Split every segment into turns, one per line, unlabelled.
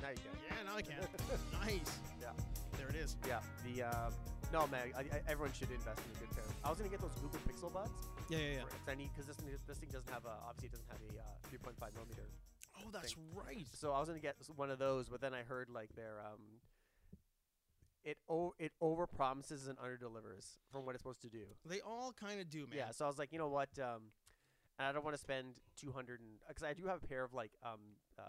Now you can.
Yeah, now I can. nice.
Yeah.
There it is.
Yeah. The um, no man, I, I, everyone should invest in a good pair. I was gonna get those Google Pixel Buds.
Yeah, yeah, yeah.
for it. I need because this this thing doesn't have a obviously it doesn't have a uh, 3.5 millimeter.
Oh, that's right.
So I was gonna get s- one of those, but then I heard like their um, it o- it over promises and under delivers from what it's supposed to do.
They all kind of do, man.
Yeah. So I was like, you know what? Um, and I don't want to spend 200 and because I do have a pair of like um uh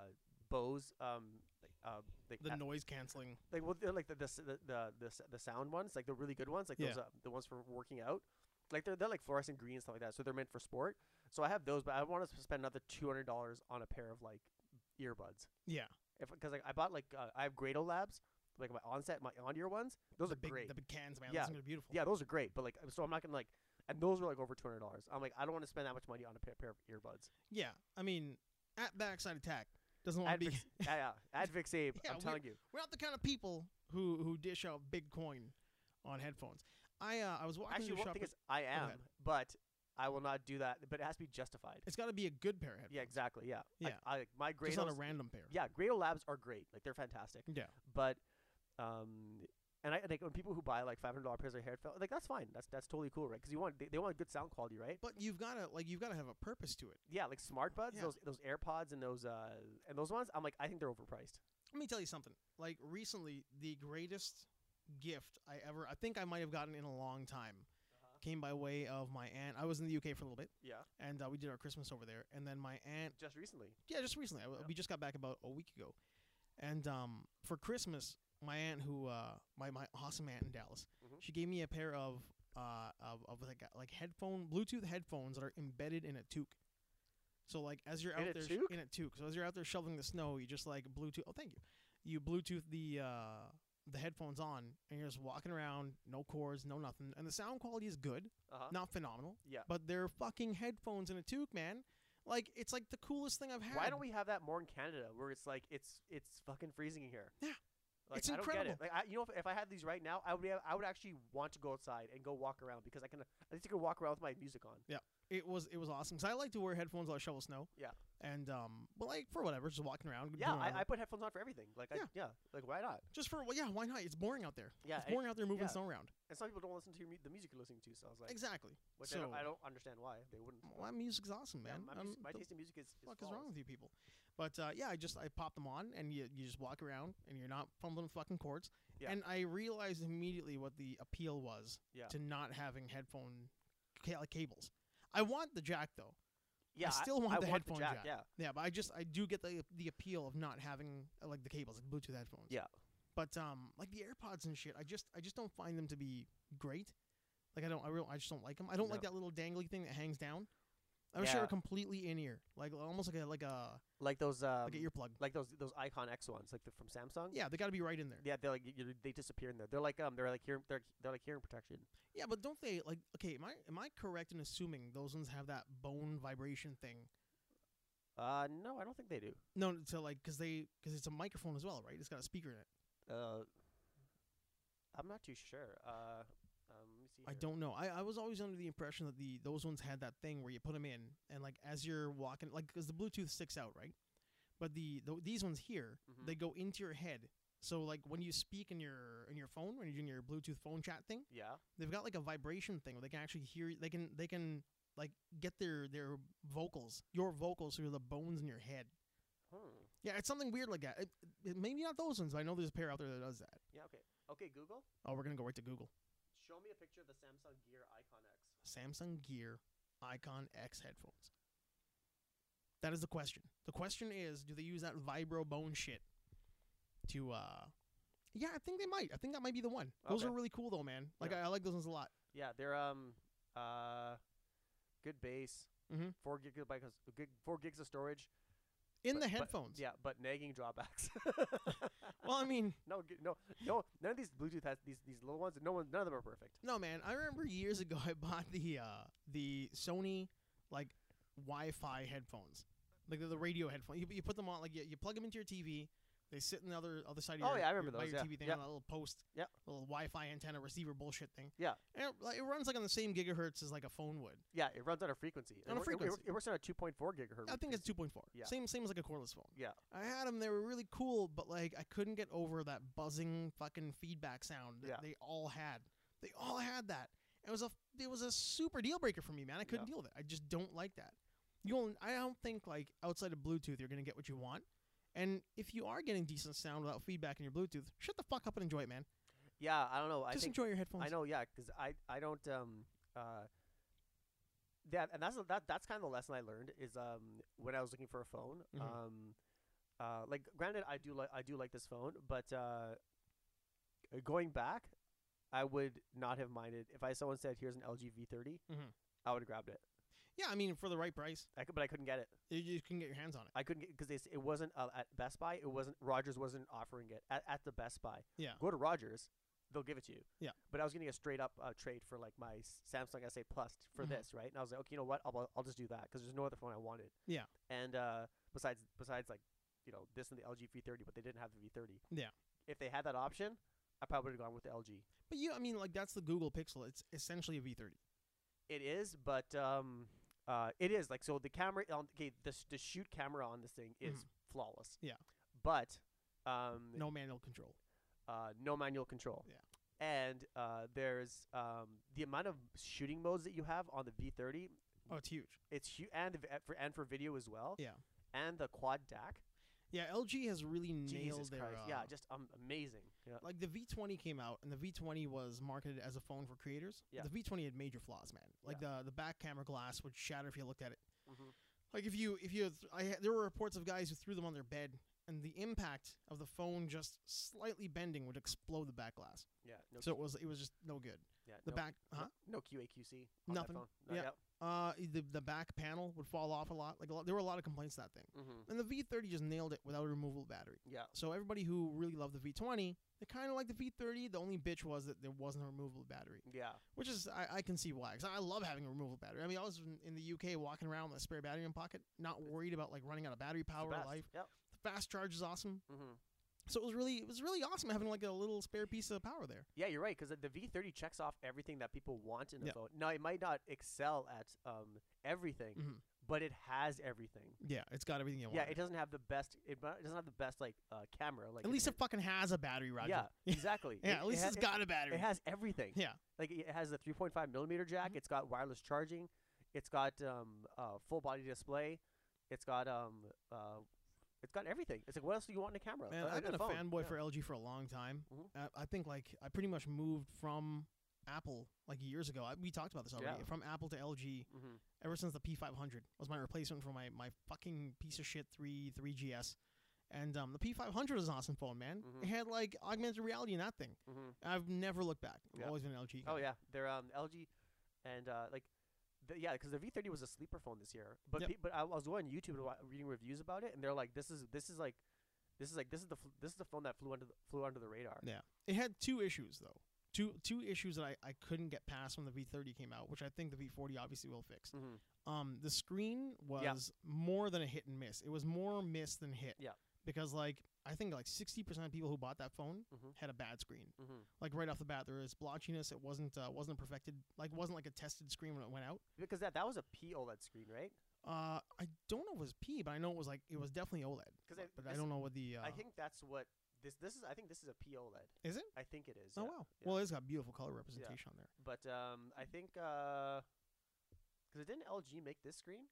Bose um like, uh like
The
a-
noise canceling.
like well, they're like the the, s- the the the s- the sound ones, like the really good ones, like those
Yeah.
uh, the ones for working out. Like they're they're like fluorescent green and stuff like that, so they're meant for sport. So I have those, but I want to spend another two hundred dollars on a pair of like earbuds,
Yeah.
if because like I bought like uh, I have Grado Labs, like my onset my on ear ones. Those
the
are
big,
great.
The big cans, man.
yeah,
Those things are beautiful.
Yeah, those are great. But like, so I'm not gonna like, and those were like over two hundred dollars. I'm like, I don't want to spend that much money on a pair, pair of earbuds.
Yeah. I mean, at backside attack doesn't want to be.
Advix, yeah, yeah, Advix Abe.
Yeah,
I'm telling
we're,
you.
we're not the kind of people who who dish out big coin on headphones. I uh, I was walking
Actually,
through the
one
shop.
thing
with-
is, I
ahead.
am, but I will not do that. But it has to be justified.
it's got to be a good pair of headphones.
Yeah, exactly. Yeah.
Yeah.
I, I my
Just not a
Grados.
random pair.
yeah, Grado Labs are great. Like they're fantastic.
Yeah.
But, um, and I like when people who buy like five hundred dollar pairs of headphones, like that's fine. That's that's totally cool, right? Because you want they, they want good sound quality, right?
But you've got to like you've got to have a purpose to it.
yeah, like smart buds,
Yeah.
those those AirPods and those uh and those ones, I'm like I think they're overpriced.
Let me tell you something. Like recently, the greatest gift I ever I think I might have gotten in a long time came by way of my aunt. I was in the UK for a little bit.
Yeah.
And uh, we did our Christmas over there, and then my aunt
Just recently.
Yeah, just recently. I, We just got back about a week ago, and um, for Christmas, my aunt, who uh, my my awesome aunt in Dallas,
Mm-hmm.
she gave me a pair of uh of, of like like headphone Bluetooth headphones that are embedded in a toque. So like as you're
In
out
a
there
toque?
in a toque, so as you're out there shoveling the snow, you just like Bluetooth. Oh, thank you. You Bluetooth the uh, the headphones on, and you're just walking around, no cords, no nothing, and the sound quality is good,
Uh-huh.
not phenomenal.
Yeah.
But they're fucking headphones in a toque, man. Like it's like the coolest thing I've had.
Why don't we have that more in Canada, where it's like it's it's fucking freezing here?
Yeah.
Like,
It's
I don't get it.
incredible.
Like I, you know, if, if I had these right now, I would have, I would actually want to go outside and go walk around because I can at least I can walk around with my music on.
Yeah. It was it was awesome because I like to wear headphones while I shovel snow.
Yeah.
And um, but like for whatever, just walking around.
Yeah,
doing
I, I
whatever.
put headphones on for everything. Like, I,
Yeah.
yeah, like why not?
just for well, yeah, why not? It's boring out there.
Yeah,
It's
it-
boring out there moving
yeah.
snow around.
And some people don't listen to your mu- the music you're listening to, so I was like,
Exactly.
which I,
so
don't, I don't understand why they wouldn't.
My music's awesome,
yeah,
man.
my,
Um,
mus- my
the
taste in music is, is
fuck is wrong
false.
with you people? But uh, yeah, I just I pop them on and you you just walk around and you're not fumbling fucking cords.
Yeah.
And I realized immediately what the appeal was
Yeah.
to not having headphone ca- cables. I want the jack though.
Yeah,
I still want the
want
headphone
jack,
jack.
Yeah,
yeah, but I just I do get the the appeal of not having uh, like the cables, like Bluetooth headphones.
yeah.
But um, like the AirPods and shit, I just I just don't find them to be great. Like I don't I real I just don't like them. I don't like
No.
that little dangly thing that hangs down. I wish they were
Yeah.
completely in ear, like almost like a like a
Like those, um,
like an earplug.
like those those Icon X ones, like the, from Samsung.
yeah, they got to be right in there. Yeah.
Yeah, they're like you- you, they disappear in there. They're like um, they're like hearing they're they're like hearing protection.
but don't they like? Okay, am I am I correct in assuming those ones have that bone vibration thing?
Uh, no, I don't think they do.
No, to like because they because it's a microphone as well, right? It's got a speaker in it.
Uh, I'm not too sure. Uh, um, let me see.
I
here.
don't know. I, I was always under the impression that the those ones had that thing where you put them in and like as you're walking, like because the Bluetooth sticks out, right? But the, the these ones here,
Hmm. Mm-hmm.
they go into your head. So like when you speak in your in your phone, when you're doing your Bluetooth phone chat thing,
Yeah.
they've got like a vibration thing where they can actually hear. They can they can like get their their vocals, your vocals through the bones in your head.
Hmm.
Yeah, it's something weird like that. It, it, maybe not those ones, but I know there's a pair out there that does that.
Yeah. Okay. Okay. Google,
Oh, we're gonna go right to Google.
show me a picture of the Samsung Gear Icon X.
Samsung Gear Icon X headphones? That is the question. The question is, do they use that vibro bone shit to uh Yeah, I think they might. I think that might be the one. Those
Okay.
are really cool though, man. Like
Yeah.
I, I like those ones a lot.
Yeah, they're um, uh, good bass.
Mhm.
Four gigabytes, gig, four gigs of storage.
In
but-
the
but-
headphones.
yeah, but nagging drawbacks.
Well, I mean,
no, g- no, no. None of these Bluetooth has these these little ones. No one, none of them are perfect.
no man, I remember years ago I bought the uh the Sony like Wi-Fi headphones. Like the, the radio headphones. You, you put them on like you, you plug them into your TV. They sit in the other other side of
Oh,
your,
yeah, I remember
your- by
those,
your
yeah.
TV thing
Yep.
on that little post,
Yep.
little Wi-Fi antenna receiver bullshit thing.
Yeah.
and it, like, it runs like on the same gigahertz as like a phone would.
Yeah, it runs on a frequency. It
On a
wor- it wor-
frequency.
It, works on a 2.4 gigahertz.
I think it's 2.4.
Yeah.
Same same as like a cordless phone.
Yeah.
I had them. They were really cool, but like I couldn't get over that buzzing fucking feedback sound that
Yeah.
they all had. They all had that. It was a it was a super deal breaker for me, man. I couldn't
Yeah.
deal with it. I just don't like that. You don't, I don't think like outside of Bluetooth you're gonna get what you want. And if you are getting decent sound without feedback in your Bluetooth, shut the fuck up and enjoy it, man.
Yeah, I don't know. I
just
think
enjoy your headphones.
I know. Yeah, because I I don't um uh that and that's that that's kind of the lesson I learned is um when I was looking for a phone
Mhm.
um uh like granted I do like I do like this phone but uh going back I would not have minded if I someone said here's an LG V30
Mhm.
I would have grabbed it
Yeah, I mean for the right price,
I could, but I couldn't get it
you, you can get your hands on it.
I couldn't because it it wasn't uh, at Best Buy it wasn't Rogers wasn't offering it at, at the Best Buy
Yeah.
go to Rogers, they'll give it to you.
Yeah.
But I was getting a straight up uh, trade for like my s- Samsung SA Plus t- for
Mhm.
this, right? And I was like, okay, you know what? I'll, I'll just do that because there's no other phone I wanted.
Yeah.
And uh, besides, besides like, you know, this and the LG V30, but they didn't have the V30.
Yeah.
If they had that option, I probably would have gone with the LG.
But you, I mean, like that's the Google Pixel. It's essentially a V30.
It is, but um, uh, it is like so. The camera, on, okay, the s- the shoot camera on this thing is
Mhm.
flawless.
Yeah.
But um,
No manual control.
uh, no manual control.
Yeah.
And uh, there's um, the amount of shooting modes that you have on the V30.
Oh, it's huge.
It's huge, and the v- for and for video as well.
Yeah.
And the quad DAC.
Yeah, LG has really nailed
Jesus
their.
Christ!
uh,
yeah, just um, amazing. Yeah.
like the V20 came out, and the V20 was marketed as a phone for creators.
Yeah.
The V20 had major flaws, man. Like the the back camera glass would shatter if you looked at it.
Mhm.
Like if you if you th- I ha- there were reports of guys who threw them on their bed, and the impact of the phone just slightly bending would explode the back glass.
Yeah. No,
So it was it was just no good.
yeah,
The
no,
back, huh?
No QAQC. On
Nothing.
That phone. No,
Yeah. Uh, the the back panel would fall off a lot. Like a lot, there were a lot of complaints to that thing.
Yeah. hmm
And the V30 just nailed it without a removable battery.
yeah.
So everybody who really loved the V20, they kind of liked the V30. The only bitch was that there wasn't a removable battery,
Yeah.
which is I, I can see why. Because I love having a removable battery. I mean, I was in, in the UK walking around with a spare battery in my pocket, not worried about like running out of battery
It's the
power.
best.
Life,
Yep.
the fast charge is awesome.
hmm
So it was really it was really awesome having like a little spare piece of power there.
Yeah, you're right because the V30 checks off everything that people want in a
Yeah.
phone. Now it might not excel at um, everything,
Mhm.
but it has everything.
Yeah, it's got everything you want.
Yeah, it doesn't have the best. It, bu- it doesn't have the best like uh, camera. Like
at
it-
least it fucking has a battery, Roger.
yeah, exactly.
yeah. At least
it,
it has got a
it,
battery.
it has everything.
Yeah.
like it has the 3.5 millimeter jack.
Mhm.
It's got wireless charging. It's got um uh, full body display. It's got um uh, it's got everything. It's like what else do you want in a camera?
Man,
Uh,
I've
in
been a
phone.
fanboy
Yeah.
for LG for a long time.
Mhm.
Uh, I think like I pretty much moved from Apple like years ago. I, we talked about this already.
Yeah.
From Apple to LG,
Mhm.
ever since the P500 was my replacement for my my fucking piece of shit three 3GS. And um, the P500 is an awesome phone, man.
Mhm.
It had like augmented reality in that thing.
Mhm.
I've never looked back. I've
Yeah.
always been an LG.
Oh
guy.
yeah, they're um LG, and uh, like. The, yeah, because the V30 was a sleeper phone this year, but
Yep.
pe- but I was going on YouTube and wa- reading reviews about it, and they're like, "This is this is like, this is like this is the fl- this is the phone that flew under the, flew under the radar."
It had two issues though. Two two issues that I, I couldn't get past when the V30 came out, which I think the V40 obviously will fix.
Mm-hmm.
um the screen was more than a hit and miss. It was more miss than hit.
Yeah.
Because like I think like sixty percent of people who bought that phone
Mhm.
had a bad screen.
Mm-hmm.
Like right off the bat, there was blotchiness. It wasn't uh, wasn't a perfected. Like wasn't like a tested screen when it went out.
Because that that was a P OLED screen, right?
Uh, I don't know if it was P, but I know it was like it was definitely OLED.
'Cause I-
but I
this-
don't know what the. Uh,
I think that's what this this is. I think this is a P OLED.
is it?
I think it is.
Oh
yeah.
wow. Well, it's got beautiful color representation on there.
But um, I think uh, because didn't LG make this screen?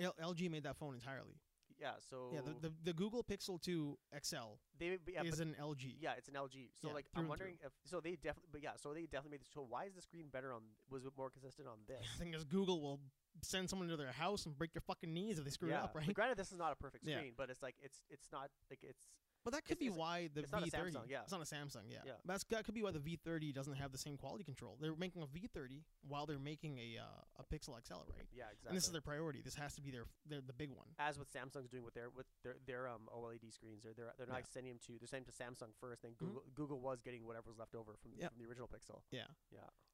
L- LG made that phone entirely.
Yeah. So
Yeah, the, the the Google Pixel 2 XL
they but Oh. yeah,
is
but,
an LG.
yeah, it's an LG. So
Yeah,
like
through and
I'm wondering if so they definitely but yeah so they definitely made this. So why is the screen better on was it more consistent on this?
The thing is, Google will send someone to their house and break their fucking knees if they screw
yeah.
it up,
but
right?
Granted, this is not a perfect
Yeah.
screen, but it's like it's it's not like it's
But that could
It's-
be
it's-
why the
it's not a
V30.
Samsung, yeah.
It's not a Samsung, yeah.
Yeah.
That's that could be why the V30 doesn't have the same quality control. They're making a V30 while they're making a uh, a Pixel XL, right?
yeah exactly.
And this is their priority. This has to be their their the big one.
as with Samsung's doing with their with their their um, OLED screens, they're they're, they're not sending them to they're sending 'em to Samsung first.
Mm-hmm.
Then Google Google was getting whatever was left over from,
Yeah.
from the original Pixel.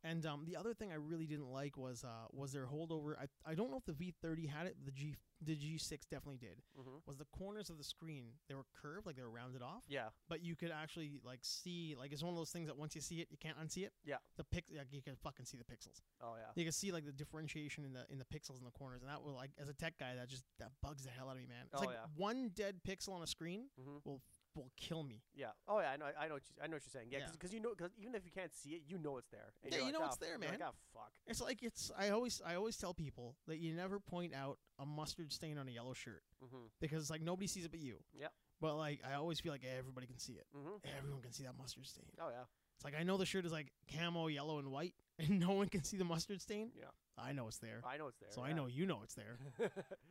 And um, the other thing I really didn't like was uh was their holdover. I I don't know if the V30 had it. The G the G6 definitely did
Mhm.
was the corners of the screen they were curved, like they were rounded off,
Yeah.
but you could actually like see like it's one of those things that once you see it, you can't unsee it.
Yeah.
the pix like, you can fucking see the pixels.
Oh yeah.
You can see like the differentiation in the in the pixels in the corners, and that will like as a tech guy that just that bugs the hell out of me, man. It's
Oh,
like
yeah.
one dead pixel on a screen
Mhm.
will will kill me.
Yeah. Oh yeah. I know. I know. What you, I know what you're saying. Yeah.
Yeah.
Because you know. Because even if you can't see it, you know it's there. And
Yeah,
you're
you
like,
know
"Ah,
it's there,
you're
man."
Like, ah, fuck.
It's like it's I always I always tell people that you never point out a mustard stain on a yellow shirt
Mm-hmm.
because it's like nobody sees it but you.
Yep.
But like I always feel like everybody can see it.
Mm-hmm.
Everyone can see that mustard stain.
Oh yeah.
It's like I know the shirt is like camo yellow and white and no one can see the mustard stain.
Yeah.
I know it's there.
I know it's there.
so I
yeah.
know you know it's there.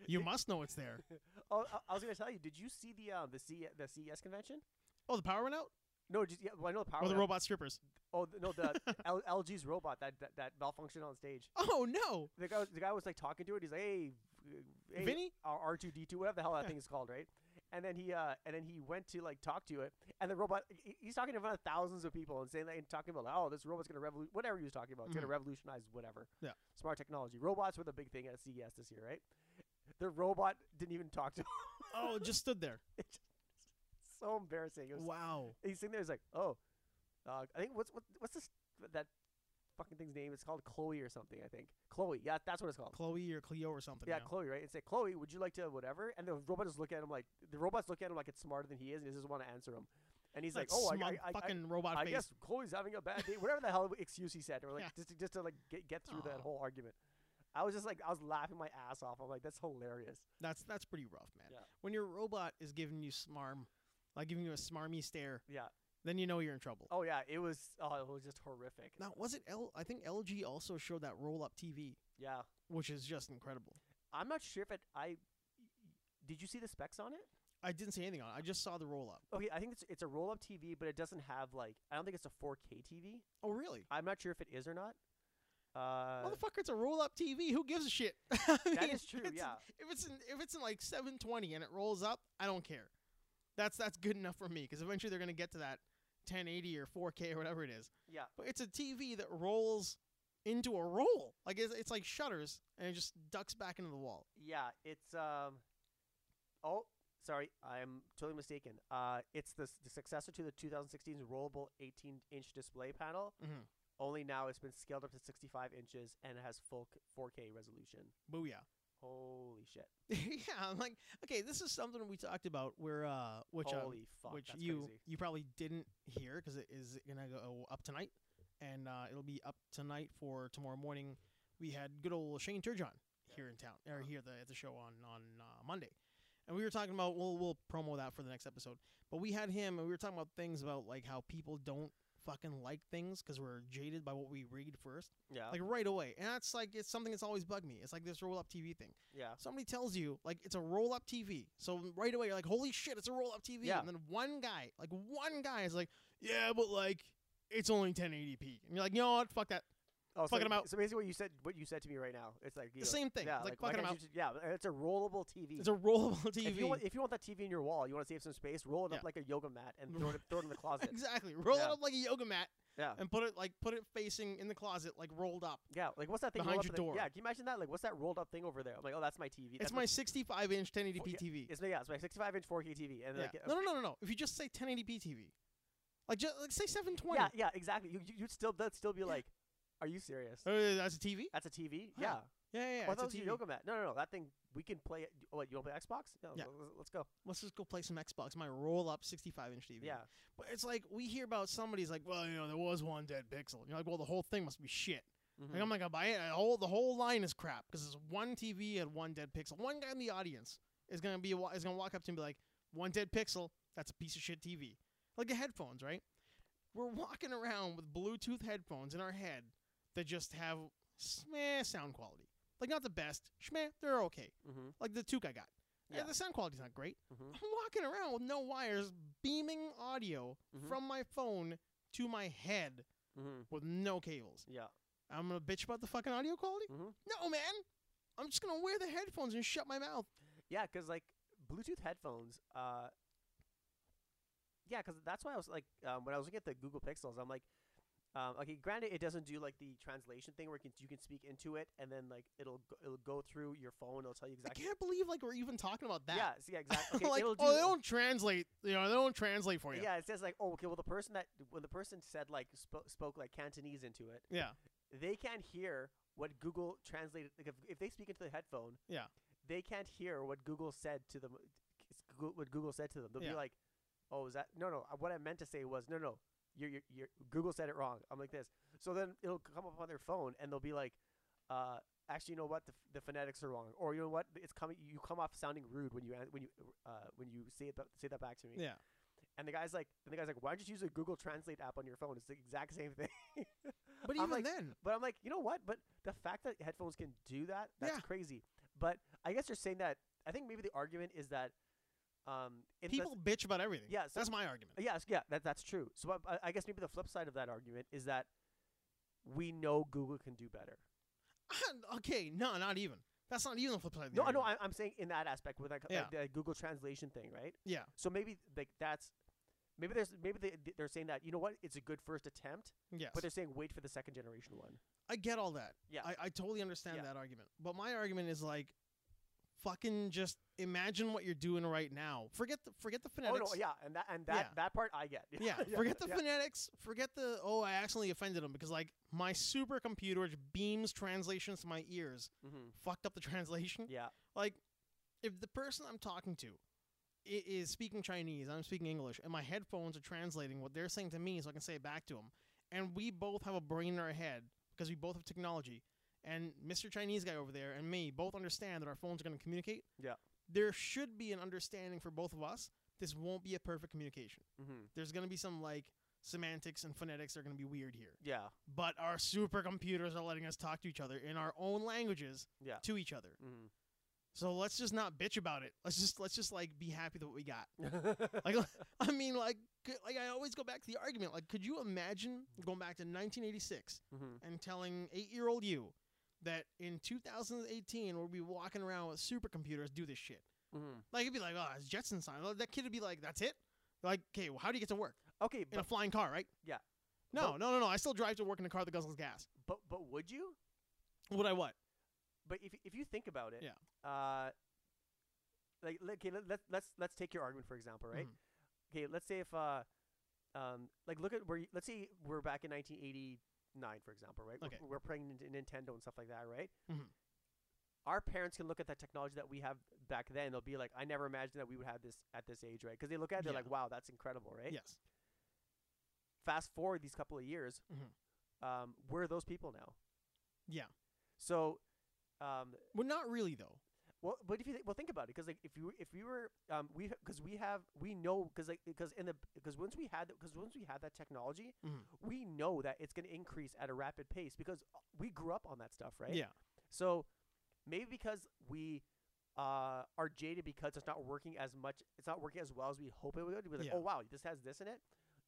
You must know it's there.
oh, I, I was gonna tell you. Did you see the uh, the C the CES convention?
Oh, the power went out?
No. Just, yeah. Well, I know the power.
or the
went out.
robot strippers.
Oh th- no. The L- LG's robot that, that that malfunctioned on stage.
Oh no.
The guy was, the guy was like talking to it. He's like, hey, uh, hey
Vinny?
R two D two, whatever the hell that
Yeah.
thing is called, right? And then he uh, and then he went to like talk to it, and the robot he- he- he's talking in front of thousands of people and saying that and talking about like, oh this robot's gonna revolution whatever he was talking about it's gonna revolutionize whatever
Mm-hmm. Yeah.
smart technology robots were the big thing at CES this year right the robot didn't even talk to him
Oh, it just stood there.
so embarrassing it was,
Wow.
he's sitting there he's like oh uh, I think what's what, what's this that fucking thing's name it's called Chloe or something I think Chloe yeah that's what it's called
Chloe or Cleo or something.
Yeah,
now.
Chloe, right? And say, Chloe, would you like to whatever? And the robot is looking at him like the robot's looking at him like it's smarter than he is, and he doesn't want to answer him. And he's
That
like, "Oh, I,
smug
I, I,
fucking robot
I, I
face.
guess Chloe's having a bad day." Whatever the hell excuse he said, or like
Yeah.
just to- just to like get get through that
Aw.
whole argument. I was just like, I was laughing my ass off. I'm like, "That's hilarious."
That's that's pretty rough, man.
Yeah.
When your robot is giving you smarm, like giving you a smarmy stare,
Yeah.
then you know you're in trouble.
Oh yeah, it was. Oh, it was just horrific.
Now, was it L? I think LG also showed that roll-up TV,
Yeah,
which is just incredible.
I'm not sure if it. I did you see the specs on it?
I didn't see anything on. it. I just saw the roll-up.
Okay, I think it's it's a roll-up TV, but it doesn't have like I don't think it's a 4K TV.
Oh, really?
I'm not sure if it is or not. Uh,
Motherfucker, it's a roll-up TV. Who gives a shit? I mean,
is true,
it's-
yeah.
If it's in, if it's in like 720 and it rolls up, I don't care. That's that's good enough for me because eventually they're gonna get to that 1080 or 4K or whatever it is.
yeah.
But it's a TV that rolls into a roll. Like it's, it's like shutters and it just ducks back into the wall.
Yeah, it's um. Oh, sorry, I'm totally mistaken. Uh, it's the, s- the successor to the 2016's rollable 18-inch display panel.
Mhm.
Only now it's been scaled up to 65 inches and it has full c- 4K resolution.
Booyah.
Holy shit!
yeah, I'm like, okay, this is something we talked about where uh which um,
Holy fuck!
which
that's
you
crazy.
you probably didn't hear because it is gonna go up tonight, and uh, it'll be up tonight for tomorrow morning. We had good old Shane Turgeon here in town or
Uh-huh.
here at the, at the show on on uh, Monday, and we were talking about we'll we'll promo that for the next episode. But we had him and we were talking about things about like how people don't fucking like things because we're jaded by what we read first,
Yeah,
like right away, and that's like it's something that's always bugged me. It's like this roll up TV thing
yeah,
somebody tells you like it's a roll up TV. So right away you're like, holy shit, it's a roll up TV.
Yeah.
And then one guy, like one guy is like, yeah, but like it's only 1080p. And you're like, you know what? Fuck that.
oh, so,
fucking 'em out.
So basically, what you said, what you said to me right now, it's like you
The
know,
same thing.
Yeah,
It's like,
why
fucking 'em
can't you ju- yeah, it's a rollable TV.
It's a rollable
If you
TV.
want, if you want that TV in your wall, you want to save some space, roll it
Yeah.
up like a yoga mat and throw it throw it in the closet.
exactly. Roll
Yeah.
it up like a yoga mat.
Yeah.
And put it like put it facing in the closet, like rolled up.
Yeah, like what's that thing
Behind
rolled up
your
in the-
door.
Yeah, can you imagine that? Like what's that rolled up thing over there? I'm like, oh, that's my TV. That's Oh,
it's my 65 inch 1080p
yeah,
TV.
It's my yeah, it's my 65 inch 4K TV. And
Yeah.
like, uh,
no, no, no, no, no. If you just say 1080p TV, like just like say 720.
yeah, yeah, exactly. You you- you'd still that'd still be like, are you serious?
Uh, that's a TV.
That's a TV.
Yeah,
Yeah,
Yeah, yeah.
Oh,
yeah
I
it's
thought
a
it was your
TV.
yoga mat. No, no, no, that thing we can play. It. Oh, What you want to play Xbox? No,
Yeah.
l- l- let's go.
Let's just go play some Xbox. My roll up 65 inch TV.
Yeah,
But it's like we hear about somebody's like, well, you know, there was one dead pixel. And you're like, well, the whole thing must be shit.
Mhm.
Like I'm not gonna buy it. The whole the whole line is crap because it's one TV and one dead pixel. One guy in the audience is gonna be wa- is gonna walk up to me and be like, one dead pixel. That's a piece of shit TV. Like the headphones, right? We're walking around with Bluetooth headphones in our head that just have smeh sound quality. Like not the best. Schmeh, they're okay.
Mhm.
Like the Tuke I got. Yeah.
Yeah.
the sound quality's not great.
Mhm.
I'm walking around with no wires, beaming audio
Mhm.
from my phone to my head
Mhm.
with no cables.
yeah,
I'm gonna bitch about the fucking audio quality?
Mhm.
No, man. I'm just gonna wear the headphones and shut my mouth.
yeah, because like Bluetooth headphones. uh yeah, because that's why I was like, um, when I was looking at the Google Pixels, I'm like, Um, okay, granted, it doesn't do like the translation thing where you can, you can speak into it, and then like it'll go, it'll go through your phone. It'll tell you
I
exactly.
can't believe like we're even talking about that.
Yeah, so yeah, exactly. Okay,
like,
it'll do,
oh, they don't translate. You know, they don't translate for you.
yeah, it says like, oh, okay. Well, the person that when the person said like spo- spoke like Cantonese into it,
Yeah.
they can't hear what Google translated. Like if, if they speak into the headphone,
Yeah.
they can't hear what Google said to them. it's Goo- What Google said to them, they'll
Yeah.
be like, "Oh, is that no, no? uh, What I meant to say was no, no. You're, you're, you're, Google said it wrong. I'm like this. So then it'll come up on their phone, and they'll be like, uh, "Actually, you know what? The, ph- the phonetics are wrong, or you know what? It's coming. You come off sounding rude when you an- when you uh, when you say it, ba- say that back to me.
Yeah.
And the guy's like, and the guy's like, why don't you just use a Google Translate app on your phone? It's the exact same thing.
But
I'm
even
like,
then,
But I'm like, you know what? But the fact that headphones can do that, that's
Yeah.
crazy. But I guess you're saying that. I think maybe the argument is that um, if that's-
people bitch about everything.
Yeah, so-
that's my argument.
Yes, yeah, that that's true. So I, I- I guess maybe the flip side of that argument is that we know Google can do better.
okay, no, not even. That's not even the flip side. Of the
No, no,
argument.
I, I'm saying in that aspect with like,
Yeah.
like the Google translation thing, right?
Yeah.
So maybe like that's maybe there's maybe they, they- they're saying that you know what it's a good first attempt,
yes,
but they're saying wait for the second generation one.
I get all that.
Yeah.
I, I totally understand
Yeah.
that argument. But my argument is like, fucking just imagine what you're doing right now. Forget the forget the
oh
phonetics.
no, yeah, and that and that
Yeah.
that part I get.
Yeah, forget the
yeah.
phonetics. Forget the oh, I accidentally offended him because like my supercomputer which beams translations to my ears
Mhm.
fucked up the translation.
Yeah.
Like if the person I'm talking to i- is speaking Chinese, I'm speaking English, and my headphones are translating what they're saying to me so I can say it back to them, and we both have a brain in our head because we both have technology, and Mr. Chinese guy over there and me both understand that our phones are going to communicate.
Yeah.
There should be an understanding for both of us. This won't be a perfect communication
Mhm.
there's going to be some like semantics and phonetics that are going to be weird here.
Yeah.
But our supercomputers are letting us talk to each other in our own languages
Yeah.
to each other.
Mhm.
So let's just not bitch about it. Let's just let's just like be happy with what we got. Like I mean like c- like I always go back to the argument like could you imagine going back to 1986
Mhm.
and telling 8-year-old you that in 2018 we'll be walking around with supercomputers do this shit.
Mhm.
Like it'd be like, "Oh, it's Jetson sign." That kid would be like, "That's it?" Like, "Okay, well, how do you get to work?"
Okay,
in a
but,
flying car, right?
Yeah.
No,
But-
no, no, no. I still drive to work in a car that guzzles gas.
but but would you?
Would I what?
But if if you think about it,
Yeah.
Uh, like let- okay, let, let let's let's take your argument for example, right?
Mhm.
Okay, let's say if uh, um, like look at where you, let's say we're back in 1989, for example, right? We're-
Okay.
We're, playing Nin- Nintendo and stuff like that, right?
Mhm.
Our parents can look at that technology that we have back then. They'll be like, "I never imagined that we would have this at this age, right?" Because they look at it, they're
Yeah.
like, "Wow, that's incredible, right?"
Yes.
Fast forward these couple of years,
Mhm.
um, we're those people now.
Yeah.
So, um,
Well, not really though.
Well, but if you th- well think about it, because like if you if we were um we because we have we know because like because in the because once we had because once we had that technology,
Mhm.
we know that it's going to increase at a rapid pace because uh, we grew up on that stuff, right?
Yeah.
So maybe because we uh are jaded because it's not working as much, it's not working as well as we hope it would. We're like,
Yeah.
oh wow, this has this in it,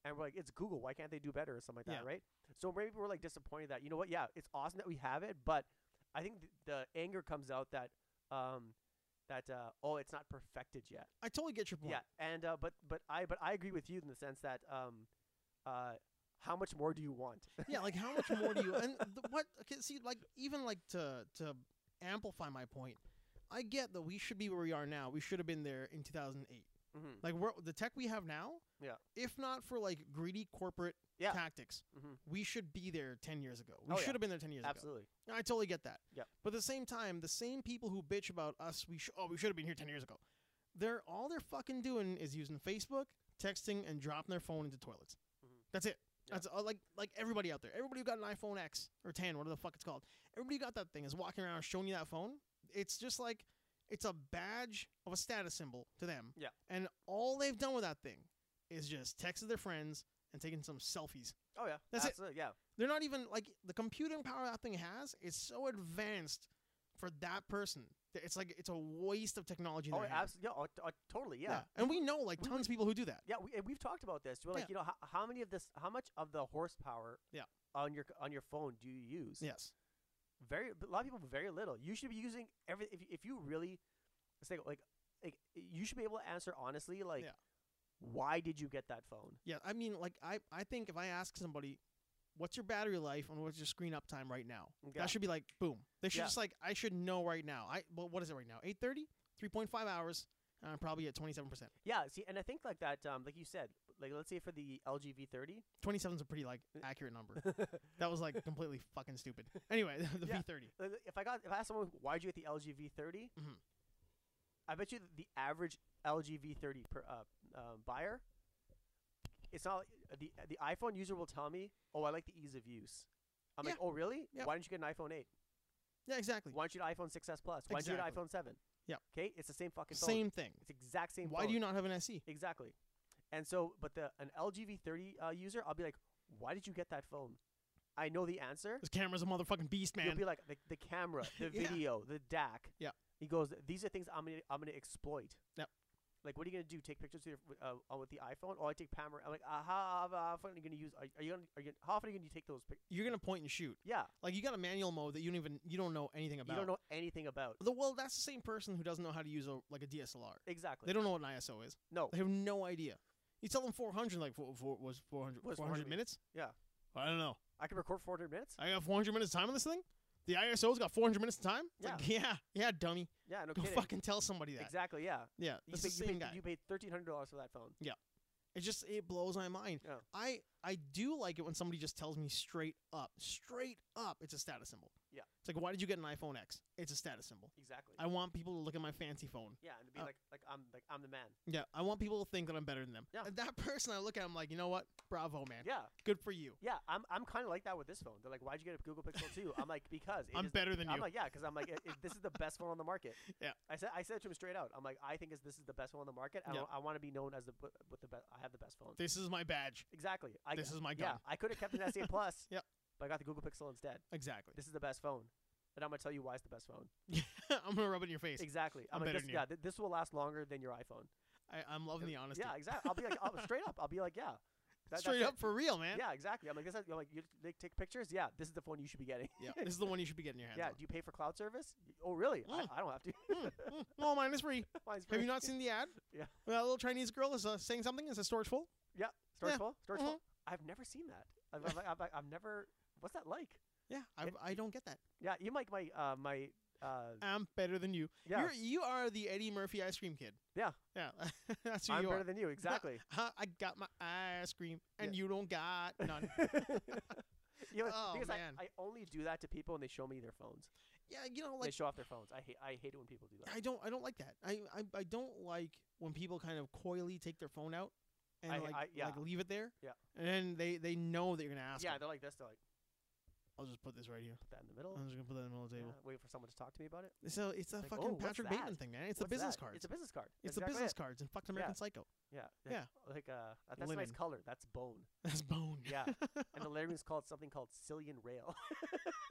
and we're like, it's Google. Why can't they do better or something like that, right? So maybe we're like disappointed that you know what? Yeah, it's awesome that we have it, but I think th- the anger comes out that um that uh, oh it's not perfected yet.
I totally get your point.
Yeah, and uh, but but I but I agree with you in the sense that um uh how much more do you want?
Yeah, Like, how much more do you? And th- what? Okay. See, like, even like to to amplify my point, I get that we should be where we are now. We should have been there in 2008.
mm-hmm.
Like, we're the tech we have now.
Yeah.
If not for like greedy corporate
Yeah.
tactics,
Mhm.
we should be there 10 years ago. We
Oh,
should
yeah.
have been there 10 years ago.
Absolutely.
I totally get that.
Yep.
But at the same time, the same people who bitch about us, we sh- oh we should have been here ten years ago. They're all they're fucking doing is using Facebook, texting, and dropping their phone into toilets.
Mhm.
That's it.
Yeah.
That's uh, like like everybody out there. Everybody who got an iPhone X or ten, whatever the fuck it's called. Everybody who got that thing is walking around showing you that phone. It's just like it's a badge of a status symbol to them.
Yeah.
And all they've done with that thing is just texted their friends and taking some selfies.
Oh yeah.
That's it.
absolutely. Yeah.
They're not even like the computing power that thing has is so advanced for that person. that It's like it's a waste of technology. in
Oh,
their hands.
absolutely. Yeah, oh, t- oh, totally. Yeah.
and we know like
We-
tons of people who do that.
Yeah, we, and we've talked about this. We're like,
Yeah.
you know, how, how many of this, how much of the horsepower,
Yeah.
on your on your phone do you use?
Yes,
very a lot of people very little. You should be using every if you- if you really say like like you should be able to answer honestly like
Yeah.
why did you get that phone?
yeah. I mean, like I, I think if I ask somebody, what's your battery life and what's your screen uptime right now?
Yeah.
That should be like boom. They should
Yeah.
just like I should know right now. I well, what is it right now? 8:30, 3.5 hours. And I'm probably at 27%.
Yeah, see, and I think like that, um, like you said, like let's say for the LG V30,
27 is a pretty like accurate number.
like,
That was like completely fucking stupid. Anyway, the
Yeah.
V30.
if I got if I asked someone why'd you get the LG V30,
Mhm.
I bet you that the average LG V30 per, uh, um, buyer, it's not the the iPhone user will tell me, oh, I like the ease of use. I'm like, oh, really?
Yeah.
Why didn't you get an iPhone 8?
Yeah, exactly.
Why don't you get an iPhone 6s Plus? Why don't you get an
Exactly.
iPhone 7?
Yep.
Okay, it's the same fucking phone.
Same thing.
It's exact same.
Why
phone.
do you not have an E? SE?
Exactly. And so, but the an LG V30 uh, user, I'll be like, why did you get that phone? I know the answer.
This camera's a motherfucking beast, man.
You'll be like the, the camera, the
Yeah.
video, the DAC.
Yeah.
He goes, these are things I'm gonna I'm gonna exploit.
Yep.
Like, what are you gonna do? Take pictures with, your, f- uh, uh, with the iPhone? Oh, I take camera. I'm like, uh, how, how often are you gonna use? Are, are you gonna are you gonna, how often are you gonna take those? Pic-?
You're gonna point and shoot.
Yeah.
Like you got a manual mode that you don't even you don't know anything about.
You don't know anything about.
The, well, that's the same person who doesn't know how to use a like a DSLR.
Exactly.
They don't know what an ISO is.
no.
They have no idea. You tell them 400, like for, for, was 400,
What does
400
400 mean?
minutes?
Yeah.
I don't know.
I can record 400 minutes.
I got 400 minutes of time on this thing. The ISO's got 400 minutes of time. It's like, yeah, yeah, dummy.
Yeah. No
Go
kidding.
fucking tell somebody that.
Exactly. Yeah.
Yeah,
You
it's
pay-
the
you paid,
same guy.
You paid thirteen hundred dollars for that phone.
It just it blows my mind.
Yeah.
I I do like it when somebody just tells me straight up, straight up, it's a status symbol.
Yeah.
It's like, why did you get an iPhone X? It's a status symbol.
Exactly.
I want people to look at my fancy phone.
Yeah, and to be
Uh,
like, like I'm, like I'm the man.
Yeah, I want people to think that I'm better than them.
Yeah.
And that person I look at, I'm like, you know what? Bravo, man.
Yeah,
Good for you.
yeah. I'm, I'm kind of like that with this phone. They're like, why'd you get a Google Pixel 2? I'm like, because it
I'm
is the-
better than
I'm
you.
like, yeah, because I'm like, it, it- this is the best phone on the market.
Yeah.
I said, I said it to him straight out. I'm like, I think it's, this is the best phone on the market. I,
Yeah.
wa- I want to be known as the b- with the best. I have the best phone.
this is my badge.
Exactly. I,
this is my
yeah.
gun.
I could have kept an S8 Plus.
Yep.
But I got the Google Pixel instead.
Exactly.
This is the best phone, and I'm gonna tell you why it's the best phone.
I'm gonna rub it in your face.
Exactly. I'm,
I'm
like,
better
this,
than you.
yeah, th- this will last longer than your iPhone.
I, I'm loving the honesty.
Yeah, exactly. I'll be like, I'll, straight up. I'll be like, yeah. That- that's
Straight
it.
up for real, man.
Yeah, exactly. I'm like, this. Is, I'm like, you they take pictures. Yeah, this is the phone you should be getting.
Yeah. This is the one you should be getting your hands
yeah. Do you pay for cloud service? Oh, really?
Mm.
I, I don't have to.
on. Mm, mm. Well, mine is free.
Mine's
Have
free.
you not seen the ad?
Yeah.
Well, that little Chinese girl is uh, saying something. Is the storage full?
storage
Yeah.
full? Storage
Mhm.
full? I've never seen that. I've, I've, I've, I've, I've never. What's that like?
Yeah. I, I don't get that.
Yeah, you like my uh, my. Uh,
I'm better than you.
yeah,
You're, you are the Eddie Murphy ice cream kid.
Yeah.
Yeah. That's who
I'm
you
better
are.
than you. Exactly.
Huh, I got my ice cream, and you don't got none.
You know,
Oh,
because
man.
I, I only do that to people when they show me their phones.
yeah. You know,
they
like
show off their phones. I hate I hate it when people do that.
I don't I don't like that. I, I I don't like when people kind of coyly take their phone out and
I-
like
I- yeah.
like leave it there.
Yeah.
And then they they know that you're gonna ask.
yeah,
them.
they're like this. They're like
I'll just put this right here.
put that in the middle.
I'm just gonna put that in the middle of the
Yeah,
table.
wait for someone to talk to me about it.
So it's a
Like,
fucking
oh, what's
Patrick
that?
Bateman thing, man. It's
What's
the business
that?
cards.
It's a business card.
It's the
Exactly
business
it.
cards in fucking American Psycho.
Yeah. like-
Yeah.
Like uh, that- that's a nice
Linen.
color. That's bone.
That's bone.
Yeah. And the lettering is called something called Cillian Rail.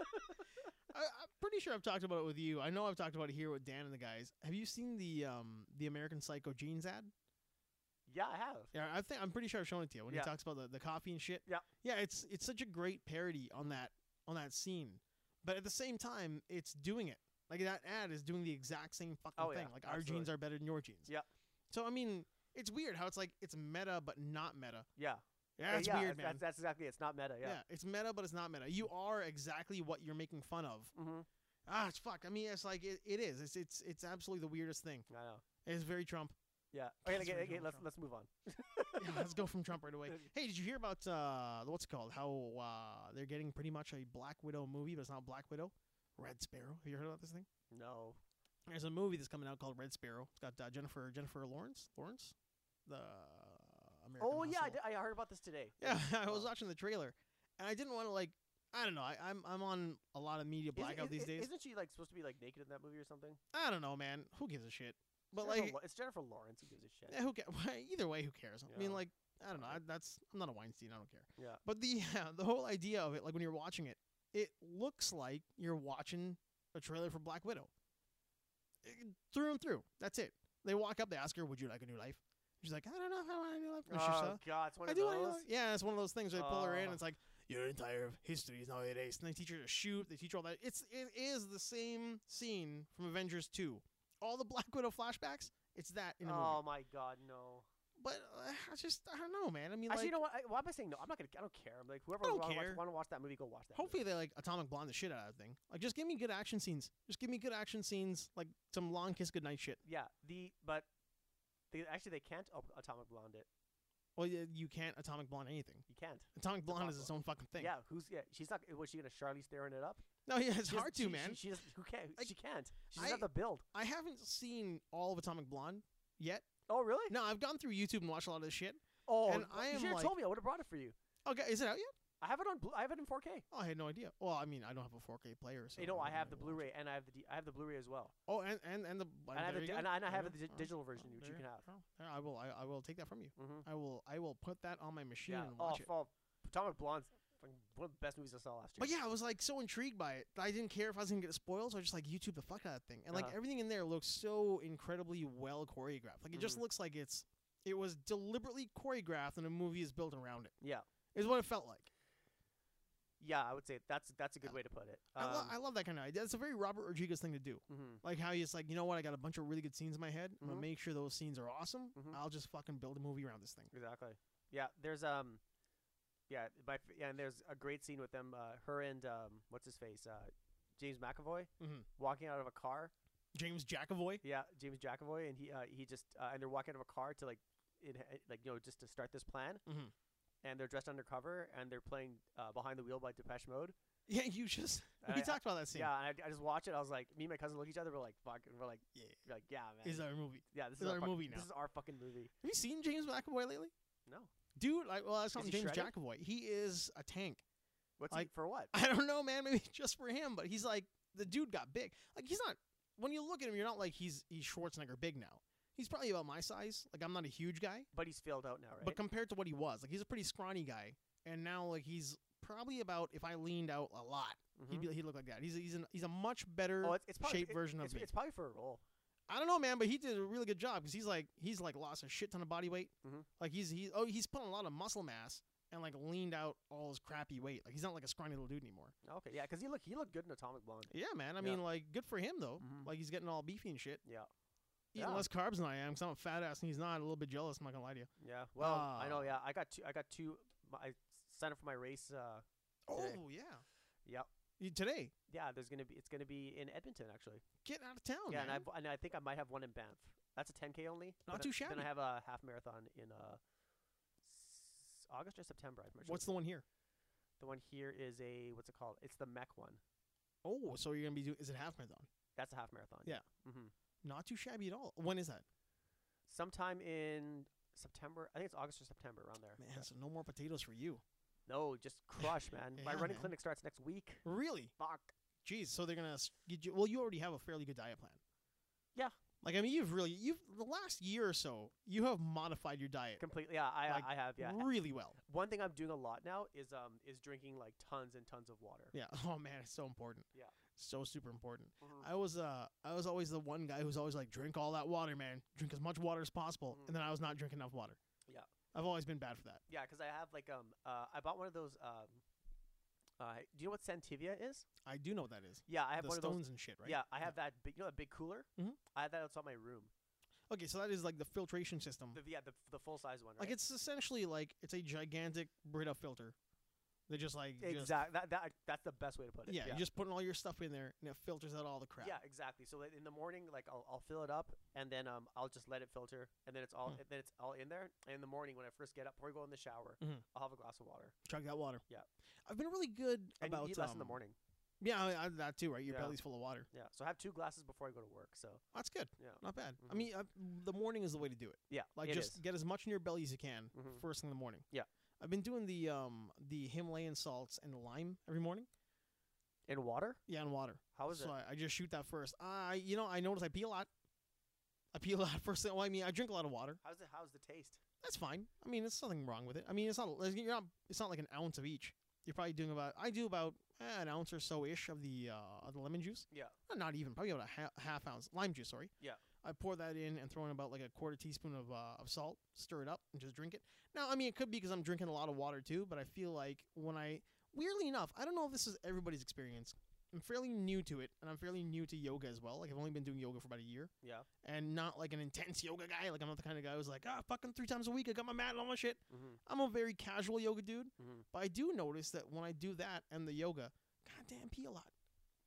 I, I'm pretty sure I've talked about it with you. I know I've talked about it here with Dan and the guys. Have you seen the um the American Psycho jeans ad?
yeah, I have.
Yeah, I think I'm pretty sure I've shown it to you when
Yeah.
he talks about the, the coffee and shit.
Yeah.
yeah, it's it's such a great parody on that on that scene, but at the same time, it's doing it like that ad is doing the exact same fucking
Oh, yeah,
thing. Like our jeans
absolutely.
are better than your jeans.
Yeah.
So I mean, it's weird how it's like it's meta but not meta.
Yeah. Uh,
Yeah, that's
yeah,
weird,
that's,
man.
That's, that's exactly it. It's not meta.
yeah.
Yeah.
it's meta but it's not meta. You are exactly what you're making fun of.
Mm-hmm.
Ah, it's fuck. I mean, it's like it, it is. It's it's it's absolutely the weirdest thing.
I know.
It's very Trump.
Yeah. Okay,
That's
okay,
where
okay,
you're
let's,
from.
let's move on.
Yeah, let's go from Trump right away. Hey, did you hear about uh, what's it called? How uh, they're getting pretty much a Black Widow movie, but it's not Black Widow. Red Sparrow. Have you heard about this thing?
No.
There's a movie that's coming out called Red Sparrow. It's got uh, Jennifer Jennifer Lawrence Lawrence, the American.
oh, yeah. Oh. I,
Hustle.
did, I heard about this today.
yeah. I was
Wow.
watching the trailer, and I didn't want to like. I don't know. I, I'm I'm on a lot of media
Isn't-
blackout
is-
these
is-
days.
Isn't she like supposed to be like naked in that movie or something?
I don't know, man. Who gives a shit? But
Jennifer
like,
Law- it's Jennifer Lawrence who gives a shit.
Yeah, Eh, who cares? Either way, who cares? I mean,
Yeah.
like, I don't know.
Okay.
I, that's I'm not a Weinstein. I don't care.
Yeah.
But the the whole idea of it, like when you're watching it, it looks like you're watching a trailer for Black Widow. Eh, through and through. That's it. They walk up. They ask her, "Would you like a new life?" She's like, "I don't know how I want a new life." And she
Oh,
says,
God. It's one
I
of
do.
those.
Want a new life. Yeah, it's one of those things. Where they pull her in.
Oh.
And it's like your entire history is now erased. And they teach her to shoot. They teach her all that. It's it is the same scene from Avengers Two. All the Black Widow flashbacks. It's that in a movie
oh, my God. No.
But uh, I just I don't know, man. I mean,
Actually,
like,
you know what? I, why am I saying no? I'm not gonna. I don't care. I'm like whoever
I don't
want
care.
to watch that movie, go watch that.
hopefully they like atomic blonde the shit out of the thing. Like, just give me good action scenes. Just give me good action scenes, like some long kiss goodnight shit.
movie. yeah. The but they actually they can't op- Atomic Blonde it.
Well, yeah, you can't atomic blonde anything.
You can't.
Atomic blonde is its own fucking thing.
Yeah, who's yeah? She's not. Was she gonna Charlie staring it up?
No, yeah, it's
She has-
hard to,
she-
man.
She, she just who can't.
Like,
she can't. She doesn't
I-
have the build.
I haven't seen all of Atomic Blonde yet.
Oh really?
No, I've gone through YouTube and watched a lot of this shit.
Oh,
and
you
I am
should have
like-
told me. I would have brought it for you.
Okay, is it out yet?
I have it on. Blu- I have it in 4K.
Oh, I had no idea. Well, I mean, I don't have a 4K player, so
you know, I
wouldn't
have the
really watch
Blu-ray and I have the D- I have the Blu-ray as well.
it. Oh, and and and the
And I have, the,
there you
di-
go.
and I, and I
There
have
you
the di-
go. All right.
digital version,
Oh,
which you
there-
can have.
oh, there- I will. I, I will take that from you.
Mm-hmm.
I will. I will put that on my machine
Yeah.
and
Oh,
watch it.
fall. Atomic Blonde's fucking one of the best movies I saw last year.
But yeah, I was like so intrigued by it. that I didn't care if I was gonna get spoiled, so I just like YouTube the fuck out of that thing. And like
Uh-huh.
everything in there looks so incredibly well choreographed. Like it
Mm-hmm.
just looks like it's it was deliberately choreographed and a movie is built around it.
Yeah.
Is what it felt like.
Yeah, I would say that's that's a good way to put it. Um,
I, lo- I love that kind of idea. It's a very Robert Rodriguez thing to do.
mhm.
Like how he's like, you know what? I got a bunch of really good scenes in my head. I'm
Mhm.
gonna make sure those scenes are awesome.
Mhm.
I'll just fucking build a movie around this thing.
Exactly. Yeah, there's um, yeah, by, f- yeah, and there's a great scene with them, uh, her and um, what's his face, uh, James McAvoy,
Mhm.
walking out of a car.
James Jackavoy.
Yeah, James McAvoy, and he uh, he just uh, and they're walking out of a car to like, it, like you know just to start this plan.
Mhm.
And they're dressed undercover, and they're playing uh, "Behind the Wheel" by Depeche Mode.
Yeah, you just
And
we
I-
talked about that scene.
Yeah, and I, I just watch it. I was like, me and my cousin look at each other. We're like, "Fuck," and we're like,
Yeah.
we're like, "Yeah, man."
Is our movie?
yeah, this
is our
fucking-
movie now.
This is our fucking movie.
Have you seen James McAvoy lately?
No,
Dude, like, well, that's not
he
James
shredded?
Jackavoy. He is a tank.
what's
Like-
he, for what?
I don't know, man. Maybe just for him, but he's like the dude got big. Like he's not. When you look at him, you're not like he's he's Schwarzenegger big now. He's probably about my size. Like I'm not a huge guy,
But he's filled out now, right?
but compared to what he was, like he's a pretty scrawny guy, and now like he's probably about if I leaned out a lot,
Mhm.
he'd be, he'd look like that. He's he's an, he's a much better
Oh, it's, it's probably
shaped
it-
version of
it's,
me.
it's probably for a role.
I don't know, man, but he did a really good job because he's like he's like lost a shit ton of body weight.
Mhm.
Like he's he's oh he's put on a lot of muscle mass and like leaned out all his crappy weight. Like he's not like a scrawny little dude anymore.
Okay, yeah, because he looked he looked good in Atomic Blonde.
Yeah, man. I
Yeah.
mean, like good for him though.
Mhm.
Like he's getting all beefy and shit.
Yeah.
Eating
Yeah.
less carbs than I am because I'm a fat ass and he's not. A little bit jealous. I'm not gonna lie to you.
Yeah, well, I know.
Ah.
Yeah, I got two. I got two. my- I signed up for my race. Uh, Today.
Oh yeah.
Yep.
You, today,
yeah, there's gonna be it's gonna be in Edmonton actually.
get out of town.
yeah,
Oh, man.
and I and I think I might have one in Banff. That's a 10k only. but
Not
then-
too
Then I
shabby.
have a half marathon in uh, s- August or September. I'm not sure.
What's the one here?
the one here is a what's it called? It's the Mech one.
Oh, so you're gonna be doing? Is it half marathon?
That's a half marathon.
Yeah.
hmm
Not too shabby at all. When is that?
Sometime in September. I think it's August or September around there.
Man, so no more potatoes for you.
No, just crush, man. My
Yeah,
running
man.
clinic starts next week.
Really?
Fuck.
Jeez. So they're gonna s- get you. Well, you already have a fairly good diet plan.
Yeah.
Like I mean, you've really you've the last year or so you have modified your diet
Completely. Yeah, I,
Like,
I have. Yeah.
really well.
One thing I'm doing a lot now is um is drinking like tons and tons of water.
Yeah. Oh man, it's so important.
Yeah.
So super important.
Mhm.
I was uh I was always the one guy who's always like drink all that water, man. Drink as much water as possible.
Mhm.
And then I was not drinking enough water.
Yeah.
I've always been bad for that.
Yeah, because I have like um uh I bought one of those um uh do you know what Santivia is?
I do know what that is.
Yeah, I have
the
one of
stones
those.
and shit, right?
Yeah, I have that big you know that big cooler.
Mhm.
I have that outside my room.
Okay, so that is like the filtration system.
The yeah the the full size one.
Mm-hmm. like
right?
it's essentially like it's a gigantic Brita filter. They just like just-
exact that, that that's the best way to put it.
yeah,
yeah.
you're just putting all your stuff in there and it filters out all the crap.
Yeah, exactly. So like, in the morning, like I'll, I'll fill it up, and then um, I'll just let it filter, and then it's all
Hmm.
and then it's all in there. And in the morning, when I first get up, before I go in the shower,
Mhm.
I'll have a glass of water.
Chug that water.
Yeah.
I've been really good
And
about
you eat less in the
um,
morning.
Yeah, I, I, that too, right? Your
Yeah.
belly's full of water.
Yeah. So I have two glasses before I go to work. So
That's good.
yeah,
Not bad. I
Mhm.
mean, uh, the morning is the way to do it.
yeah,
Like
it
just
is.
get as much in your belly as you can
Mhm.
first thing in the morning.
Yeah.
I've been doing the um the Himalayan salts and the lime every morning.
in water.
Yeah, and water.
How is
so
it?
I, I just shoot that first. I you know I notice I pee a lot. I pee a lot first thing. Well, I mean I drink a lot of water.
How's it? How's the taste?
That's fine. I mean there's nothing wrong with it. I mean it's not like, you're not it's not like an ounce of each. You're probably doing about I do about eh, an ounce or so ish of the uh, of the lemon juice.
Yeah.
Uh, not even probably about a ha- half ounce lime juice. Sorry.
Yeah.
I pour that in and throw in about like a quarter teaspoon of uh, of salt, stir it up, and just drink it. Now, I mean, it could be because I'm drinking a lot of water too, but I feel like when I weirdly enough, I don't know if this is everybody's experience. I'm fairly new to it, and I'm fairly new to yoga as well. Like I've only been doing yoga for about a year.
Yeah.
And not like an intense yoga guy. Like I'm not the kind of guy who's like, ah, fucking three times a week. I got my mat and all my shit.
Mm-hmm.
I'm a very casual yoga dude,
Mm-hmm.
but I do notice that when I do that and the yoga, goddamn pee a lot.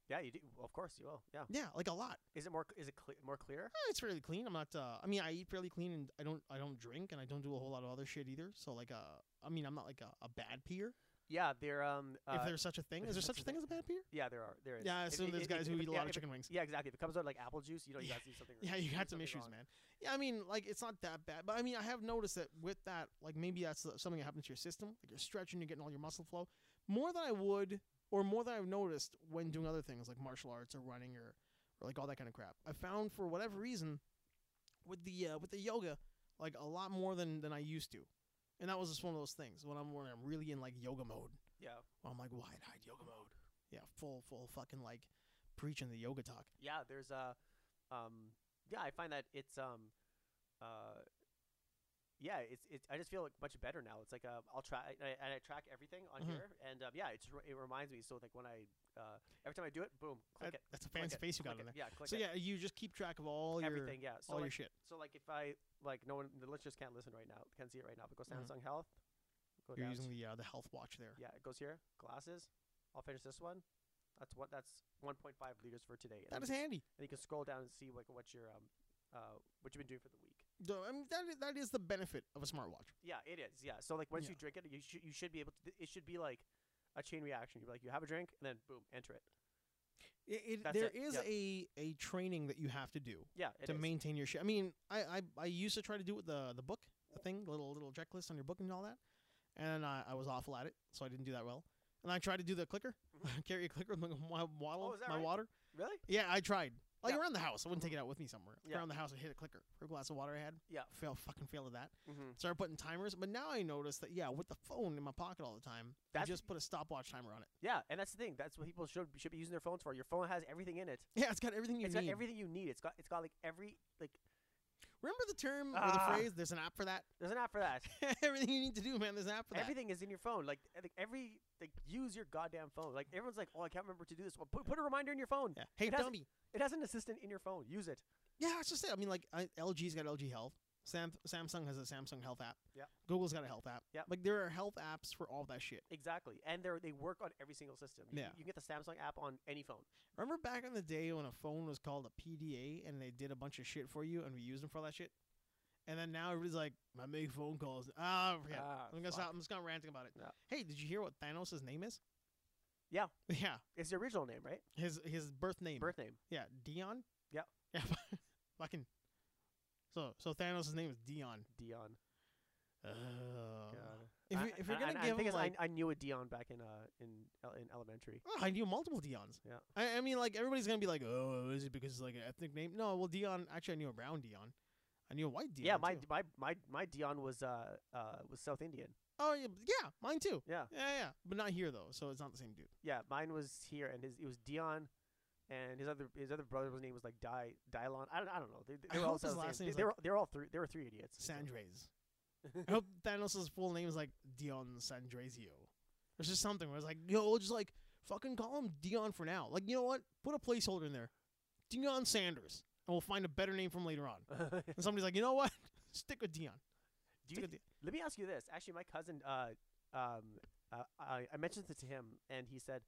Yeah, you do. Of course, you will. Yeah.
Yeah, like a lot.
Is it more? cl- Is it cle more clear?
Eh, it's fairly clean. I'm not. Uh, I mean, I eat fairly clean, and I don't. I don't drink, and I don't do a whole lot of other shit either. So like, uh, I mean, I'm not like a, a bad peer.
Yeah, there. Um. Uh,
if there's such a thing, is there such a thing as a bad peer?
yeah, there are. There is.
Yeah, I
If-
assume
if-
there's
if-
guys
if-
who eat a
yeah,
lot of
if-
chicken wings.
Yeah, exactly. If it comes out like apple juice, you know you
Yeah.
got to do something.
Yeah, you
got
had some issues, man. Yeah, I mean, like it's not that bad, but I mean, I have noticed that with that, like maybe that's uh, something that happens to your system. Like you're stretching, you're getting all your muscle flow more than I would, or more than I've noticed when doing other things like martial arts or running or, or like all that kind of crap. I found for whatever reason, with the uh, with the yoga, like a lot more than than I used to, and that was just one of those things when I'm when I'm really in like yoga mode.
Yeah.
I'm like wide-eyed yoga mode. Yeah, full full fucking like preaching the yoga talk.
Yeah. There's a. Um. Yeah, I find that it's um. Uh. Yeah, it's it's. I just feel like much better now. It's like uh, I'll try and I, and I track everything on
Mhm.
here, and um, yeah, it's re- it reminds me. So like when I uh, every time I do it, boom, click it.
That- That's a
click
fancy
it,
face you got
click
in there.
it, Yeah, click
So
it.
yeah, you just keep track of all
everything. yeah.
your
So
all your
like,
shit.
so like if I like no one the listeners can't listen right now, can't see it right now, but go
Mhm.
Samsung Health. Go
You're
down
using the uh, the health watch there.
Yeah, it goes here. Glasses. I'll finish this one. That's what. That's 1.5 liters for today.
That
and
is
then you-
handy.
And you can scroll down and see like what your um, uh, what you've been doing for the week.
Though, I mean, that is, that is the benefit of a smartwatch.
Yeah, it is. Yeah. So like once
Yeah.
you drink it, you should you should be able to. It should be like a chain reaction. You're like you have a drink and then boom, enter it.
It, it,
That's
there
it,
is
yeah.
a a training that you have to do
Yeah. it
to
is.
maintain your shit. I mean, I, I I used to try to do it with the the book, the thing, the little little checklist on your book and all that, and I, I was awful at it, so I didn't do that well. And I tried to do the clicker, carry a clicker with my my,
Mm-hmm.
waddle,
Oh, is that
my
right?
water.
Really?
Yeah, I tried. Like
Yeah. Mm-hmm.
around the house, I wouldn't take it out with me somewhere. Like,
Yeah.
Around the house, I hit a clicker for a glass of water I had.
Yeah.
fail, fucking failed at that.
Mm-hmm.
started putting timers, but now I notice that yeah, with the phone in my pocket all the time,
That's-
I just put a stopwatch timer on it.
Yeah, and that's the thing. That's what people should should be using their phones for. Your phone has everything in it.
Yeah, it's got everything you
It's
need.
got everything you need. It's got it's got like every like.
Remember the term
Ah.
or the phrase? There's an app for that.
There's an app for that.
everything you need to do, man. There's an app for that.
Everything is in your phone. Like, I think every like, use your goddamn phone. Like everyone's like, oh, I can't remember to do this. Well, put, put a reminder in your phone.
Yeah. Hey,
It has-
dummy.
It has an assistant in your phone. Use it.
Yeah, that's just it. I mean, like I, LG's got LG Health. Sam, Samsung has a Samsung Health app.
Yeah.
Google's got a health app.
Yeah.
Like there are health apps for all that shit.
Exactly. And they are they work on every single system. You,
Yeah.
You can get the Samsung app on any phone.
Remember back in the day when a phone was called a PDA and they did a bunch of shit for you and we used them for all that shit. And then now everybody's like, I make phone calls. Ah, forget it.
Ah,
I'm gonna
fuck.
stop. I'm just gonna ranting about it.
Yeah.
Hey, did you hear what Thanos' name is?
Yeah.
Yeah.
It's the original name, right?
His his birth name.
Birth name.
Yeah, Dion.
Yeah.
Yeah. Fucking. So so Thanos' name is Dion.
Dion.
Oh.
God.
If,
I-
you, if you're
I-
gonna
and- and
give
the thing
him
is,
like,
I, I knew a Dion back in uh in el- in elementary.
oh, I knew multiple Dions.
Yeah.
I, I mean, like everybody's gonna be like, oh, is it because it's like an ethnic name? No, well, Dion. Actually, I knew a brown Dion. I knew a white Dion.
yeah, my,
too.
my my my Dion was uh uh was South Indian.
Oh yeah, yeah, mine too.
Yeah.
Yeah, yeah, but not here though, so it's not the same dude.
Yeah, mine was here, and his it was Dion, and his other his other brother's name was like Di Dylon. I don't I don't know. They, they
I
were all
hope his
sound the
last
same.
name's
They- they were they were all three. There were three idiots. so-
Sandres. I hope Thanos' full name is like Dion Sandresio. There's just something where it's like, yo, we'll just like fucking call him Dion for now. Like, you know what? Put a placeholder in there. Dion Sanders. And we'll find a better name from later on. And somebody's like, you know what? Stick with Dion.
Do
Stick
you,
with Dion.
let me ask you this. Actually, my cousin, uh, um, uh, I, I mentioned it to him, and he said,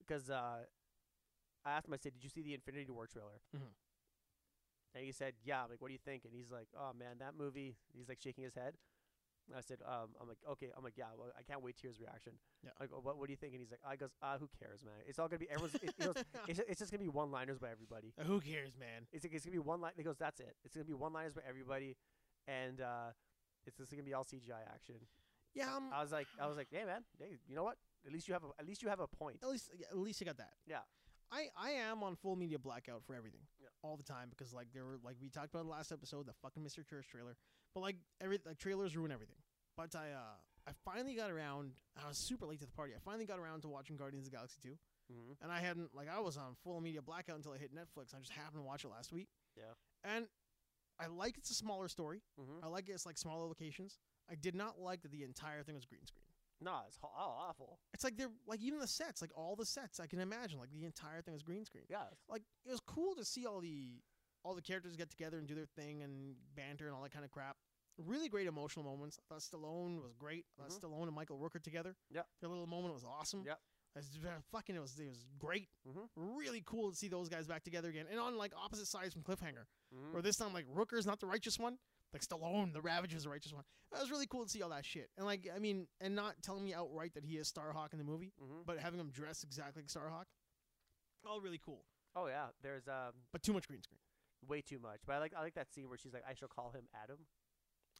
because uh, I asked him, I said, "Did you see the Infinity War trailer?"
Mhm.
And he said, "Yeah." I'm like, "What do you think?" And he's like, "Oh man, that movie." He's like shaking his head. And I said, um, "I'm like, okay." I'm like, "Yeah." Well, I can't wait to hear his reaction.
Yeah.
I go, "What? What do you think?" And he's like, "I goes, ah, who cares, man? It's all gonna be everyone's. It, it goes, it's, it's just gonna be one liners by everybody."
Who cares, man?
It's like it's gonna be one line. He goes, "That's it. It's gonna be one liners by everybody, and uh, it's just gonna be all CGI action."
Yeah, um,
I was like, I was like, hey man, hey, you know what? At least you have a, at least you have a point.
at least yeah, at least you got that.
Yeah.
I, I am on full media blackout for everything.
Yeah.
All the time because like there were like we talked about in the last episode, the fucking Mr. Church trailer. But like every like trailers ruin everything. But I uh I finally got around I was super late to the party. I finally got around to watching Guardians of the Galaxy 2.
Mm-hmm.
And I hadn't like I was on full media blackout until I hit Netflix. I just happened to watch it last week.
Yeah.
And I like it's a smaller story.
Mm-hmm.
I like it's like smaller locations. I did not like that the entire thing was green screen.
No, it's ho- oh, awful.
It's like they're like even the sets, like all the sets I can imagine, like the entire thing was green screen.
Yeah.
Like it was cool to see all the all the characters get together and do their thing and banter and all that kind of crap. Really great emotional moments. I thought Stallone was great. I thought
Mhm.
Stallone and Michael Rooker together.
Yep.
Their little moment was awesome.
Yep.
It was, uh, fucking it was it was great.
Mhm.
Really cool to see those guys back together again and on like opposite sides from Cliffhanger.
Mhm.
Or this time, like Rooker's not the righteous one. Like Stallone, the Ravager's the righteous one. That was really cool to see all that shit. And like, I mean, and not telling me outright that he is Starhawk in the movie,
Mhm.
but having him dress exactly like Starhawk, all really cool.
Oh yeah, there's um
But too much green screen.
way too much. But I like I like that scene where she's like, I shall call him Adam.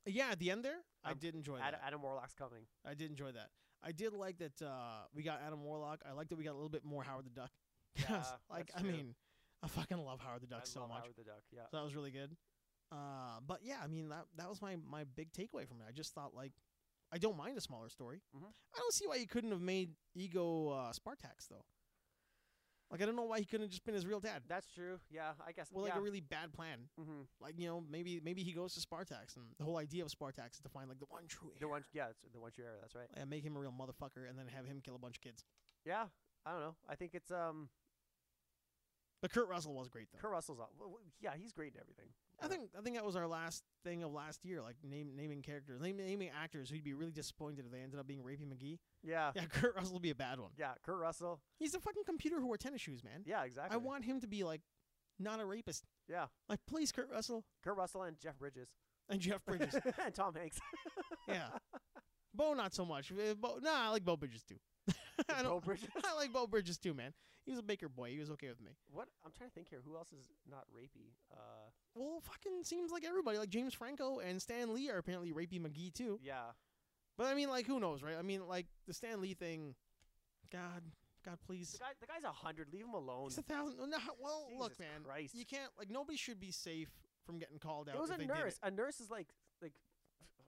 Yeah, at the end there, I
Um,
did enjoy
Adam,
that.
Adam Warlock's coming.
I did enjoy that. I did like that uh, we got Adam Warlock. I liked that we got a little bit more Howard the Duck. 'Cause,
Yeah,
like,
that's
I
true.
mean, I fucking love Howard the Duck
I
so
love
much.
Howard the Duck. Yeah.
So that was really good. Uh, but yeah, I mean that that was my my big takeaway from it. I just thought like, I don't mind a smaller story.
Mhm.
I don't see why he couldn't have made Ego uh, Spartax though. Like I don't know why he couldn't have just been his real dad.
That's true. Yeah, I guess.
Well, like
yeah.
a really bad plan.
hmm
Like you know maybe maybe he goes to Spartax and the whole idea of Spartax is to find like the one true
The
heir
one, yeah, it's the one true era. That's right.
and make him a real motherfucker and then have him kill a bunch of kids.
Yeah, I don't know. I think it's um
But Kurt Russell was great though.
Kurt Russell's. aw- w- w- Yeah, he's great in everything.
I think I think that was our last thing of last year, like name, naming characters, name, naming actors who'd be really disappointed if they ended up being Rapey McGee.
Yeah,
Yeah, Kurt Russell will be a bad one.
yeah, Kurt Russell.
He's a fucking computer who wore tennis shoes, man.
Yeah, exactly.
I want him to be like not a rapist.
Yeah.
Like please Kurt Russell
Kurt Russell and Jeff Bridges.
and Jeff Bridges.
and Tom Hanks.
yeah. Bo not so much. Eh, Bo, nah, I like Bo Bridges too. I
Bo
don't
Bridges.
I like Bo Bridges too, man. He was a baker boy. He was okay with me.
What I'm trying to think here. Who else is not rapey? Uh,
Well, fucking seems like everybody, like James Franco and Stan Lee are apparently rapey McGee too.
yeah,
But I mean like who knows, right? I mean like the Stan Lee thing God God
the
please.
guy. The guy's a hundred. Leave him alone.
It's a thousand no, well look
Jesus
man.
Christ.
You can't like nobody should be safe from getting called out.
it was
if
a
they did it.
nurse. A nurse is like like.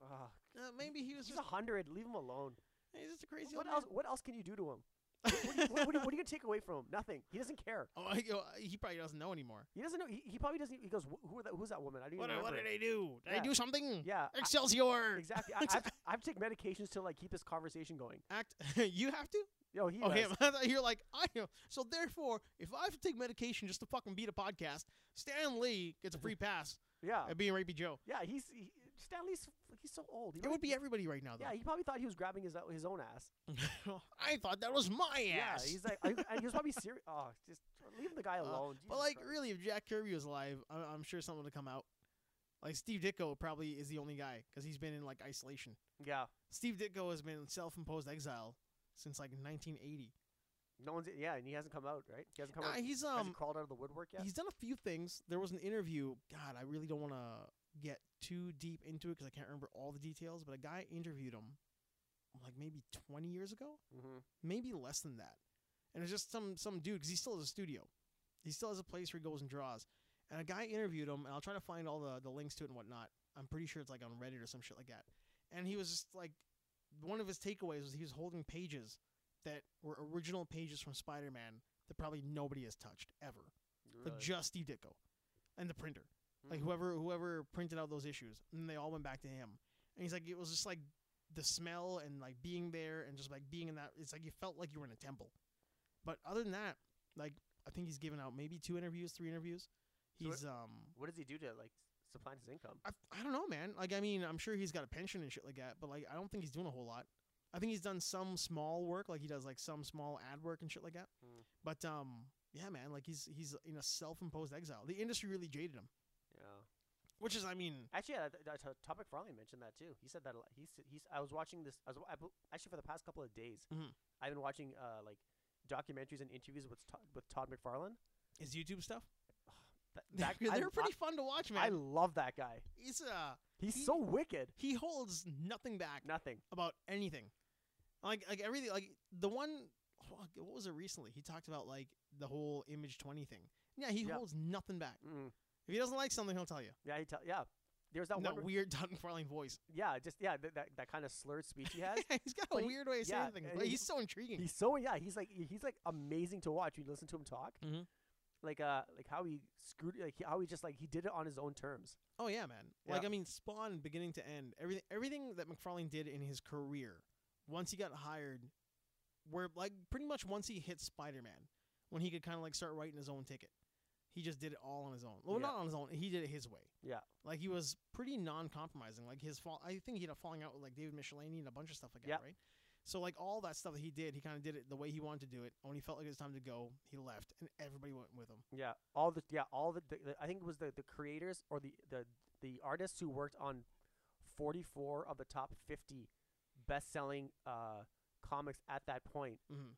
Uh,
Uh, maybe he was
he's
just
a hundred. Leave him alone.
he's just a crazy.
What else?
old
What else can you do to him?
man.
what, what, are you- what are you gonna take away from him? Nothing. He doesn't care.
oh, I go, he probably doesn't know anymore.
He doesn't know. He, he probably doesn't. He goes, "Wh- who are that? Who's that woman? I didn't
What,
even
what
remember
did
it."
I do? Did I
Yeah.
do something?
Yeah, I-
Excelsior!
exactly. I, I, have, I have to take medications to like keep this conversation going.
Act. you have to.
Yo, he.
oh,
does.
him. I thought You're like I. Am. So therefore, if I have to take medication just to fucking beat a podcast, Stan Lee gets a free pass
Yeah,
at being rapey Joe.
yeah. He's he, Stanley's. like, He's so old. He
It would
probably-
be everybody right now,
Yeah,
though.
he probably thought he was grabbing his his own ass.
I thought that was my ass.
Yeah, he's like, I, I, he was probably serious. Oh, just leave the guy
Uh,
alone.
but
Jesus
like,
Christ.
really, if Jack Kirby was alive, I- I'm sure something would come out. Like Steve Ditko probably is the only guy because he's been in like isolation.
yeah,
Steve Ditko has been in self-imposed exile since like 1980.
no one's. Yeah, and he hasn't come out. Right, he hasn't come
Nah,
out.
he's
has he
um
crawled out of the woodwork yet?
he's done a few things. There was an interview. God, I really don't want to get too deep into it because I can't remember all the details. But a guy interviewed him like maybe 20 years ago,
hmm
maybe less than that. And it's just some some dude because he still has a studio. He still has a place where he goes and draws. And a guy interviewed him, and I'll try to find all the, the links to it and whatnot. I'm pretty sure it's like on Reddit or some shit like that. And he was just like, one of his takeaways was he was holding pages that were original pages from Spider Man that probably nobody has touched ever
Really? Mm-hmm.
like just Steve Ditko and the printer. Like whoever whoever printed out those issues, and they all went back to him. And he's like, it was just like the smell and like being there and just like being in that. It's like you felt like you were in a temple. But other than that, like I think he's given out maybe two interviews, three interviews.
So it-
He's um,
what does he do to like supplant his income?
I, I don't know, man. Like I mean, I'm sure he's got a pension and shit like that, but like I don't think he's doing a whole lot. I think he's done some small work, like he does like some small ad work and shit like that.
Mm.
But um, yeah, man, like he's he's in a self-imposed exile. The industry really jaded him.
Yeah.
Which is, I mean,
Actually, yeah, that, that, that Topic Farley mentioned that too. He said that a lot. He's, he's. I was watching this. I was I, bu- actually for the past couple of days.
Mhm.
I've been watching uh, like documentaries and interviews with Todd, with Todd McFarlane.
is YouTube stuff.
That, that
They're,
I-
they're pretty fun to watch,
I, I
man.
love that guy.
He's uh,
He's
He-
so wicked.
he holds nothing back
Nothing.
about anything. Like like everything. Like the one, fuck, what was it recently? He talked about like the whole Image Twenty thing. Yeah, he
Yeah.
holds nothing back.
Mm.
If he doesn't like something, he'll tell you.
Yeah. He tell. Yeah. There's that
That,
one. re-
weird Todd McFarlane voice.
yeah. Just yeah. Th- that that kind of slurred speech he has.
he's got
But
a
he-
weird way of
yeah,
saying things.
and
Like,
he-
he's so intriguing.
He's so yeah. He's like he's like amazing to watch. You listen to him talk.
Mhm.
Like uh, like how he screwed, like he- how he just like he did it on his own terms.
oh yeah, man.
Yeah.
Like I mean, Spawn, beginning to end, everything everything that McFarlane did in his career once he got hired, where like pretty much once he hit Spider Man, when he could kind of like start writing his own ticket, he just did it all on his own. Well,
Yeah.
not on his own. He did it his way.
Yeah.
like he was pretty non-compromising. Like his fall, I think he had a falling out with like David Michelinie and a bunch of stuff like
Yeah.
that, right? So like all that stuff that he did, he kind of did it the way he wanted to do it. And when he felt like it was time to go, he left, and everybody went with him.
Yeah, all the yeah, all the, the, the I think it was the the creators or the the the artists who worked on 44 of the top 50 best-selling uh, comics at that point.
Mhm.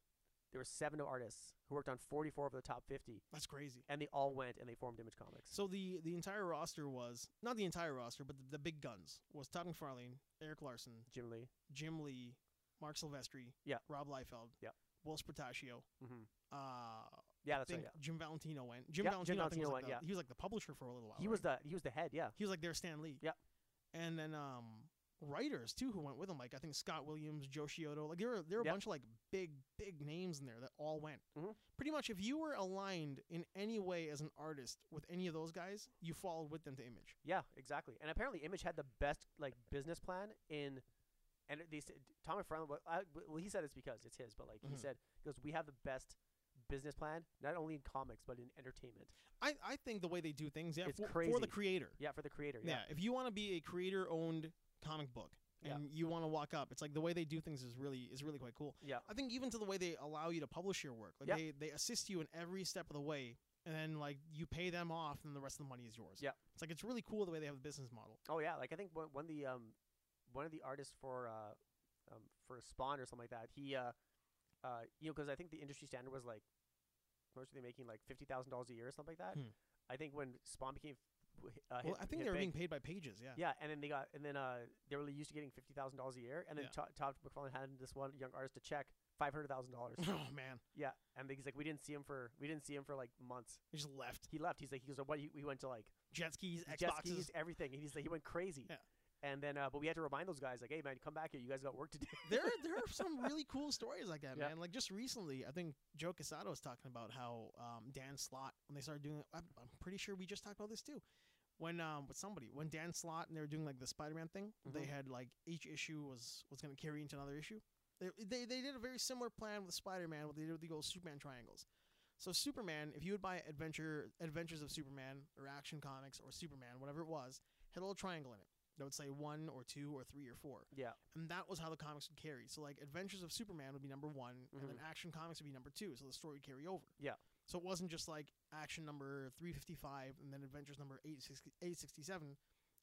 There were seven artists who worked on 44 of the top 50,
That's crazy.
and they all went and they formed Image Comics.
So the the entire roster was not the entire roster, but the, the big guns was Todd McFarlane, Eric Larson,
Jim Lee.
Jim Lee, Mark Silvestri,
Yeah.
Rob Liefeld,
Yeah.
Wills Pataccio.
Mm-hmm.
Uh,
Yeah,
I
that's
think
right. Yeah.
Jim Valentino went. Jim
Yeah, Jim
Valentino, I think,
Valentino
was like
went,
the-
yeah.
He was like the publisher for a little while.
He
right?
was the he was the head. Yeah.
he was like their Stan Lee.
Yeah.
And then um, writers too who went with him, like I think Scott Williams, Joe Scioto. Like there were there were
Yeah.
a bunch of like big big names in there that all went.
Mhm.
Pretty much, if you were aligned in any way as an artist with any of those guys, you followed with them to Image.
Yeah, exactly. And apparently, Image had the best like business plan in, and they said Tom McFarlane. Well, I, well, he said it's because it's his, but like he
Mhm.
said, he goes, we have the best business plan, not only in comics but in entertainment.
I, I think the way they do things, yeah,
It's
for, for
crazy.
the creator.
Yeah, for the creator.
Yeah.
Yeah,
if you want to be a creator owned comic book
Yeah.
and you want to walk up, it's like the way they do things is really is really quite cool.
Yeah.
I think even to the way they allow you to publish your work, like
Yeah.
they they assist you in every step of the way, and then like you pay them off, and the rest of the money is yours.
Yeah.
it's like it's really cool the way they have a business model.
Oh yeah, like I think one, one of the um, one of the artists for uh, um, for Spawn or something like that. He uh, uh, you know, because I think the industry standard was like, what were they making like fifty thousand dollars a year or something like that.
Hmm.
I think when Spawn became, f- w- uh,
well,
hit-
I think
hit
they were
big-
being paid by pages. Yeah,
Yeah, and then they got, and then uh, they were used to getting fifty thousand dollars a year, and then
Yeah.
Todd Todd McFarlane handed this one young artist a check five hundred thousand dollars.
oh man,
yeah, and he's like, we didn't see him for we didn't see him for like months.
they just left
He left. He's like, he goes, what? He, he went to like
jet skis, Xboxes.
jet skis, everything. And he's like, he went crazy.
Yeah.
And then, uh, but we had to remind those guys, like, hey man, come back here. You guys got work to do.
there are- there are some really cool stories like that,
Yeah.
man. Like just recently, I think Joe Casado was talking about how um, Dan Slott when they started doing it. I'm, I'm pretty sure we just talked about this too. When um with somebody when Dan Slott and they were doing like the Spider Man thing, they
Mhm.
had like each issue was was going to carry into another issue. They, they they did a very similar plan with Spider Man. What they did with the old Superman triangles. So Superman, if you would buy Adventure Adventures of Superman or Action Comics or Superman, whatever it was, had a little triangle in it that would say one or two or three or four
yeah,
and that was how the comics would carry. So like Adventures of Superman would be number one, and then Action Comics would be number two. So the story would carry over.
Mm-hmm. Yeah.
So it wasn't just like Action number three fifty five, and then Adventures number 860 867.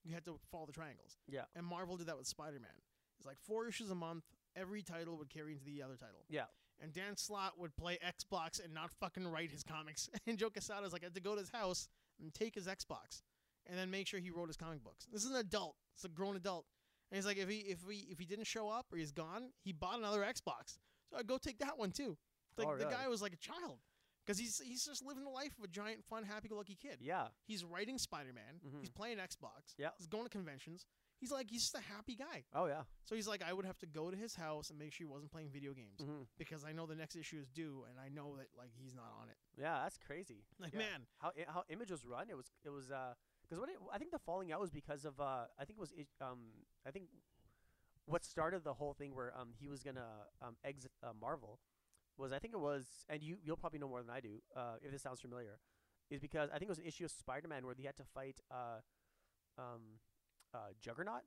You had to follow the triangles.
Yeah.
And Marvel did that with Spider Man. It's like four issues a month. Every title would carry into the other title.
Yeah.
And Dan Slott would play Xbox and not fucking write his comics. And Joe Quesada's like, I had to go to his house and take his Xbox, and then make sure he wrote his comic books. This is an adult. It's a grown adult. And he's like, if he if we if he didn't show up or he's gone, he bought another Xbox. So I go take that one too. Like
Oh,
the
really?
guy was like a child because he's he's just living the life of a giant, fun, happy-go-lucky kid.
yeah, Mm-hmm.
He's writing Spider-Man. He's playing Xbox.
Yeah.
He's going to conventions. He's like he's just a happy guy.
oh yeah,
So he's like, I would have to go to his house and make sure he wasn't playing video games
Mhm.
because I know the next issue is due and I know that like he's not on it.
yeah. That's crazy.
Like
Yeah.
man,
How i- how Image was run? It was it was uh because what it, I think the falling out was because of uh I think it was i- um I think what started the whole thing where um he was gonna um exit uh, Marvel was I think it was and you you'll probably know more than I do uh if this sounds familiar is because I think it was an issue of Spider Man where they had to fight uh um uh Juggernaut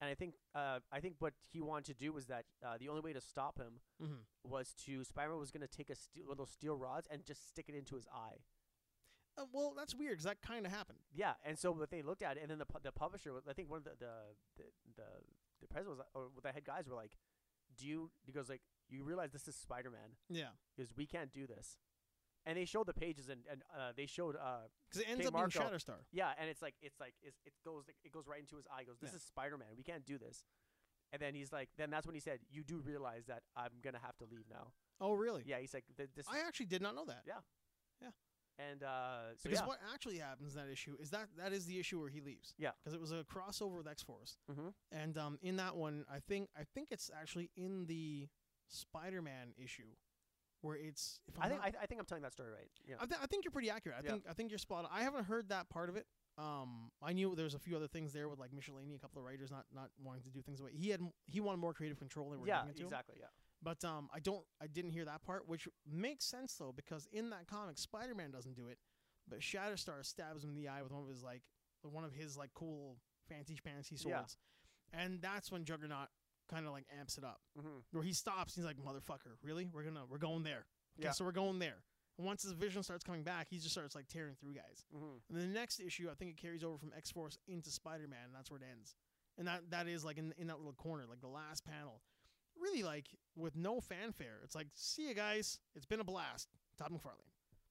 and I think uh I think what he wanted to do was that uh, the only way to stop him
Mhm.
was to Spider Man was gonna take a steel, one of those steel rods and just stick it into his eye.
uh, well that's weird because that kind of happened.
Yeah, and so but they looked at it, and then the pu- the publisher, was- I think one of the the the the, the president was, or the head guys were like, "Do you?" He goes like, "You realize this is Spider Man?
Yeah.
Because we can't do this." And they showed the pages, and and uh, they showed, uh,
Because it ends
Kate
up
Marco.
being Shatterstar.
yeah, and it's like it's like it's, it goes like, it goes right into his eye. He goes, "This
Yeah.
is Spider Man. We can't do this." And then he's like, then that's when he said, "You do realize that I'm gonna have to leave now."
Oh, really?
Yeah, he's like, "Th- "This," is,
I actually did not know that.
Yeah. and uh, so
because
yeah,
what actually happens in that issue is that that is the issue where he leaves.
Yeah.
Because it was a crossover with X Force,
Mhm.
and um, in that one, I think I think it's actually in the Spider-Man issue where it's. If I'm
I think
not-
I, I think I'm telling that story right. Yeah,
I, th- I think you're pretty accurate. I
Yeah.
think I think you're spot. on. I haven't heard that part of it. um, I knew there was a few other things there with like Michelini, a couple of writers not not wanting to do things the way he had. m- He wanted more creative control. They were
yeah,
giving it to him.
exactly. Yeah.
But um, I don't, I didn't hear that part, which makes sense though, because in that comic, Spider-Man doesn't do it, but Shatterstar stabs him in the eye with one of his like, with one of his like cool fancy fancy
Yeah.
swords, and that's when Juggernaut kind of like amps it up,
Mm-hmm.
where he stops. He's like, "Motherfucker, really? We're gonna, we're going there. Okay,
Yeah.
so we're going there." And once his vision starts coming back, he just starts like tearing through guys.
Mm-hmm.
And then the next issue, I think it carries over from X Force into Spider Man, and that's where it ends. And that that is like in in that little corner, like the last panel, really like with no fanfare. It's like, see you guys, it's been a blast, Todd McFarlane.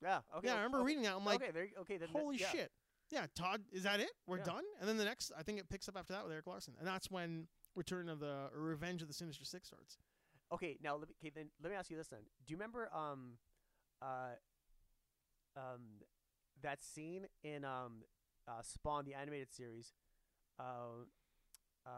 Yeah. Okay.
yeah, I
okay,
remember
okay,
reading that. I'm like,
okay, there. you- Okay, then that-
holy
yeah.
shit, yeah, Todd, is that it? We're
Yeah.
done. And then the next, I think it picks up after that with Eric Larson, and that's when Return of the or Revenge of the Sinister Six starts.
Okay, now let me. Okay, then let me ask you this then. Do you remember um, uh, um, that scene in um, uh, Spawn the animated series, uh, uh,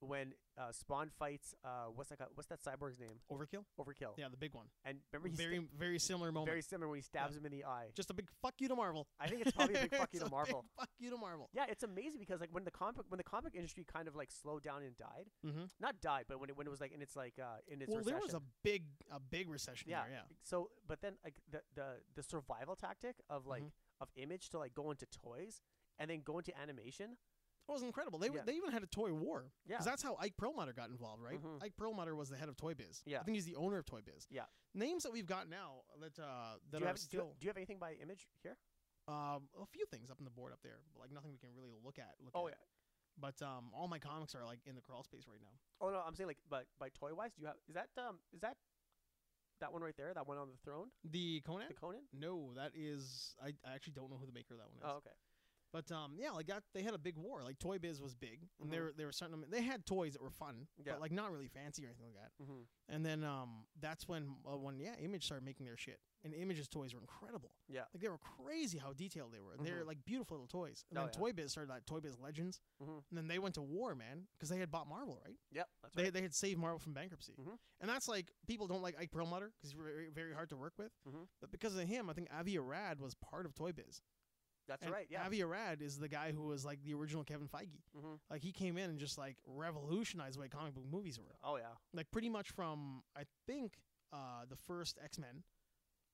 when uh, Spawn fights uh, what's that guy, what's that cyborg's name?
Overkill,
Overkill.
yeah, the big one,
And remember he
very
sta-
very similar moment.
very similar when he stabs him in the eye.
just a big fuck you to Marvel.
I think it's probably a big fuck you
It's
to
a
Marvel.
big fuck you to Marvel.
Yeah, it's amazing because like when the comic when the comic industry kind of like slowed down and died,
Mm-hmm.
not died, but when it when it was like in its like uh in its
well,
recession.
there was a big a big recession
Yeah.
there, yeah.
So, but then like the the the survival tactic of like
Mhm.
of Image to like go into toys and then go into animation.
It was incredible. They w
Yeah.
they even had a toy war.
Yeah.
Because that's how Ike Perlmutter got involved, right?
Mhm.
Ike Perlmutter was the head of Toy Biz.
Yeah.
I think he's the owner of Toy Biz.
Yeah.
Names that we've got now that uh
do
that
you
are
have do you-
still
do you have anything by Image here?
um a few things up on the board up there, but like nothing we can really look at. Look
Oh,
at. But um all my comics are like in the crawl space right now.
Oh no, I'm saying like but by toy wise, do you have is that um is that that one right there? That one on the throne,
The Conan?
the Conan.
no, that is I, I actually don't know who the maker of that one is.
Oh okay.
But um, yeah, like that, they had a big war. Like Toy Biz was big, and they
Mhm.
were they were starting to. ma- They had toys that were fun,
Yeah.
but like not really fancy or anything like that.
Mm-hmm.
And then um, that's when uh, when yeah, Image started making their shit, and Image's toys were incredible.
Yeah.
like they were crazy how detailed they were. and They're
Mhm.
like beautiful little toys. And
Oh,
then
yeah.
Toy Biz started that Toy Biz Legends,
Mhm.
and then they went to war, man, because they had bought Marvel, right?
Yep, that's
They,
right.
they had saved Marvel from bankruptcy,
Mhm.
and that's like people don't like Ike Perlmutter because he's very, very hard to work with.
Mhm.
But because of him, I think Avi Arad was part of Toy Biz.
That's
And
right. Yeah.
Avi Arad is the guy who was like the original Kevin Feige.
mm-hmm.
Like he came in and just like revolutionized the way comic book movies were.
Oh yeah.
Like pretty much from I think uh, the first X Men,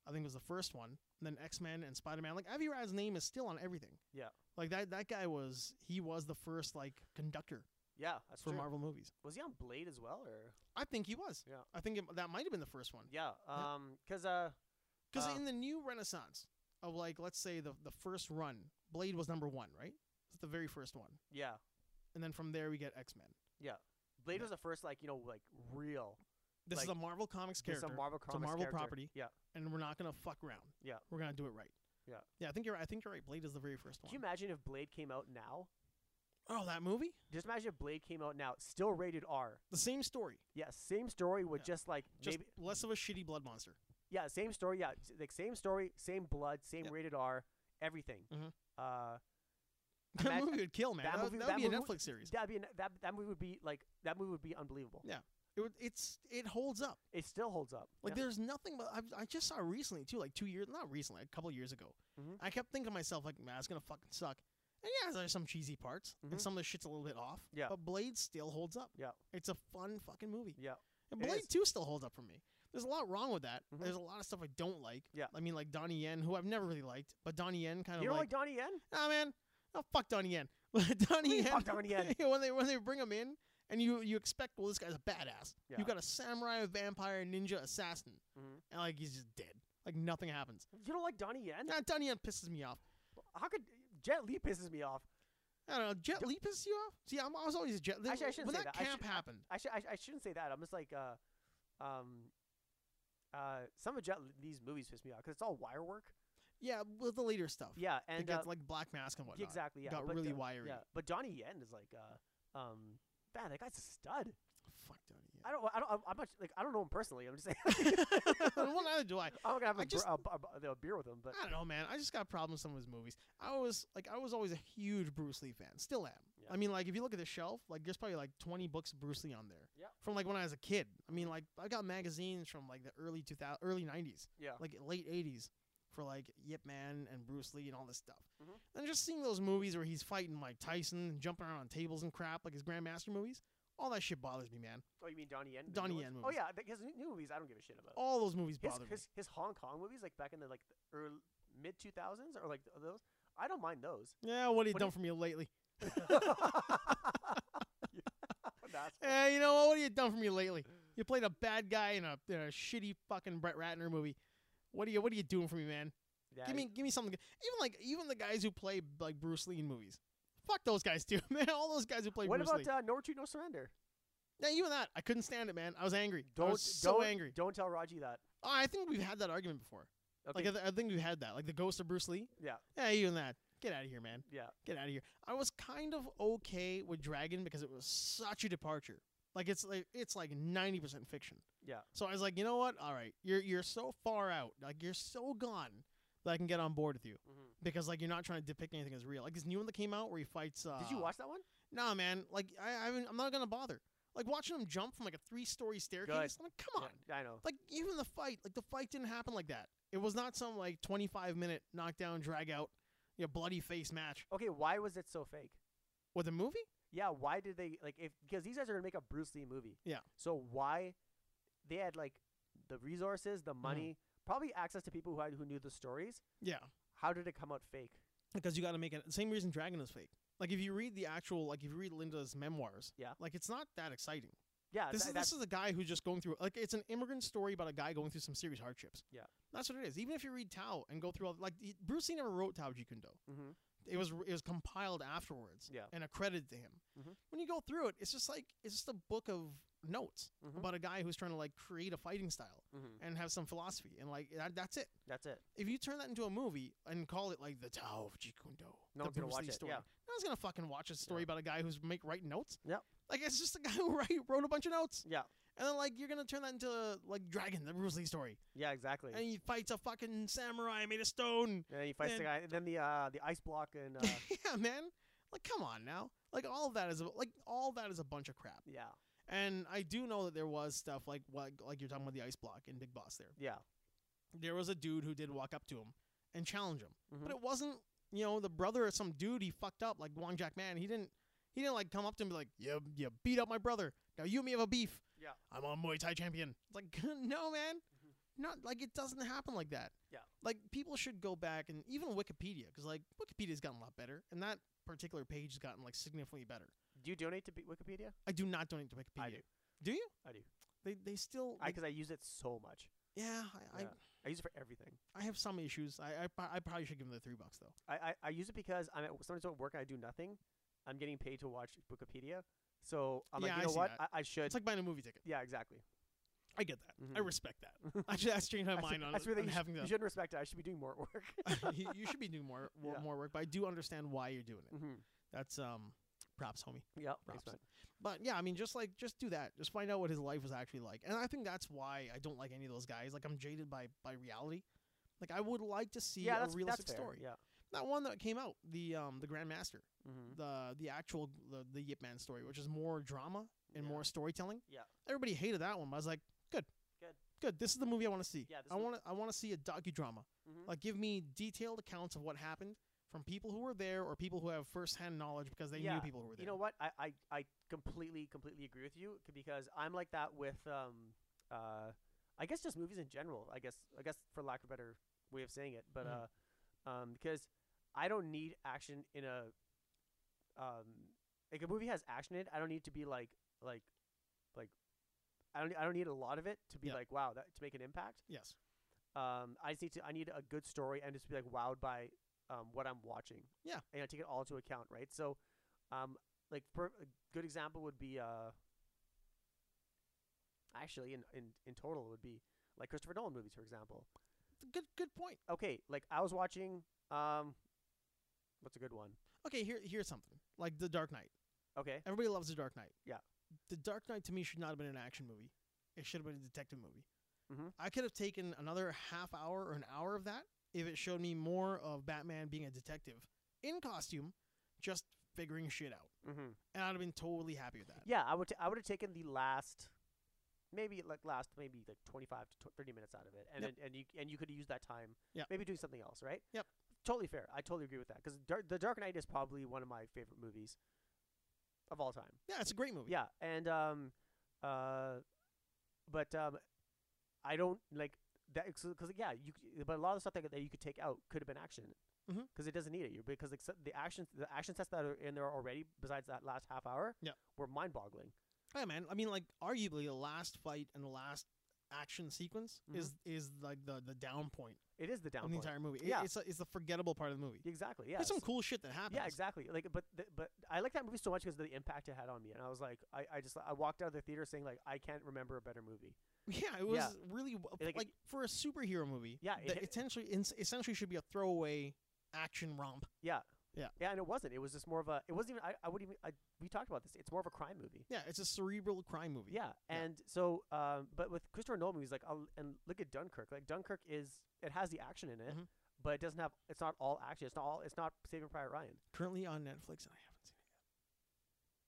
I think it was the first one, and then X Men and Spider Man. Like Avi Arad's name is still on everything.
Yeah.
Like that that guy was he was the first like conductor
Yeah, that's
for
true.
Marvel movies.
Was he on Blade as well, or
I think he was.
Yeah.
I think it, that might have been the first one.
yeah?
Yeah.
Um, because uh,
Because
Uh,
in the new Renaissance of like let's say the the first run, Blade was number one, right? It's the very first one,
yeah,
and then from there we get X Men.
Blade
Yeah.
was the first like you know like real.
This is a
Like,
Marvel Comics
It's
character,
a Marvel
a
comics
Marvel
character.
property.
Yeah.
and we're not gonna fuck around.
Yeah.
we're gonna do it right.
Yeah.
yeah. I think you're. right. I think you're right. Blade is the very first
Can you
one.
imagine if Blade came out now?
oh, that movie.
Just imagine if Blade came out now, still rated R.
The same story,
Yeah, same story with
Yeah.
just like
just
maybe
less of a shitty blood monster.
yeah, same story. Yeah, s- like same story, same blood, same
Yeah.
rated R, everything.
Mhm.
Uh,
That
Imagine-
movie would kill, man.
that
That,
movie-
that
that
would be
movie
a
would-
Netflix series.
that'd be an, that that movie would be like that movie would be unbelievable.
Yeah. It would, it's it holds up.
It still holds up.
Like
yeah.
there's nothing. But I've, I just saw recently too, like two years, not recently, a couple years ago.
Mhm.
I kept thinking to myself, like, man, it's gonna fucking suck. And yeah, there's some cheesy parts,
Mhm.
and some of the shit's a little bit off.
Yeah.
but Blade still holds up.
Yeah.
it's a fun fucking movie.
Yeah.
and
It
Blade
is.
Two still holds up for me. There's a lot wrong with that.
Mhm.
There's a lot of stuff I don't like.
Yeah.
I mean, like Donnie Yen, who I've never really liked, but Donnie Yen kind
you
of
don't like
like,
Donnie Yen?
ah man, oh fuck Donnie Yen, Donnie
mean,
Yen,
fuck Donnie Yen?
when they when they bring him in. And you, you expect well this guy's a badass.
Yeah.
You've got a samurai, a vampire, a ninja, assassin
Mhm.
and like he's just dead. Like nothing happens.
You don't like Donnie Yen?
Now Donnie Yen pisses me off.
How could Jet Li pisses me off?
I don't know. Jet Li pisses you off? See, I'm, I was always a Jet Li.
Actually, I shouldn't
when
say
that
that. I
camp
should-
happened,
I should I, sh- I shouldn't say that. I'm just like uh, um, uh, some of Jet Li's movies piss me off because it's all wire work.
yeah, with the later stuff.
Yeah,
it
and uh,
gets like Black Mask and whatnot.
Exactly. Yeah.
got
but
really
the-
wiry.
Yeah. But Donnie Yen is like, uh, um, man, that guy's a stud.
Fuck Donnie Yen.
I don't. I don't. I'm- I'm not like. I don't know him personally. I'm just saying.
well, neither do I.
I'm gonna have
I
a,
just-
br- a, bu- a beer with him, but
I don't know, man. I just got problems with some of his movies. I was like, I was always a huge Bruce Lee fan. Still am.
Yeah.
I mean, like, if you look at the shelf, like, there's probably like 20 books of Bruce Lee on there.
Yeah.
From like when I was a kid. I mean, like, I got magazines from like the early 2000, early 90s.
Yeah.
Like late 80s. for like Yip Man and Bruce Lee and all this stuff.
Mhm.
And just seeing those movies where he's fighting Mike Tyson and jumping around on tables and crap, like his Grandmaster movies, all that shit bothers me, man.
Oh, you mean Donnie Yen? the new
Donnie
ones?
Yen
Oh
movies.
yeah, th- his new new movies I don't give a shit about.
All those movies
his,
bother me.
his his Hong Kong movies, like back in the like the early mid two thousands or like th- those, I don't mind those.
Yeah, what have you
What do
done
you-
for me lately?
That's
Eh, you know what? What have you done for me lately? You played a bad guy in a, in a shitty fucking Brett Ratner movie. What are you What are you doing for me, man?
yeah,
give me give me something. good. Even like even the guys who play like Bruce Lee in movies. Fuck those guys too, man. All those guys who play
What
Bruce
about
Lee.
uh, No Retreat, No Surrender?
Yeah, even that. I couldn't stand it, man. I was angry. I
Don't
was so
don't,
angry.
Don't tell Raji that.
Oh, I think we've had that argument before.
Okay.
Like I, th- I think we've had that. Like the ghost of Bruce Lee.
Yeah.
Yeah, even that. Get out of here, man.
Yeah.
Get out of here. I was kind of okay with Dragon because it was such a departure. Like it's like it's like ninety percent fiction.
Yeah.
So I was like, you know what? All right, you're you're so far out. Like you're so gone that I can get on board with you.
Mhm.
because like you're not trying to depict anything as real. Like this new one that came out where he fights. Uh,
Did you watch that one?
Nah, man. Like I, I haven't, I'm not gonna bother. Like watching him jump from like a three-story staircase. I'm like, come on.
Yeah, I know.
Like even the fight, like the fight didn't happen like that. It was not some like 25 minute knockdown, drag out, you know, bloody face match.
Okay, why was it so fake?
With the movie?
Yeah, why did they like if because these guys are gonna make a Bruce Lee movie.
Yeah.
So why they had like the resources, the money,
Mm-hmm.
probably access to people who had, who knew the stories.
Yeah,
How did it come out fake?
because you got to make it. Same reason Dragon is fake. Like if you read the actual, like if you read Linda's memoirs.
Yeah.
Like it's not that exciting.
Yeah,
this
Uh, tha-
is
that's
this is a guy who's just going through like it's an immigrant story about a guy going through some serious hardships.
Yeah.
that's what it is. Even if you read Tao and go through all like he- Bruce Lee never wrote Tao Jeet Kune Do.
Mhm.
It was it was compiled afterwards.
Yeah.
and accredited to him.
Mhm.
When you go through it, it's just like it's just a book of notes
Mhm.
about a guy who's trying to like create a fighting style
Mhm.
and have some philosophy and like that, that's it.
that's it.
If you turn that into a movie and call it like the Tao of Jeet Kune Do,
No
the
one's gonna
Bruce
watch
Lee
it,
story.
yeah.
No one's gonna fucking watch a story about a guy who's make write notes.
Yep.
like it's just a guy who write, wrote a bunch of notes.
Yeah.
And then like you're gonna turn that into like Dragon, the Bruce Lee story,
Yeah, exactly.
and he fights a fucking samurai made of stone.
And then he fights the
Then-
guy, and then the uh, the ice block, and uh,
yeah, man. Like, come on now. Like all of that is a, like all that is a bunch of crap.
yeah,
And I do know that there was stuff like what like you're talking about the ice block in Big Boss. There,
yeah,
there was a dude who did walk up to him and challenge him,
Mhm.
but it wasn't you know the brother of some dude he fucked up like Wong Jack Man. He didn't he didn't like come up to him and be like you you beat up my brother. Now you and me have a beef.
Yeah.
I'm a Muay Thai champion. It's like no man,
Mhm.
not like it doesn't happen like that.
Yeah.
like people should go back and even Wikipedia because like Wikipedia's gotten a lot better and that particular page has gotten like significantly better.
Do you donate to Wi- Wikipedia?
I do not donate to Wikipedia.
I do.
Do you?
I do.
They they still
I
like,
because I use it so much.
yeah, I,
Yeah. I use it for everything.
I I have some issues. I, I pro- I probably should give them the three bucks though.
I, I, I use it because I'm at, sometimes at work and I do nothing. I'm getting paid to watch Wikipedia, so I'm
Yeah,
like,
I
you know
see
what?
that.
I, I should.
It's like buying a movie ticket.
yeah, exactly.
I get that. I
Mhm.
respect that. I should that's changed my
That's-
mind on,
that's where
on
you, sh-
having
you
that.
shouldn't respect it. I should be doing more at work.
you, you should be doing more more,
Yeah.
more work, but I do understand why you're doing it.
hmm
That's um props, homie.
Yeah,
Props. But yeah, I mean, just like just do that. Just find out what his life was actually like, and I think that's why I don't like any of those guys. Like I'm jaded by by reality. Like I would like to see
yeah,
a
that's
realistic
that's fair.
story.
Yeah.
That one that came out, the um the Grandmaster,
Mm-hmm.
the the actual the, the Yip Man story, which is more drama and
Yeah.
more storytelling.
Yeah.
everybody hated that one, but I was like, good,
Good.
good. This is the movie I want to see.
Yeah, this
I
is-
want to I want to see a docudrama.
Mhm.
Like, give me detailed accounts of what happened from people who were there or people who have firsthand knowledge because they knew
Yeah,
people who were there.
You know what? I, I, I completely, completely agree with you c- because I'm like that with, um, uh, I guess just movies in general. I guess, I guess for lack of a better way of saying it, but
Mhm.
uh, um, because I don't need action in a, um, like a movie has action in it. I don't need to be like, like, like, I don't, I don't need a lot of it to be
Yeah.
like, wow, that to make an impact.
Yes.
Um, I just need to, I need a good story and just be like wowed by, um, what I'm watching.
Yeah.
And I take it all into account, right? So, um, like for a good example would be uh actually in in, in total would be like Christopher Nolan movies, for example.
Good. Good point.
Okay, like I was watching um what's a good one?
Okay. Here. Here's something like The Dark Knight.
Okay.
Everybody loves The Dark Knight.
Yeah.
The Dark Knight to me should not have been an action movie. It should have been a detective movie.
Mhm.
I could have taken another half hour or an hour of that if it showed me more of Batman being a detective in costume, just figuring shit out.
Mm-hmm.
And I'd have been totally happy with that.
Yeah, I would t- I would have taken the last maybe like last maybe like 25 to tw- 30 minutes out of it and
Yep.
and, and you and you could use that time
Yep.
maybe doing something else right
Yep.
totally fair i totally agree with that because Dar- the dark knight is probably one of my favorite movies of all time
Yeah, it's a great movie.
yeah and um uh but um i don't like that because yeah you c- but a lot of the stuff that, that you could take out could have been action
Mhm.
it doesn't need it you because like, so- the action the action sets that are in there already besides that last half hour
Yep.
were mind-boggling
Yeah, man. I mean, like, arguably the last fight and the last action sequence
Mhm.
is is like the the down point
it is the down
of the
point.
entire movie. It-
Yeah.
it's a, it's the forgettable part of the movie.
exactly yeah
There's some cool shit that happens.
Yeah, exactly. Like, but th- but I like that movie so much because of the impact it had on me, and I was like, I, I just I walked out of the theater saying like I can't remember a better movie.
Yeah, it was
Yeah.
really w-
It, like,
like,
it-
for a superhero movie.
Yeah, it
that
hit-
essentially ins- essentially should be a throwaway action romp.
Yeah, and it wasn't. It was just more of a. It wasn't even. I, I wouldn't even. I, we talked about this. It's more of a crime movie.
Yeah, it's a cerebral crime movie.
Yeah,
Yeah.
and so, um, but with Christopher Nolan movies, like, I'll, and look at Dunkirk. Like Dunkirk is, it has the action in it,
Mhm.
but it doesn't have. It's not all action. It's not all. It's not Saving Private Ryan.
currently on Netflix, and I haven't seen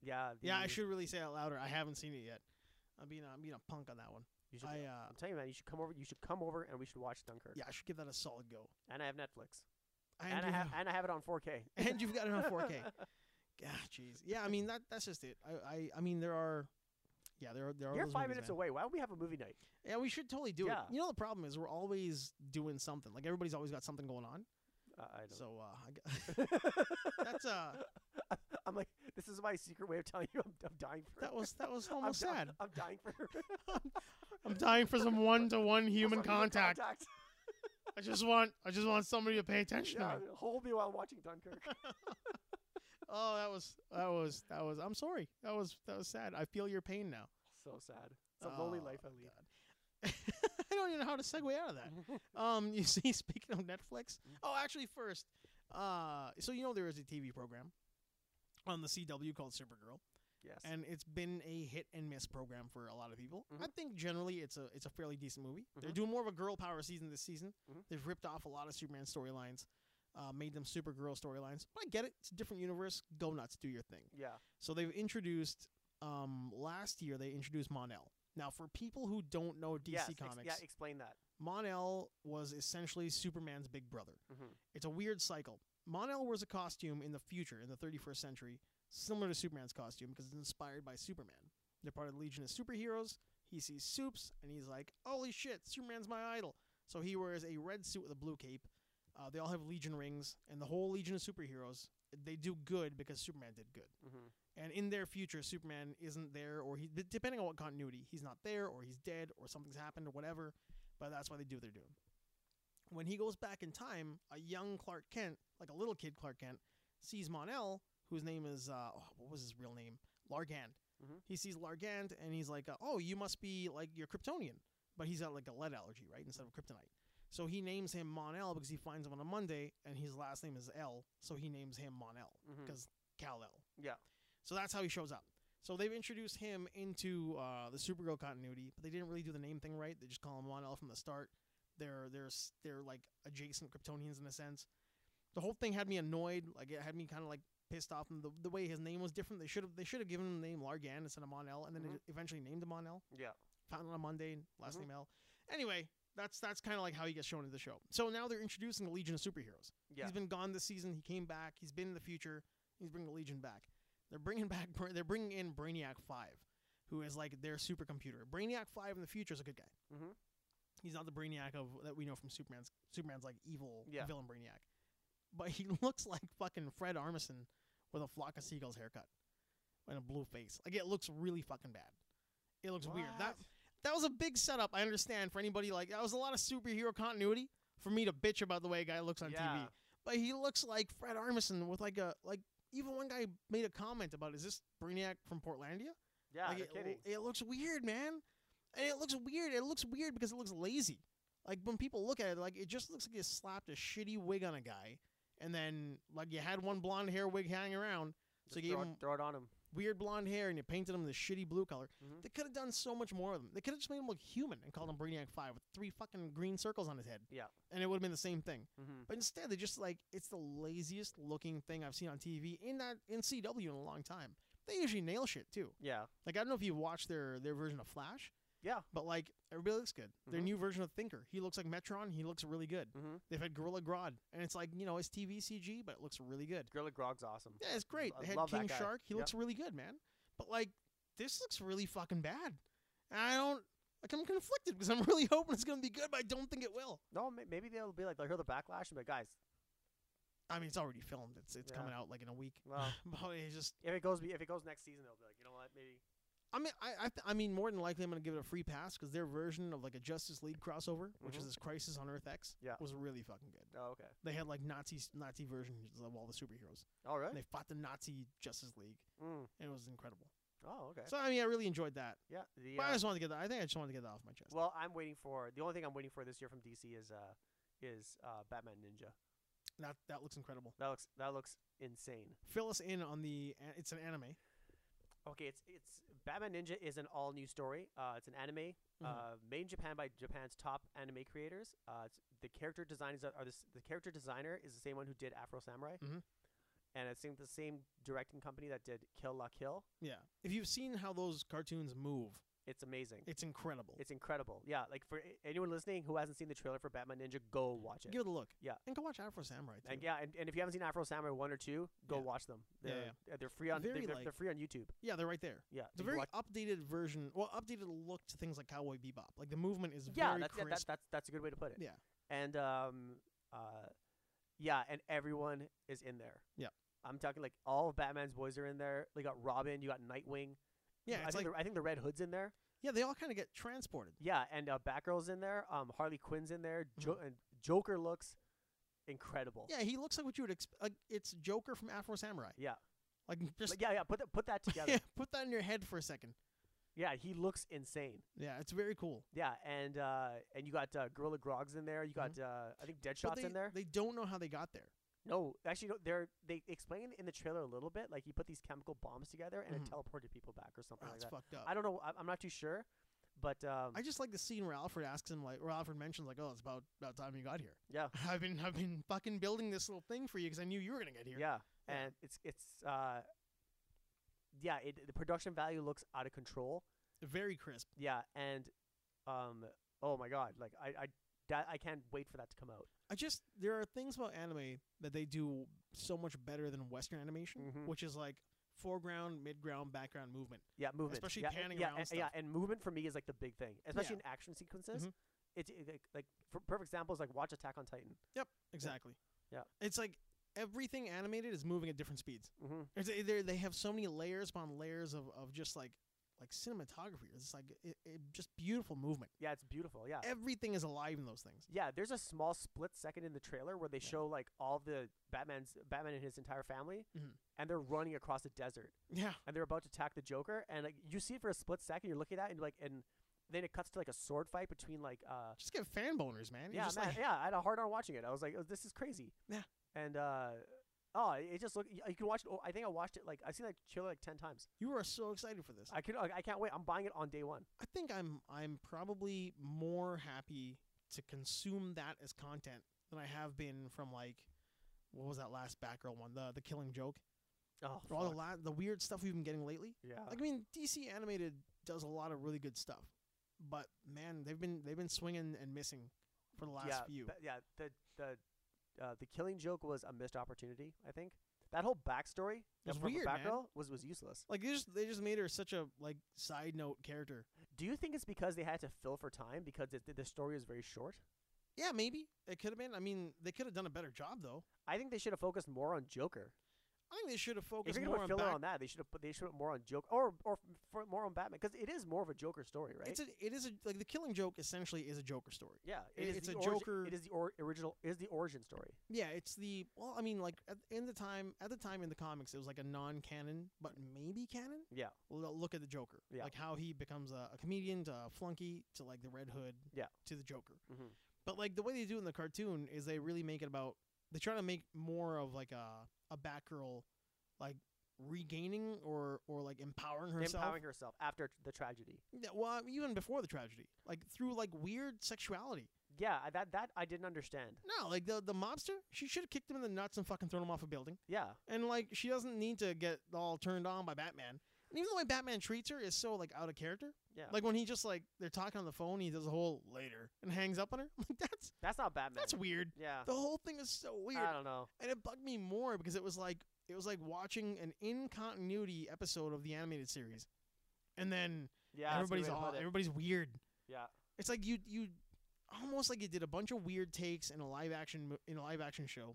Yeah.
it. Yeah, I
the-
should really say it louder. I haven't seen it yet. I'm being I'm being a punk on that one.
You should,
I
I,
uh,
am telling you, man. You should come over. You should come over, and we should watch Dunkirk.
yeah, I should give that a solid go.
And I have Netflix.
I
And, I
do
have.
have-
And I have it on 4K.
and you've got it on 4K. God, jeez. Yeah, I mean that that's just it. I I, I mean there are. Yeah, there are there are.
You're
those
five
movies,
minutes
man.
away. Why don't we have a movie night?
Yeah, we should totally do
Yeah.
it. You know the problem is we're always doing something. Like everybody's always got something going on.
Uh, I don't.
So uh, I g- that's uh
I'm like, this is my secret way of telling you I'm, I'm dying for.
that was that was
I'm
almost
di-
sad.
I'm dying for
I'm dying for some one to one
Sorry, contact.
I just want I just want somebody to pay attention
Yeah, hold me while I'm watching Dunkirk.
Oh, that was that was that was I'm sorry. That was that was sad. I feel your pain now.
so sad. It's a lonely
Oh,
life I
God. I don't even know how to segue out of that.
lead.
Um, you see, speaking of Netflix,
Mm.
oh, actually, first, uh, so you know there is a TV program on the CW called Supergirl,
yes.
and it's been a hit and miss program for a lot of people.
Mhm.
I think generally it's a it's a fairly decent movie. They're
Mhm.
doing more of a girl power season this season.
Mhm.
They've ripped off a lot of Superman storylines, uh, made them Supergirl storylines. But I get it; it's a different universe. Go nuts, do your thing.
yeah.
So they've introduced um, last year they introduced Monel. Now, for people who don't know DC
yes, ex-
Comics,
yeah. Explain that.
Mon El was essentially Superman's big brother.
Mhm.
It's a weird cycle. Mon El wears a costume in the future, in the 31st century, similar to Superman's costume because it's inspired by Superman. They're part of the Legion of Superheroes. He sees Supes and he's like, holy shit, Superman's my idol. So he wears a red suit with a blue cape. Uh, they all have Legion rings, and the whole Legion of Superheroes, they do good because Superman did good
Mhm.
and in their future superman isn't there or he d- depending on what continuity he's not there or he's dead or something's happened or whatever but that's why they do what they're doing when he goes back in time a young clark kent like a little kid clark kent sees monel whose name is uh, oh, what was his real name largand
Mhm.
he sees largand and he's like uh, oh you must be like you're kryptonian but he's got like a lead allergy right instead of kryptonite so he names him monel because he finds him on a monday and his last name is l so he names him monel
Mhm.
because Kal El.
Yeah.
So that's how he shows up. So they've introduced him into uh, the Supergirl continuity, but they didn't really do the name thing right. They just call him Mon El from the start. They're they're s- they're like adjacent Kryptonians in a sense. The whole thing had me annoyed. Like it had me kind of like pissed off. And the, the way his name was different, they should have they should have given him the name Largan instead of Mon El, and then they
Mhm.
ju- eventually named him Mon El
Yeah.
found on a Monday, last
Mhm.
name L. Anyway, that's that's kind of like how he gets shown into the show. So now they're introducing the Legion of Superheroes.
Yeah.
He's been gone this season. He came back. He's been in the future. He's bringing the Legion back. They're bringing back. Bra- They're bringing in Brainiac Five, who is like their supercomputer. Brainiac Five in the future is a good guy.
Mhm.
He's not the Brainiac of that we know from Superman's Superman's like evil
Yeah.
villain Brainiac, but he looks like fucking Fred Armisen with a flock of seagulls haircut and a blue face. Like it looks really fucking bad. It looks weird. That
What?
that was a big setup. I understand for anybody like that was a lot of superhero continuity for me to bitch about the way a guy looks on TV.
Yeah.
But he looks like Fred Armisen with like a like. Even one guy made a comment about, "Is this Brainiac from Portlandia?"
Yeah.
like
no
it,
kidding.
it looks weird, man. And it looks weird. It looks weird because it looks lazy. Like when people look at it, like it just looks like you slapped a shitty wig on a guy, and then like you had one blonde hair wig hanging around, so
Just
you gave
throw,
him
it, throw it on him.
weird blonde hair and you painted him the shitty blue color.
Mhm.
They could have done so much more of them. They could have just made him look human and called him Brainiac Five with three fucking green circles on his head.
Yeah.
and it would have been the same thing.
Mhm.
But instead, they just like it's the laziest looking thing I've seen on TV in that in CW in a long time. They usually nail shit too.
Yeah.
Like I don't know if you've watched their their version of Flash.
Yeah.
But like everybody looks good. Their
Mhm.
new version of Thinker, he looks like Metron. He looks really good.
Mhm.
They've had Gorilla Grodd, and it's like you know it's TV CG, but it looks really good.
Gorilla Grog's awesome.
Yeah, it's great.
I
They had
love that
King
guy.
Shark. He
Yep.
looks really good, man. But like this looks really fucking bad. And I don't like I'm conflicted because I'm really hoping it's gonna be good, but I don't think it will.
No, may- maybe they'll be like they'll hear the backlash and be like, guys,
I mean, it's already filmed. It's it's
Yeah.
coming out like in a week.
Well.
but it's just
if it goes if it goes next season, they'll be like, you know what, maybe.
I mean, I, I, th- I mean, more than likely, I'm going to give it a free pass because their version of like a Justice League crossover, which is
Mhm.
this Crisis on Earth X,
Yeah.
was really fucking good.
Oh, okay.
They had like Nazi Nazi versions of all the superheroes,
All right.
and they fought the Nazi Justice League,
Mm.
and it was incredible.
Oh, okay.
So I mean, I really enjoyed that.
yeah. The,
But I
uh,
just wanted to get that. I think I just wanted to get that off my chest.
well, I'm waiting for the only thing I'm waiting for this year from DC is uh is uh Batman Ninja.
that that looks incredible.
That looks that looks insane.
Fill us in on the. an- It's an anime.
Okay, it's it's Batman Ninja is an all new story. Uh, it's an anime
Mhm.
uh, made in Japan by Japan's top anime creators. Uh, it's, the character designs are are the, s- the character designer is the same one who did Afro Samurai,
Mhm.
and it's in the same directing company that did Kill La Kill.
Yeah. If you've seen how those cartoons move,
It's amazing.
it's incredible.
It's incredible. Yeah, like for a- anyone listening who hasn't seen the trailer for Batman Ninja, go watch it.
Give it a look.
Yeah.
And go watch Afro Samurai. Too.
and yeah, and, and if you haven't seen Afro Samurai one or two, go
Yeah.
watch them.
Yeah,
They're, uh, they're free on they-
Very,
they're,
like-
they're free on YouTube.
yeah, they're right there.
Yeah,
It's a
you can
very
watch-
updated version. Well, updated look to things like Cowboy Bebop. Like the movement is
yeah,
very
that's, yeah,
crisp.
that, that's that's a good way to put it.
Yeah.
and um, uh, yeah, and everyone is in there.
Yeah.
I'm talking like all of Batman's boys are in there. They got Robin, you got Nightwing.
yeah,
I
it's
think
like
the, I think the Red Hood's in there.
yeah, they all kind of get transported.
Yeah, and uh, Batgirl's in there. Um, Harley Quinn's in there. Jo- and Joker looks incredible.
Mm-hmm. Yeah, he looks like what you would expect. Like it's Joker from Afro Samurai.
Yeah.
like just
Like, yeah, yeah. Put that put that together.
yeah, put that in your head for a second.
Yeah, he looks insane.
Yeah, it's very cool.
Yeah, and uh, and you got uh, Gorilla Grogs in there. You got uh, I think
Mm-hmm. But
Deadshot's
they,
in there.
They don't know how they got there.
No, actually, no. They're they explain in the trailer a little bit. Like he put these chemical bombs together and
Mhm.
it teleported people back or something like
That's
that.
Ah, fucked up.
I don't know. I, I'm not too sure, but um,
I just like the scene where Alfred asks him, like, where Alfred mentions, like, "Oh, it's about about time you got here.
Yeah.
I've been I've been fucking building this little thing for you because I knew you were gonna get here.
yeah,
Yeah.
and it's it's uh, yeah, it, the production value looks out of control.
very crisp.
Yeah, and um, oh my god, like I I that, I can't wait for that to come out.
I just there are things about anime that they do so much better than Western animation,
Mhm.
which is like foreground, midground, background movement.
Yeah, movement.
Especially
yeah,
panning
yeah,
around
and, Yeah, and movement for me is like the big thing, especially in action sequences.
Mhm.
It's it, like, like for perfect example is like watch Attack on Titan.
Exactly.
Yeah.
It's like everything animated is moving at different speeds.
Mm-hmm.
It's, they they have so many layers upon layers of, of just like like cinematography. It's like it, it just beautiful movement.
Yeah, it's beautiful. Yeah.
Everything is alive in those things.
Yeah, there's a small split second in the trailer where they
Yeah.
show like all the Batman's Batman and his entire family,
Mhm.
and they're running across the desert,
Yeah.
and they're about to attack the Joker, and like you see it for a split second, you're looking at it and like, and then it cuts to like a sword fight between like, uh,
Just get fan boners, man. You're
yeah,
just
man,
like-
yeah, I had a hard on watching it. I was like, oh, this is crazy.
Yeah.
and uh, oh, it it just look y- you can watch it. Oh, I think I watched it like I seen like trailer like ten times.
you are so excited for this.
I could I can't wait. I'm buying it on day one.
I think I'm I'm probably more happy to consume that as content than I have been from like what was that last Batgirl one the the Killing Joke
Oh,
Or all the
fuck. Uh.
la- the weird stuff we've been getting lately.
yeah,
Like I mean DC animated does a lot of really good stuff, but man they've been they've been swinging and missing for the last
yeah,
few.
ba- yeah, the the uh, the killing joke was a missed opportunity. I think that whole backstory
was
that from
weird, man.
Batgirl was was useless.
Like they just they just made her such a like side note character.
Do you think it's because they had to fill for time because it, the story is very short?
Yeah, maybe it could have been. I mean, they could have done a better job though.
I think they should have focused more on Joker.
I think they should have
If
focused
you're
more
gonna put
on,
filler
Bat-
on that, they should have put they should have more on Joker or or f- for more on Batman because it is more of a Joker story, right?
It's a, it is a, like the Killing Joke essentially is a Joker story.
yeah,
it-
it is
it's
the
a
origi-
Joker-
It is the or, original is the origin story.
Yeah, it's the well, I mean, like at, in the time at the time in the comics, it was like a non-canon, but maybe canon.
Yeah.
L- look at the Joker,
Yeah.
like how he becomes a, a comedian to a flunky to like the Red Hood,
Yeah.
to the Joker.
Mhm.
But like the way they do it in the cartoon is they really make it about they try to make more of like a a Batgirl, like regaining or or like empowering herself.
Empowering herself after the tragedy.
Yeah, well, even before the tragedy, like through like weird sexuality.
Yeah, I- that that I didn't understand.
No, like the the mobster, she should have kicked him in the nuts and fucking thrown him off a building.
Yeah,
And like she doesn't need to get all turned on by Batman. And even the way Batman treats her is so like out of character.
Yeah.
Like when he just like they're talking on the phone, he does a whole later and hangs up on her. I'm like that's
That's not Batman.
that's weird.
yeah.
The whole thing is so weird.
I don't know.
And it bugged me more because it was like it was like watching an in continuity episode of the animated series. And then
Yeah. that's a good
everybody's
way to
all,
put it.
everybody's weird.
Yeah.
It's like you you almost like you did a bunch of weird takes in a live action mo- in a live action show.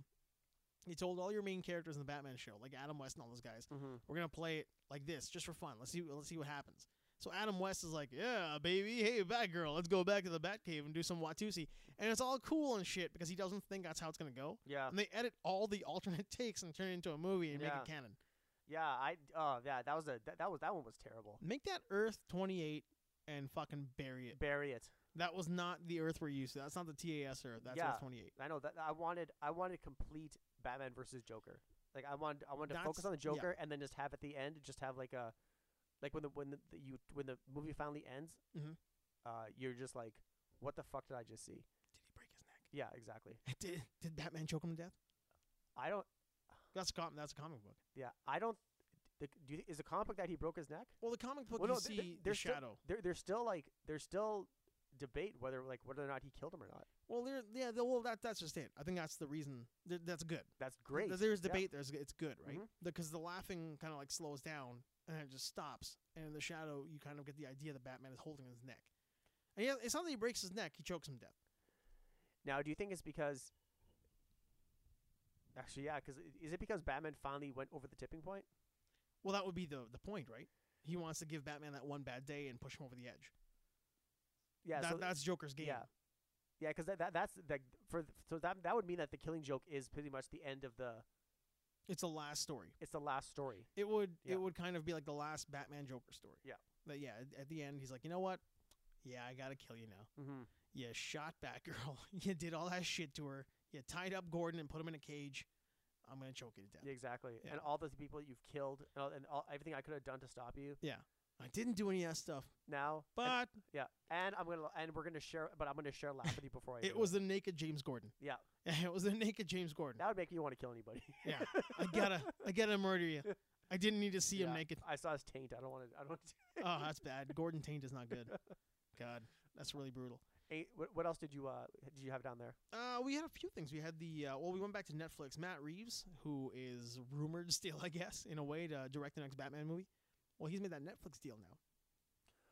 You told all your main characters in the Batman show, like Adam West and all those guys,
Mm-hmm.
we're gonna play it like this just for fun. Let's see let's see what happens. So Adam West is like, yeah, baby, hey, Batgirl, let's go back to the Batcave and do some Watusi, and it's all cool and shit because he doesn't think that's how it's gonna go.
Yeah.
And they edit all the alternate takes and turn it into a movie and
Yeah.
make it canon.
Yeah. I. Oh, yeah. That was a. That, that was. That one was terrible.
Make that Earth 28 and fucking bury it.
Bury it.
That was not the Earth we're used to. That's not the TAS Earth. That's
Yeah.
Earth 28.
I know that I wanted I wanted complete Batman versus Joker. Like I wanted I wanted to focus
That's-
on the
yeah.
Joker and then just have at the end just have like a like when the when the, the you when the movie finally ends,
Mhm.
uh, you're just like, what the fuck did I just see?
Did he break his neck?
Yeah, exactly.
Did did Batman choke him to death?
I don't.
That's a com- that's a comic book.
Yeah, I don't. The, do you, is the comic book that he broke his neck?
Well, the comic book
Well,
you
no, th-
see
th-
the
there's still-
shadow.
There, there's still like there's still debate whether like whether or not he killed him or not.
Well, there yeah, the, well that that's just it. I think that's the reason. Th- that's good.
That's great.
Th- there's
Yeah.
debate. There's it's good, right?
Mhm.
Because the laughing kind of like slows down and it just stops, and in the shadow you kind of get the idea that Batman is holding his neck. And yeah, it's not that he breaks his neck; he chokes him to death.
Now, do you think it's because? Actually, yeah. Because is it because Batman finally went over the tipping point?
Well, that would be the the point, right? He wants to give Batman that one bad day and push him over the edge.
Yeah.
that,
so
that's Joker's game.
yeah. yeah, because that, that that's like for th- so that that would mean that the Killing Joke is pretty much the end of the.
It's the last story.
It's the last story.
It would
Yeah.
it would kind of be like the last Batman Joker story.
Yeah.
That yeah, at- at the end he's like, you know what? Yeah, I gotta kill you now.
Mm-hmm.
You shot Batgirl. you did all that shit to her. You tied up Gordon and put him in a cage. I'm gonna choke you to death.
Yeah, exactly.
Yeah.
And all the people that you've killed and, all, and all, everything I could have done to stop you
I didn't do any of that stuff,
now. and,
but
yeah, and I'm gonna and we're gonna share, but I'm gonna share a laugh with you before I.
it
do
was the naked James Gordon.
Yeah.
it was the naked James Gordon.
That would make you want to kill anybody.
Yeah. I gotta, I gotta murder you. I didn't need to see him
Yeah,
naked.
I saw his taint. I don't want to. I don't.
Oh, that's bad. Gordon Taint is not good. God, that's really brutal.
Hey, what, what else did you uh did you have down there?
Uh, we had a few things. We had the uh, well, we went back to Netflix. Matt Reeves, who is rumored still, I guess, in a way, to direct the next Batman movie. Well, he's made that Netflix deal now.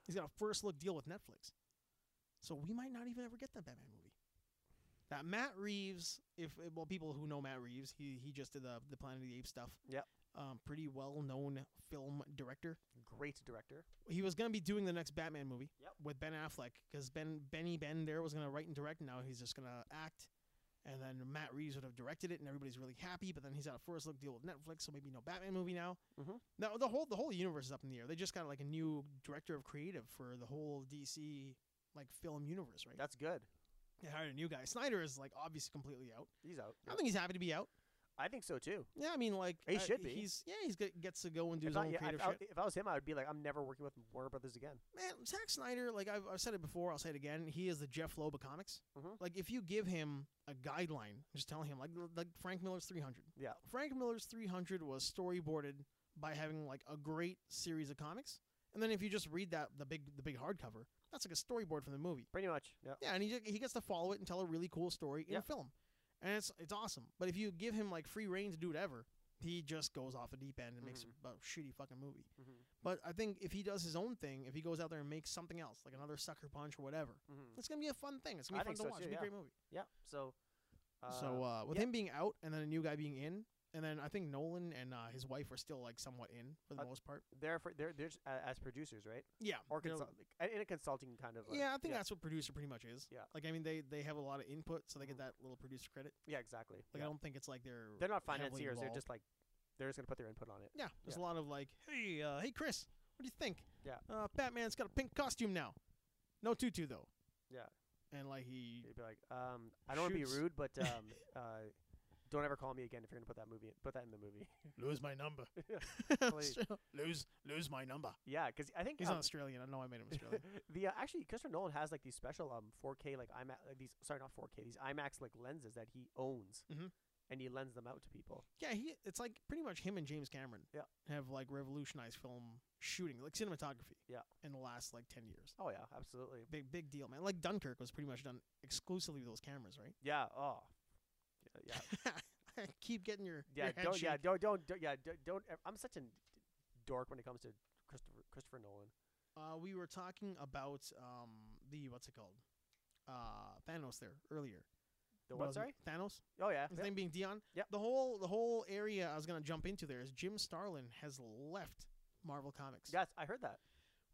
He's got a first look deal with Netflix, so we might not even ever get that Batman movie. That Matt Reeves, if eh, well, people who know Matt Reeves, he he just did the the Planet of the Apes stuff.
Yep.
um, pretty well known film director
Great director.
he was gonna be doing the next Batman movie
Yep.
with Ben Affleck because Ben Benny Ben there was gonna write and direct. Now he's just gonna act, and then Matt Reeves would have directed it, and everybody's really happy. But then he's out a first look deal with Netflix, so maybe no Batman movie now.
Mhm.
Now the whole the whole universe is up in the air. They just got like a new director of creative for the whole DC like film universe, right?
That's good.
They hired a new guy. Snyder is like obviously completely out.
He's out.
I think he's happy to be out.
I think so too.
Yeah, I mean like
He
uh,
should be.
He's yeah he's g- gets to go and do
If,
his
not-
own
yeah,
creative
if I,
shit.
if I was him, I would be like, I'm never working with Warner Brothers again.
Man, Zack Snyder, like I've, I've said it before, I'll say it again. He is the Jeff Loeb of comics.
Mhm.
Like if you give him a guideline, just telling him like like Frank Miller's 300.
Yeah.
Frank Miller's 300 was storyboarded by having like a great series of comics, and then if you just read that the big the big hardcover, that's like a storyboard from the movie.
Pretty much. Yeah.
Yeah, and he ju- he gets to follow it and tell a really cool story in
Yeah.
a film, and it's it's awesome. But if you give him like free reign to do whatever, he just goes off the deep end and makes
Mhm.
a shitty fucking movie.
Mhm.
But I think if he does his own thing, if he goes out there and makes something else, like another sucker punch or whatever,
Mm-hmm.
it's gonna be a fun thing. It's gonna
I
be fun
think
to
so
watch.
too,
it's gonna be
yeah.
a great movie.
Yeah. So. Uh,
so uh, with
yeah.
him being out and then a new guy being in, and then I think Nolan and uh, his wife are still like somewhat in for the
Uh,
most part.
they're for, they're they're just, uh, as producers, right?
Yeah,
Or
they're-
consul- like, in a consulting kind of. uh, Like,
yeah, I think that's what producer pretty much is.
Yeah.
like I mean they they have a lot of input, so they
Mhm.
get that little producer credit.
Yeah, exactly.
Like
Yeah.
I don't think it's like they're
They're not
heavily
financiers. They're
involved.
just like they're just gonna put their input on it.
Yeah, there's a lot of like, hey, uh, hey, Chris, what do you think?
Yeah.
uh, Batman's got a pink costume now, no tutu though.
Yeah.
and like he,
You'd be like, um, I don't want to be
Shoots.
rude, but um, uh, don't ever call me again if you're gonna put that movie, put that in the movie.
lose my number.
Yeah,
Austra- lose, lose my number.
yeah, because I think
He's
um,
not Australian. I know I made him Australian.
the uh, actually Christopher Nolan has like these special um 4K like IMAX like these sorry not 4K these IMAX like lenses that he owns,
Mhm.
and he lends them out to people.
Yeah, he. It's like pretty much him and James Cameron.
Yeah.
have like revolutionized film shooting, like cinematography.
Yeah.
in the last like ten years,
Oh yeah, absolutely.
big big deal, man. Like Dunkirk was pretty much done exclusively with those cameras, right?
Yeah. Oh. Yeah. Yeah.
Keep getting your
Yeah,
Your head
don't. Yeah,
shake.
don't. Don't. don't yeah, don't, don't. ev- I'm such a dork when it comes to Christopher Christopher Nolan.
Uh, we were talking about um the what's it called, uh Thanos there earlier.
The
About
what?
his-
Sorry.
Thanos.
Oh yeah.
His
yeah.
name being Dion.
Yep.
The whole the whole area I was gonna jump into there is Jim Starlin has left Marvel Comics.
Yes, I heard that.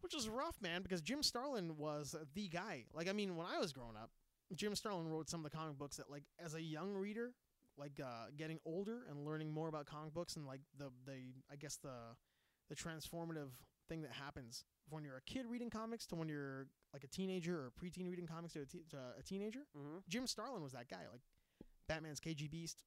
Which is rough, man, because Jim Starlin was uh, the guy. Like I mean, when I was growing up, Jim Starlin wrote some of the comic books that like as a young reader, like uh, getting older and learning more about comic books and like the the I guess the the transformative thing that happens when you're a kid reading comics to when you're like a teenager or a preteen reading comics to a, te- to a teenager.
Mm-hmm.
Jim Starlin was that guy, like Batman's KG Beast,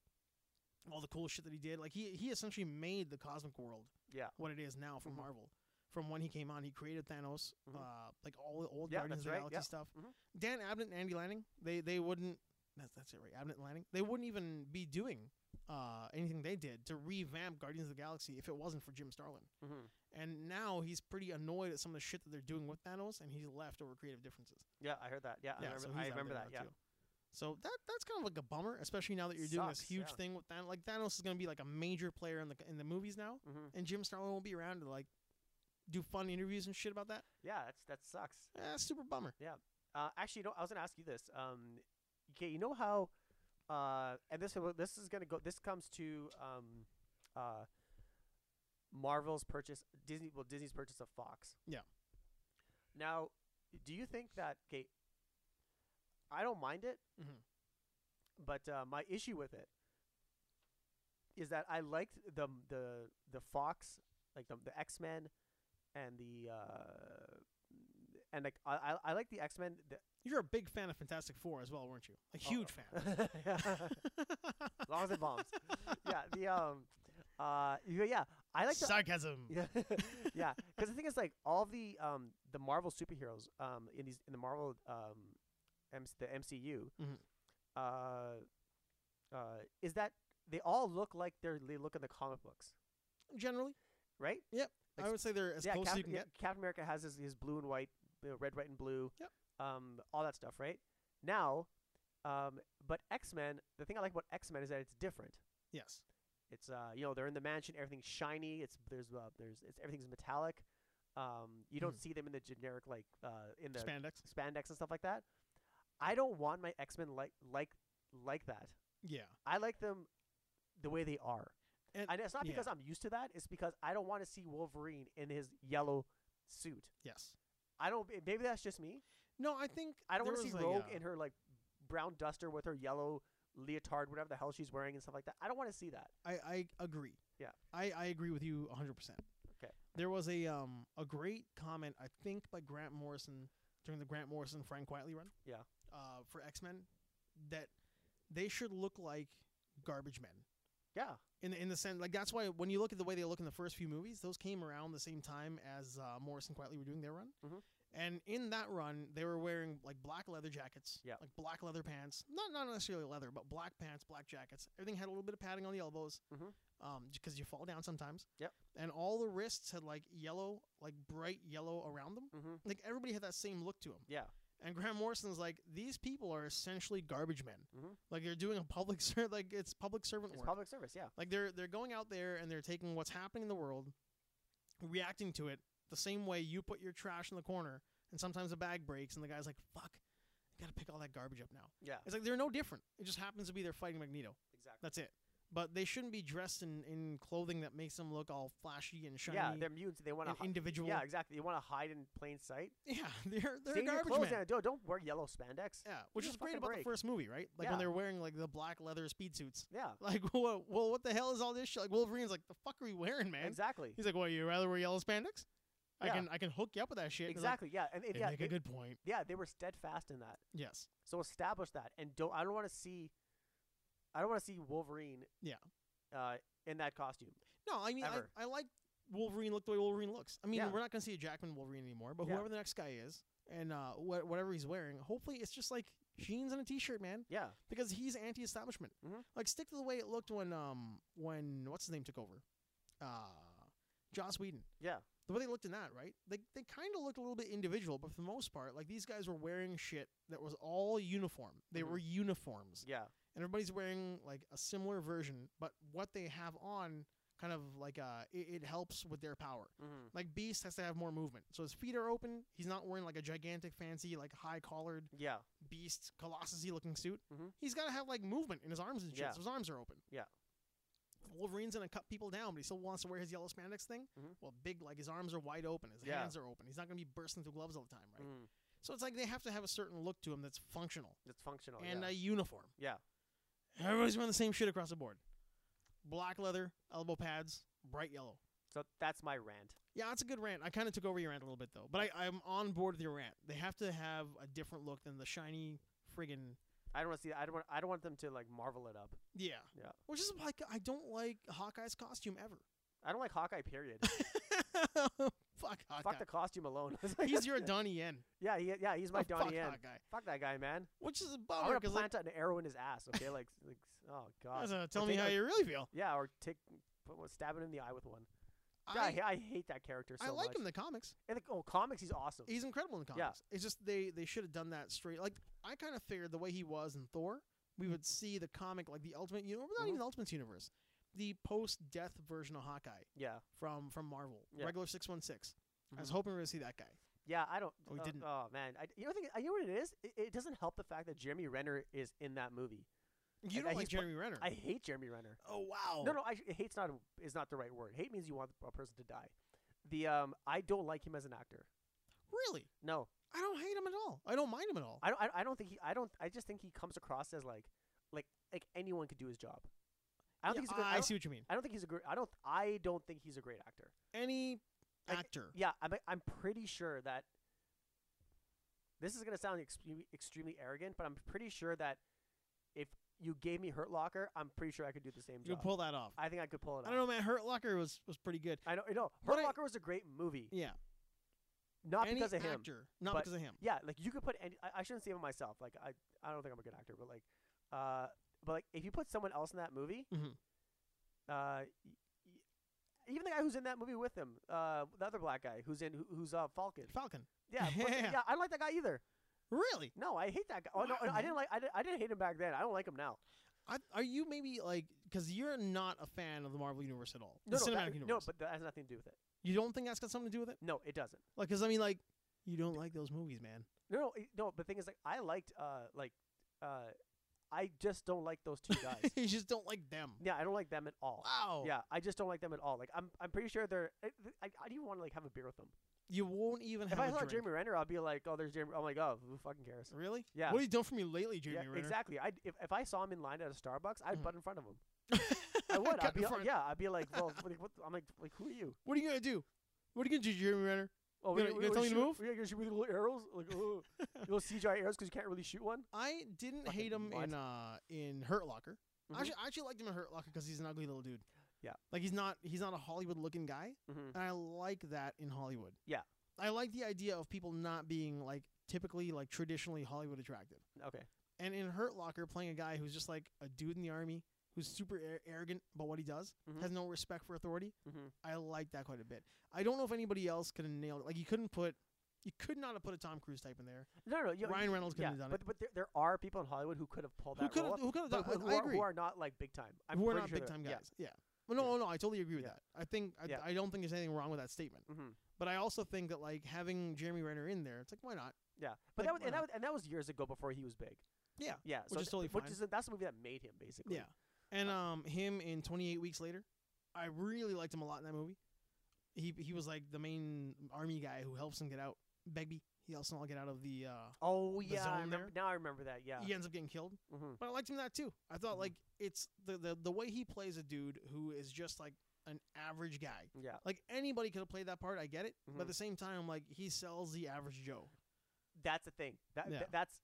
all the cool shit that he did. Like he he essentially made the cosmic world
Yeah.
what it is now from
Mhm.
Marvel. From when he came on, he created Thanos,
Mhm.
uh, like all the old
Yeah,
Guardians
that's
of the
right,
Galaxy
yeah.
stuff.
Mhm.
Dan Abnett and Andy Lanning, they they wouldn't. That's that's it, right? Abnett and Lanning, they wouldn't even be doing uh, anything they did to revamp Guardians of the Galaxy if it wasn't for Jim Starlin.
Mm-hmm.
And now he's pretty annoyed at some of the shit that they're doing with Thanos, and he's left over creative differences.
Yeah, I heard that. Yeah, I remember,
so
I
he's out
remember
there
that.
now,
Yeah.
too. So that that's kind of like a bummer, especially now that you're doing this
Sucks,
huge
yeah.
thing with Thanos. Like Thanos is going to be like a major player in the in the movies now,
Mm-hmm.
and Jim Starlin won't be around to like do fun interviews and shit about that.
Yeah, that's that sucks.
Eh, That's super bummer.
Uh, actually, you know, I was gonna ask you this. Um, okay, you know how, uh, and this will- this is gonna go. This comes to um, uh, Marvel's purchase, Disney. Well, Disney's purchase of Fox.
Yeah.
Now, do you think that? Okay, I don't mind it,
Mhm.
but uh, my issue with it is that I liked the the the Fox, like the the X Men, and the. Uh, and like I, I, I like the X Men, the
You're a big fan of Fantastic Four as well, weren't you? A
Oh,
huge
uh,
fan.
yeah. as long as it bombs. Yeah. The um, uh, yeah, yeah. I like the
sarcasm.
yeah, yeah. Because the thing is, like, all the um, the Marvel superheroes um, in these in the Marvel um, M- the MCU,
Mhm.
uh, uh, is that they all look like they're they look in the comic books,
Generally,
right? Like
I would say they're as
yeah,
close as
Captain,
you can
yeah,
get.
Captain America has his, his blue and white, you know, red, white, and blue.
Yep.
Um, all that stuff, right? Now, um, but X Men. The thing I like about X Men is that it's different.
Yes.
It's uh, you know, they're in the mansion. Everything's shiny. It's there's uh, there's it's everything's metallic. Um, you don't
Mhm.
see them in the generic like uh in the
Spandex.
spandex and stuff like that. I don't want my X Men like like like that.
Yeah.
I like them the way they are.
And-
and it's not
yeah.
because I'm used to that. It's because I don't want to see Wolverine in his yellow suit.
Yes.
I don't. eh, Maybe that's just me.
No, I think
I don't
there
want to see
was, like,
Rogue
uh,
in her like brown duster with her yellow leotard, whatever the hell she's wearing and stuff like that. I don't want to see that.
I, I agree.
Yeah.
I, I agree with you 100%.
Okay.
There was a um a great comment I think by Grant Morrison during the Grant Morrison Frank Quietly run.
Yeah.
Uh, for X-Men that they should look like garbage men.
Yeah.
In the, in the sense like that's why when you look at the way they look in the first few movies, those came around the same time as uh, Morrison Quietly were doing their run.
Mhm.
And in that run, they were wearing like black leather jackets,
Yeah.
like black leather pants. Not not necessarily leather, but black pants, black jackets. Everything had a little bit of padding on the elbows,
Mhm.
um, because you fall down sometimes.
Yep.
And all the wrists had like yellow, like bright yellow around them.
Mm-hmm.
Like everybody had that same look to them.
Yeah.
And Grant Morrison's like, these people are essentially garbage men.
Mhm.
Like they're doing a public ser- like it's public servant
It's
work.
public service. Yeah.
Like they're they're going out there and they're taking what's happening in the world, reacting to it the same way you put your trash in the corner, and sometimes a bag breaks and the guy's like, "Fuck, I gotta pick all that garbage up now."
Yeah.
It's like they're no different. It just happens to be they're fighting Magneto.
Exactly.
That's it. But they shouldn't be dressed in, in clothing that makes them look all flashy and shiny
Yeah, they're mutants. They want to.
and individual.
yeah, exactly. They want to hide in plain sight.
yeah, they're they're
Stay in your
garbage
clothes
men.
and don't, don't wear yellow spandex.
Yeah, which
Give
is
us a fucking
great about the
break.
first movie, right? Like when
Yeah.
they're wearing like the black leather speed suits.
Yeah.
Like, well, well, what the hell is all this shit? Like Wolverine's like, the fuck are we wearing, man?
Exactly.
He's like, well, you rather wear yellow spandex? I
Yeah.
can I can hook you up with that shit. He's like,
Exactly. Yeah. And, and
"They
yeah,
make
they-
a good point.
yeah, they were steadfast in that.
Yes.
So establish that, and don't. I don't want to see. I don't want to see Wolverine.
Yeah.
Uh, in that costume.
No, I mean, I,
Ever.
I like Wolverine look the way Wolverine looks. I mean,
Yeah.
we're not gonna see a Jackman Wolverine anymore, but
Yeah.
whoever the next guy is and uh, wh- whatever he's wearing, hopefully it's just like jeans and a t-shirt, man,
Yeah.
because he's anti-establishment.
Mhm.
Like stick to the way it looked when um when what's his name took over, uh, Joss Whedon.
Yeah.
The way they looked in that, right? They they kind of looked a little bit individual, but for the most part, like these guys were wearing shit that was all uniform. They
Mhm.
were uniforms
Yeah.
and everybody's wearing like a similar version, but what they have on kind of like uh it, it helps with their power.
Mm-hmm.
Like Beast has to have more movement, so his feet are open. He's not wearing like a gigantic, fancy, like high collared
Yeah.
Beast Colossusy looking suit.
Mhm.
He's got to have like movement in his arms and shit.
Yeah.
So his arms are open.
Yeah.
Wolverine's gonna cut people down, but he still wants to wear his yellow spandex thing.
Mhm.
Well, big like his arms are wide open, his
Yeah.
hands are open. He's not gonna be bursting through gloves all the time, right?
Mm.
So it's like they have to have a certain look to him that's functional
It's functional.
and
Oh, yeah.
a uniform.
Yeah.
Everybody's wearing the same shit across the board. Black leather, elbow pads, bright yellow.
so that's my rant.
Yeah, that's a good rant. I kind of took over your rant a little bit though, but I, I'm on board with your rant. They have to have a different look than the shiny friggin'
I don't want to see. I don't. Want, I don't want them to like marvel it up.
yeah.
Yeah.
Which is like I don't like Hawkeye's costume ever.
I don't like Hawkeye. Period.
Fuck Hawkeye.
Fuck the costume alone. It's like-
He's your Donnie Yen.
yeah. He, yeah. He's my
Oh, fuck
Donnie Yen.
Hawkeye.
Fuck that guy, man.
Which is a
I'm
bummer
gonna
because Oh, like,
plant an arrow in his ass. Okay. Like. like oh God.
uh, tell
Or
me
take
how
a-
you really feel.
Yeah. Or take. Put, one- stab him in the eye with one. Yeah, I,
I,
ha- I hate that character so
I like
much.
him in the comics.
And the, oh, comics. He's awesome.
He's incredible in the
Yeah.
comics. It's just they they should have done that straight. Like I kind of figured the way he was in Thor,
Mm-hmm.
we would see the comic like the Ultimate Universe, not
Mhm.
even the Ultimate Universe, the post death version of Hawkeye
yeah.
from from Marvel,
Yeah.
regular six one six. I was
Mhm.
hoping we would see that guy.
Yeah, I don't.
Oh, we
uh,
didn't.
Oh man, I, you know, think, you know what it is? It, it doesn't help the fact that Jeremy Renner is in that movie.
You
I-
don't
I-
like
he's pla-
Jeremy Renner.
I hate Jeremy Renner.
oh wow.
No, no, I, hate's not is not the right word. Hate means you want a person to die. The um, I don't like him as an actor.
Really?
No,
I don't hate him at all. I don't mind him at all.
I don't. I, I don't think he. I don't. I just think he comes across as like, like, like anyone could do his job. I don't
Yeah,
think he's. A good, I,
I
don't,
see what you mean.
I don't think he's a great. I don't. I don't think he's a great actor.
Any
Like,
actor.
Yeah, I'm. I'm pretty sure that. This is gonna sound extremely, extremely arrogant, but I'm pretty sure that if you gave me Hurt Locker, I'm pretty sure I could do the same
You
job.
pull that off.
I think I could pull it off.
I don't know, man. Hurt Locker was was pretty good.
I know. I know.
But
Hurt
I-
Locker was a great movie,
Yeah.
not
Any
because of him.
actor, not
but-
because of him.
Yeah, like you could put. Any, I, I shouldn't say it myself. Like I, I don't think I'm a good actor, but like, uh, but like if you put someone else in that movie,
Mhm.
uh, y- y- even the guy who's in that movie with him, uh, the other black guy who's in who, who's uh Falcon.
Falcon.
Yeah, but-
Yeah.
yeah. I don't like that guy either.
Really?
No, I hate that guy. Oh no,
Wow,
I didn't like. I didn't, I didn't hate him back then. I don't like him now.
I, are you maybe like because you're not a fan of the Marvel universe at all?
No,
the
no,
cinematic
that,
universe.
no, but that has nothing to do with it.
you don't think that's got something to do with it?
No, it doesn't.
Like, because I mean, like, you don't like those movies, man.
No, no, it- no. The thing is, like, I liked, uh, like, uh, I just don't like those two guys.
you just don't like them.
yeah, I don't like them at all.
Wow.
Yeah, I just don't like them at all. Like, I'm, I'm pretty sure they're. I, I, I don't even want to like have a beer with them.
You won't even
If
have
I
a
saw
drink.
Jeremy Renner, I'd be like, oh, there's Jeremy. I'm like, oh, who fucking cares?
Really?
Yeah.
What have you done for me lately, Jeremy
yeah,
Renner?
exactly. I if, if I saw him in line at a Starbucks, I'd
Mhm.
butt in front of him. I would.
Cut
I'd be,
in front.
yeah, I'd be like, well, what, what, I'm like, like, who are you?
What are you gonna do? What are you gonna do, Jeremy Renner?
Oh,
You gonna- you gonna tell me to
shoot- Yeah, you're gonna shoot with little arrows, like oh, little CGI arrows, because you can't really shoot one.
I didn't
Fucking
hate him
mutt.
in uh in Hurt Locker.
Mhm.
I actually I actually liked him in Hurt Locker because he's an ugly little dude.
Yeah.
Like he's not he's not a Hollywood looking guy.
Mm-hmm.
and I like that in Hollywood.
Yeah.
I like the idea of people not being like typically like traditionally Hollywood attractive.
Okay.
And in Hurt Locker, playing a guy who's just like a dude in the army who's super ar- arrogant about what he does,
Mhm.
has no respect for authority.
Mhm.
I like that quite a bit. I don't know if anybody else could have nailed it. Like you couldn't put, you could not have put a Tom Cruise type in there.
No, no, no, you,
Ryan Reynolds could
yeah,
have done
but,
it.
but there, there are people in Hollywood who could have pulled
Who
that
could
role,
have? Who could have done?
but who, who
I, I
are,
agree.
who are not like big time. I'm
Who are
pretty
not
sure
big time
they're-
guys. Yeah. Well, no, no, I totally agree with
Yeah.
that. I think I,
Yeah.
I don't think there's anything wrong with that statement.
Yeah. hmm
But I also think that like having Jeremy Renner in there, it's like why not?
Yeah, but
Like,
that was,
why
and
not?
that was, and that was years ago before he was big.
Yeah,
yeah, so th-
is totally
which
fine.
Is, that's the movie that made him basically.
Yeah. And um him in 28 weeks later, I really liked him a lot in that movie. He he was like the main army guy who helps him get out. Begbie, he helps him all get out of the uh
Oh
The
yeah, I
Zone
remember, now I remember that. Yeah.
he ends up getting killed.
Mm-hmm.
But I liked him in that too. I thought
Mhm.
like it's the, the the way he plays a dude who is just like an average guy.
Yeah.
Like anybody could have played that part, I get it. But
Mhm.
at the same time, I'm like he sells the average Joe.
That's the thing. That,
Yeah.
th- that's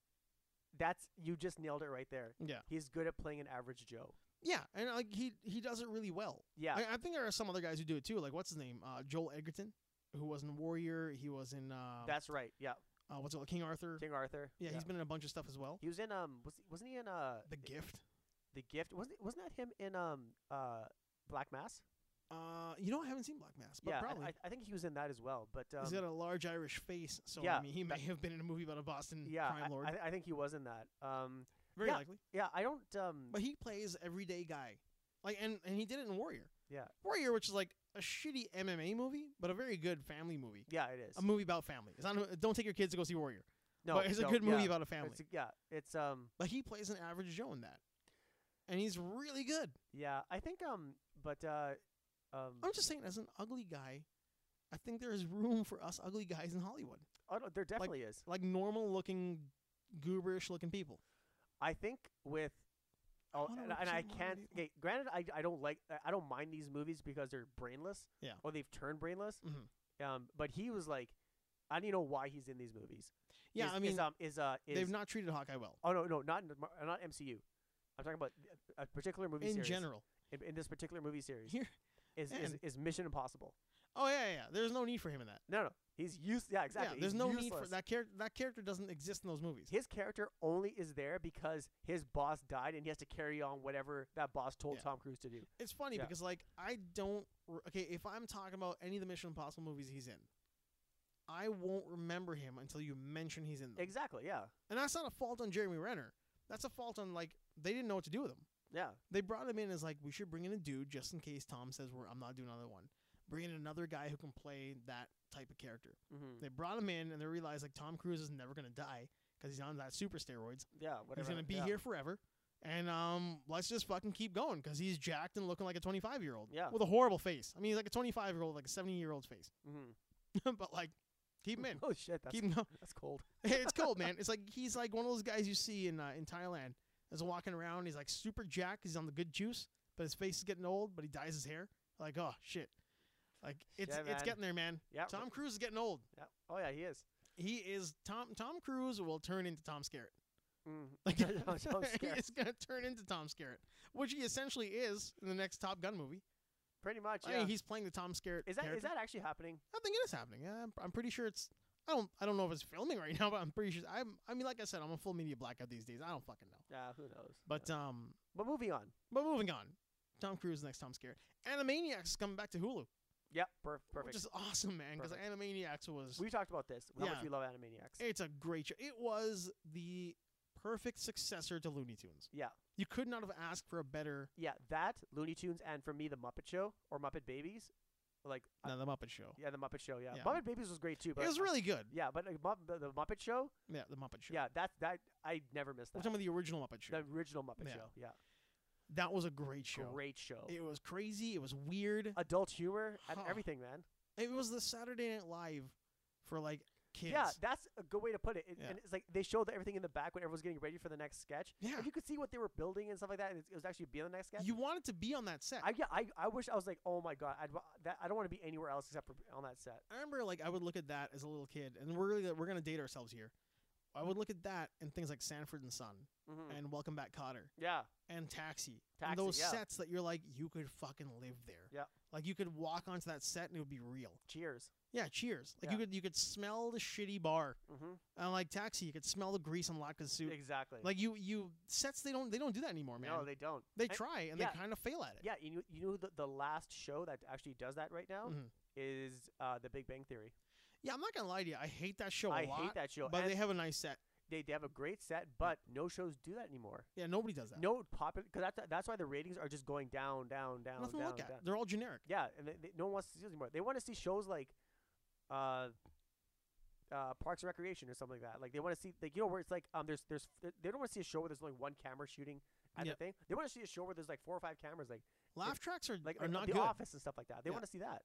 that's you just nailed it right there.
Yeah.
He's good at playing an average Joe.
Yeah, and like he he does it really well.
Yeah.
I, I think there are some other guys who do it too. Like what's his name? Uh, Joel Edgerton, who was in Warrior. He was in. Um,
that's right. Yeah.
uh, what's it called? King Arthur.
King Arthur.
yeah, he's been in a bunch of stuff as well.
He was in um was he- wasn't he in uh
The Gift.
the gift wasn't it- wasn't that him in um uh Black Mass?
Uh, you know, I haven't seen Black Mass, but
yeah, I-
probably.
I, I think he was in that as well. But um,
he's got a large Irish face, so
yeah,
I mean, he may
that-
have been in a movie about a Boston
yeah,
crime lord.
I, I, I think he was in that. Um,
Very
yeah.
likely.
yeah, I don't. Um,
But he plays everyday guy, like, and and he did it in Warrior.
Yeah.
Warrior, which is like a shitty MMA movie, but a very good family movie.
yeah, it is.
A movie about family. It's not. a- Don't take your kids to go see Warrior.
no,
but it's a
no,
good movie
yeah,
about a family.
It's, yeah, it's um,
but he plays an average Joe in that, and he's really good.
yeah, I think um, but uh, um,
I'm just saying, as an ugly guy, I think there is room for us ugly guys in Hollywood,
oh, no, there definitely is.
like normal looking, gooberish looking people.
I think with oh,
wanna
and,
work
and
so
I
hard
can't.
at it.
Okay, granted, I, I don't like I- I don't mind these movies because they're brainless.
Yeah.
Or they've turned brainless.
Mhm.
Um, but he was like, I need to know why he's in these movies.
Yeah,
Is-
I mean,
is, um, is uh, is
they've not treated Hawkeye well
oh no, no, not in the mar- uh, not MCU. I'm talking about a particular movie
in
series.
general.
in, in this particular movie series,
Here-
is, is
and-
is Mission Impossible.
Oh yeah, yeah, yeah. There's no need for him in that.
No, no, he's used. Yeah, exactly.
Yeah, there's
he's
no need for
useless.
that character. That character doesn't exist in those movies.
His character only is there because his boss died, and he has to carry on whatever that boss told
Yeah. Mm-hmm.
Tom Cruise to do.
It's funny
Yeah.
because like I don't r okay if I'm talking about any of the Mission Impossible movies he's in, I won't remember him until you mention he's in them.
Exactly. Yeah.
and that's not a fault on Jeremy Renner. That's a fault on like they didn't know what to do with him.
Yeah.
They brought him in as like we should bring in a dude just in case Tom says we're I'm not doing another one. Bring in another guy who can play that type of character.
Mm-hmm.
They brought him in and they realized like Tom Cruise is never gonna die because he's on that super steroids.
Yeah. Whatever.
he's gonna be
yeah.
here forever. And um, let's just fucking keep going because he's jacked and looking like a 25 year old.
Yeah.
With a horrible face. I mean, he's like a 25 year old, like a 70 year old's face.
Mm-hmm.
but like, keep him in.
Oh shit. That's
keep him going.
that's cold.
it's cold, man. It's like he's like one of those guys you see in uh, in Thailand. Is walking around. He's like super jacked. He's on the good juice, but his face is getting old. But he dyes his hair. Like oh shit, like it's
Yeah,
it's
man.
getting there, man.
Yeah.
Tom Cruise is getting old.
Yeah. Oh yeah, he is.
He is Tom. Tom Cruise will turn into Tom Skerritt.
Mm.
Like
Tom Skerritt.
he is gonna turn into Tom Skerritt, which he essentially is in the next Top Gun movie.
Pretty much.
I
Yeah.
mean, he's playing the Tom Skerritt.
is that is
Oh, character.
that actually happening?
I think it is happening. Yeah, I'm, I'm pretty sure it's. I don't. I don't know if it's filming right now, but I'm pretty sure. I'm. I mean, like I said, I'm a full media blackout these days. I don't fucking know.
Yeah. Who knows?
But
Yeah.
um,
but moving on.
but moving on. Tom Cruise next Tom Skerritt. Animaniacs is coming back to Hulu,
Yeah. Per- perfect.
which is awesome, man. Because
Perfect.
Animaniacs was.
we talked about this. How
Yeah.
much we love Animaniacs.
it's a great show. It was the perfect successor to Looney Tunes.
Yeah.
You could not have asked for a better.
yeah. That Looney Tunes and for me the Muppet Show or Muppet Babies, like I-
No, the Muppet Show.
yeah the Muppet Show. Yeah.
Yeah.
Muppet Babies was great too. But uh,
It was really good.
Yeah, but like, Mupp- the, the Muppet Show.
Yeah, the Muppet Show.
Yeah. That's that I never missed
We're
that.
talking about the original Muppet Show.
The original Muppet
Yeah.
Show. Yeah.
that was a great show.
Great show.
It was crazy. It was weird.
Adult humor and
Huh.
everything, man.
It was the Saturday Night Live for like kids.
Yeah, that's a good way to put it. It-
Yeah.
And it's like they showed everything in the back when everyone's getting ready for the next sketch.
Yeah.
And you could see what they were building and stuff like that, and it it was actually being the next sketch.
You wanted to be on that set. I,
I, yeah, I, I wish I was like, oh my god, I'd, wa- that, I don't want to be anywhere else except for on that set.
remember like I would look at that as a little kid, and we're gonna, we're gonna date ourselves here. I would look at that and things like Sanford and Son
Mhm.
and Welcome Back, Cotter
yeah,
and Taxi.
Taxi,
and those
yeah.
sets that you're like you could fucking live there.
Yeah.
Like you could walk onto that set and it would be real.
Cheers.
Yeah. Cheers. Like
Yeah.
you could you could smell the shitty bar.
hmm
And like Taxi, you could smell the grease on Latka's suit.
Exactly.
Like you, you sets they don't they don't do that anymore, man.
no,
they,
they don't. I-
try and
yeah.
they kind of fail at it.
Yeah, you knew, you knew the, the last show that actually does that right now
Mhm.
is uh, The Big Bang Theory.
Yeah, I'm not gonna lie to you. I hate that show a
I
lot,
hate that show,
but
and
they have a nice set.
they, they have a great set, but no shows do that anymore.
Yeah, nobody does that.
No popular because that's that's why the ratings are just going down, down, down,
nothing
down,
to look at.
down.
They're all generic.
Yeah, and they, they, no one wants to see those anymore. They want to see shows like, uh, uh, Parks and Recreation or something like that. Like they want to see like you know where it's like um there's there's th- they don't want to see a show where there's only one camera shooting at
Yep.
the thing. They want to see a show where there's like four or five cameras like
Laugh tracks are
like
are
uh,
not
The
good.
Office and stuff like that. They
Yeah.
want to see that.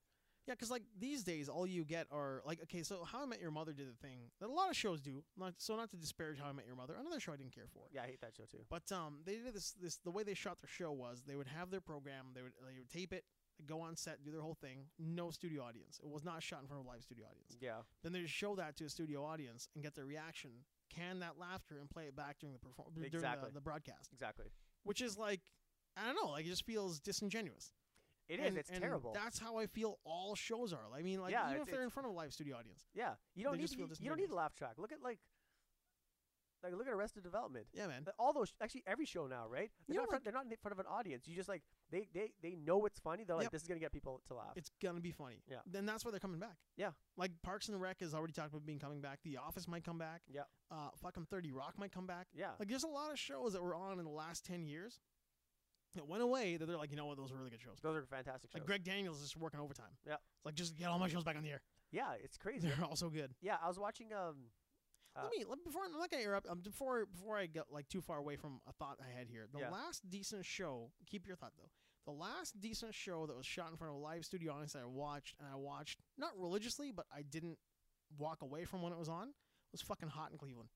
Yeah, because like these days, all you get are like okay. So How I Met Your Mother did the thing that a lot of shows do. Not so not to disparage How I Met Your Mother. Another show I didn't care for.
Yeah, I hate that show too.
But um, they did this this the way they shot their show was they would have their program. They would they would tape it, go on set, do their whole thing. No studio audience. It was not shot in front of a live studio audience.
Yeah,
Then they show that to a studio audience and get their reaction, can that laughter, and play it back during the perform during the,
Exactly.
the broadcast,
exactly.
which is like I don't know, like it just feels disingenuous.
It is.
And-
it's
and
terrible.
That's how I feel all shows are. I mean, like
Yeah,
even
it's-
if they're in
it's-
front of a live studio audience.
yeah, you don't
they
need
just
to
feel
be- you don't need
disingenuous.
a laugh track. Look at like like look at Arrested Development.
Yeah, man.
Th- All those actually every show now, right? They're,
You
not
know,
front, they're not in front of an audience. You just like they they they know it's funny. They're like
Yep.
this is gonna get people to laugh.
It's gonna be funny.
Yeah.
Then that's why they're coming back.
Yeah.
Like Parks and Rec has already talked about being coming back. The Office might come back.
Yeah.
Uh, fucking Thirty Rock might come back.
yeah,
Like there's a lot of shows that were on in the last ten years that went away that they're like, you know what, those were really good shows.
those are fantastic shows.
Like Greg Daniels is just working overtime.
Yeah.
It's like just get all my shows back on the air.
yeah, it's crazy.
They're all so good.
yeah, I was watching um Uh,
let me let, before I'm not gonna interrupt. Um, before before I get like too far away from a thought I had here. The
Yeah.
last decent show. Keep your thought though. The last decent show that was shot in front of a live studio audience that I watched and I watched not religiously, but I didn't walk away from when it was on was fucking Hot in Cleveland.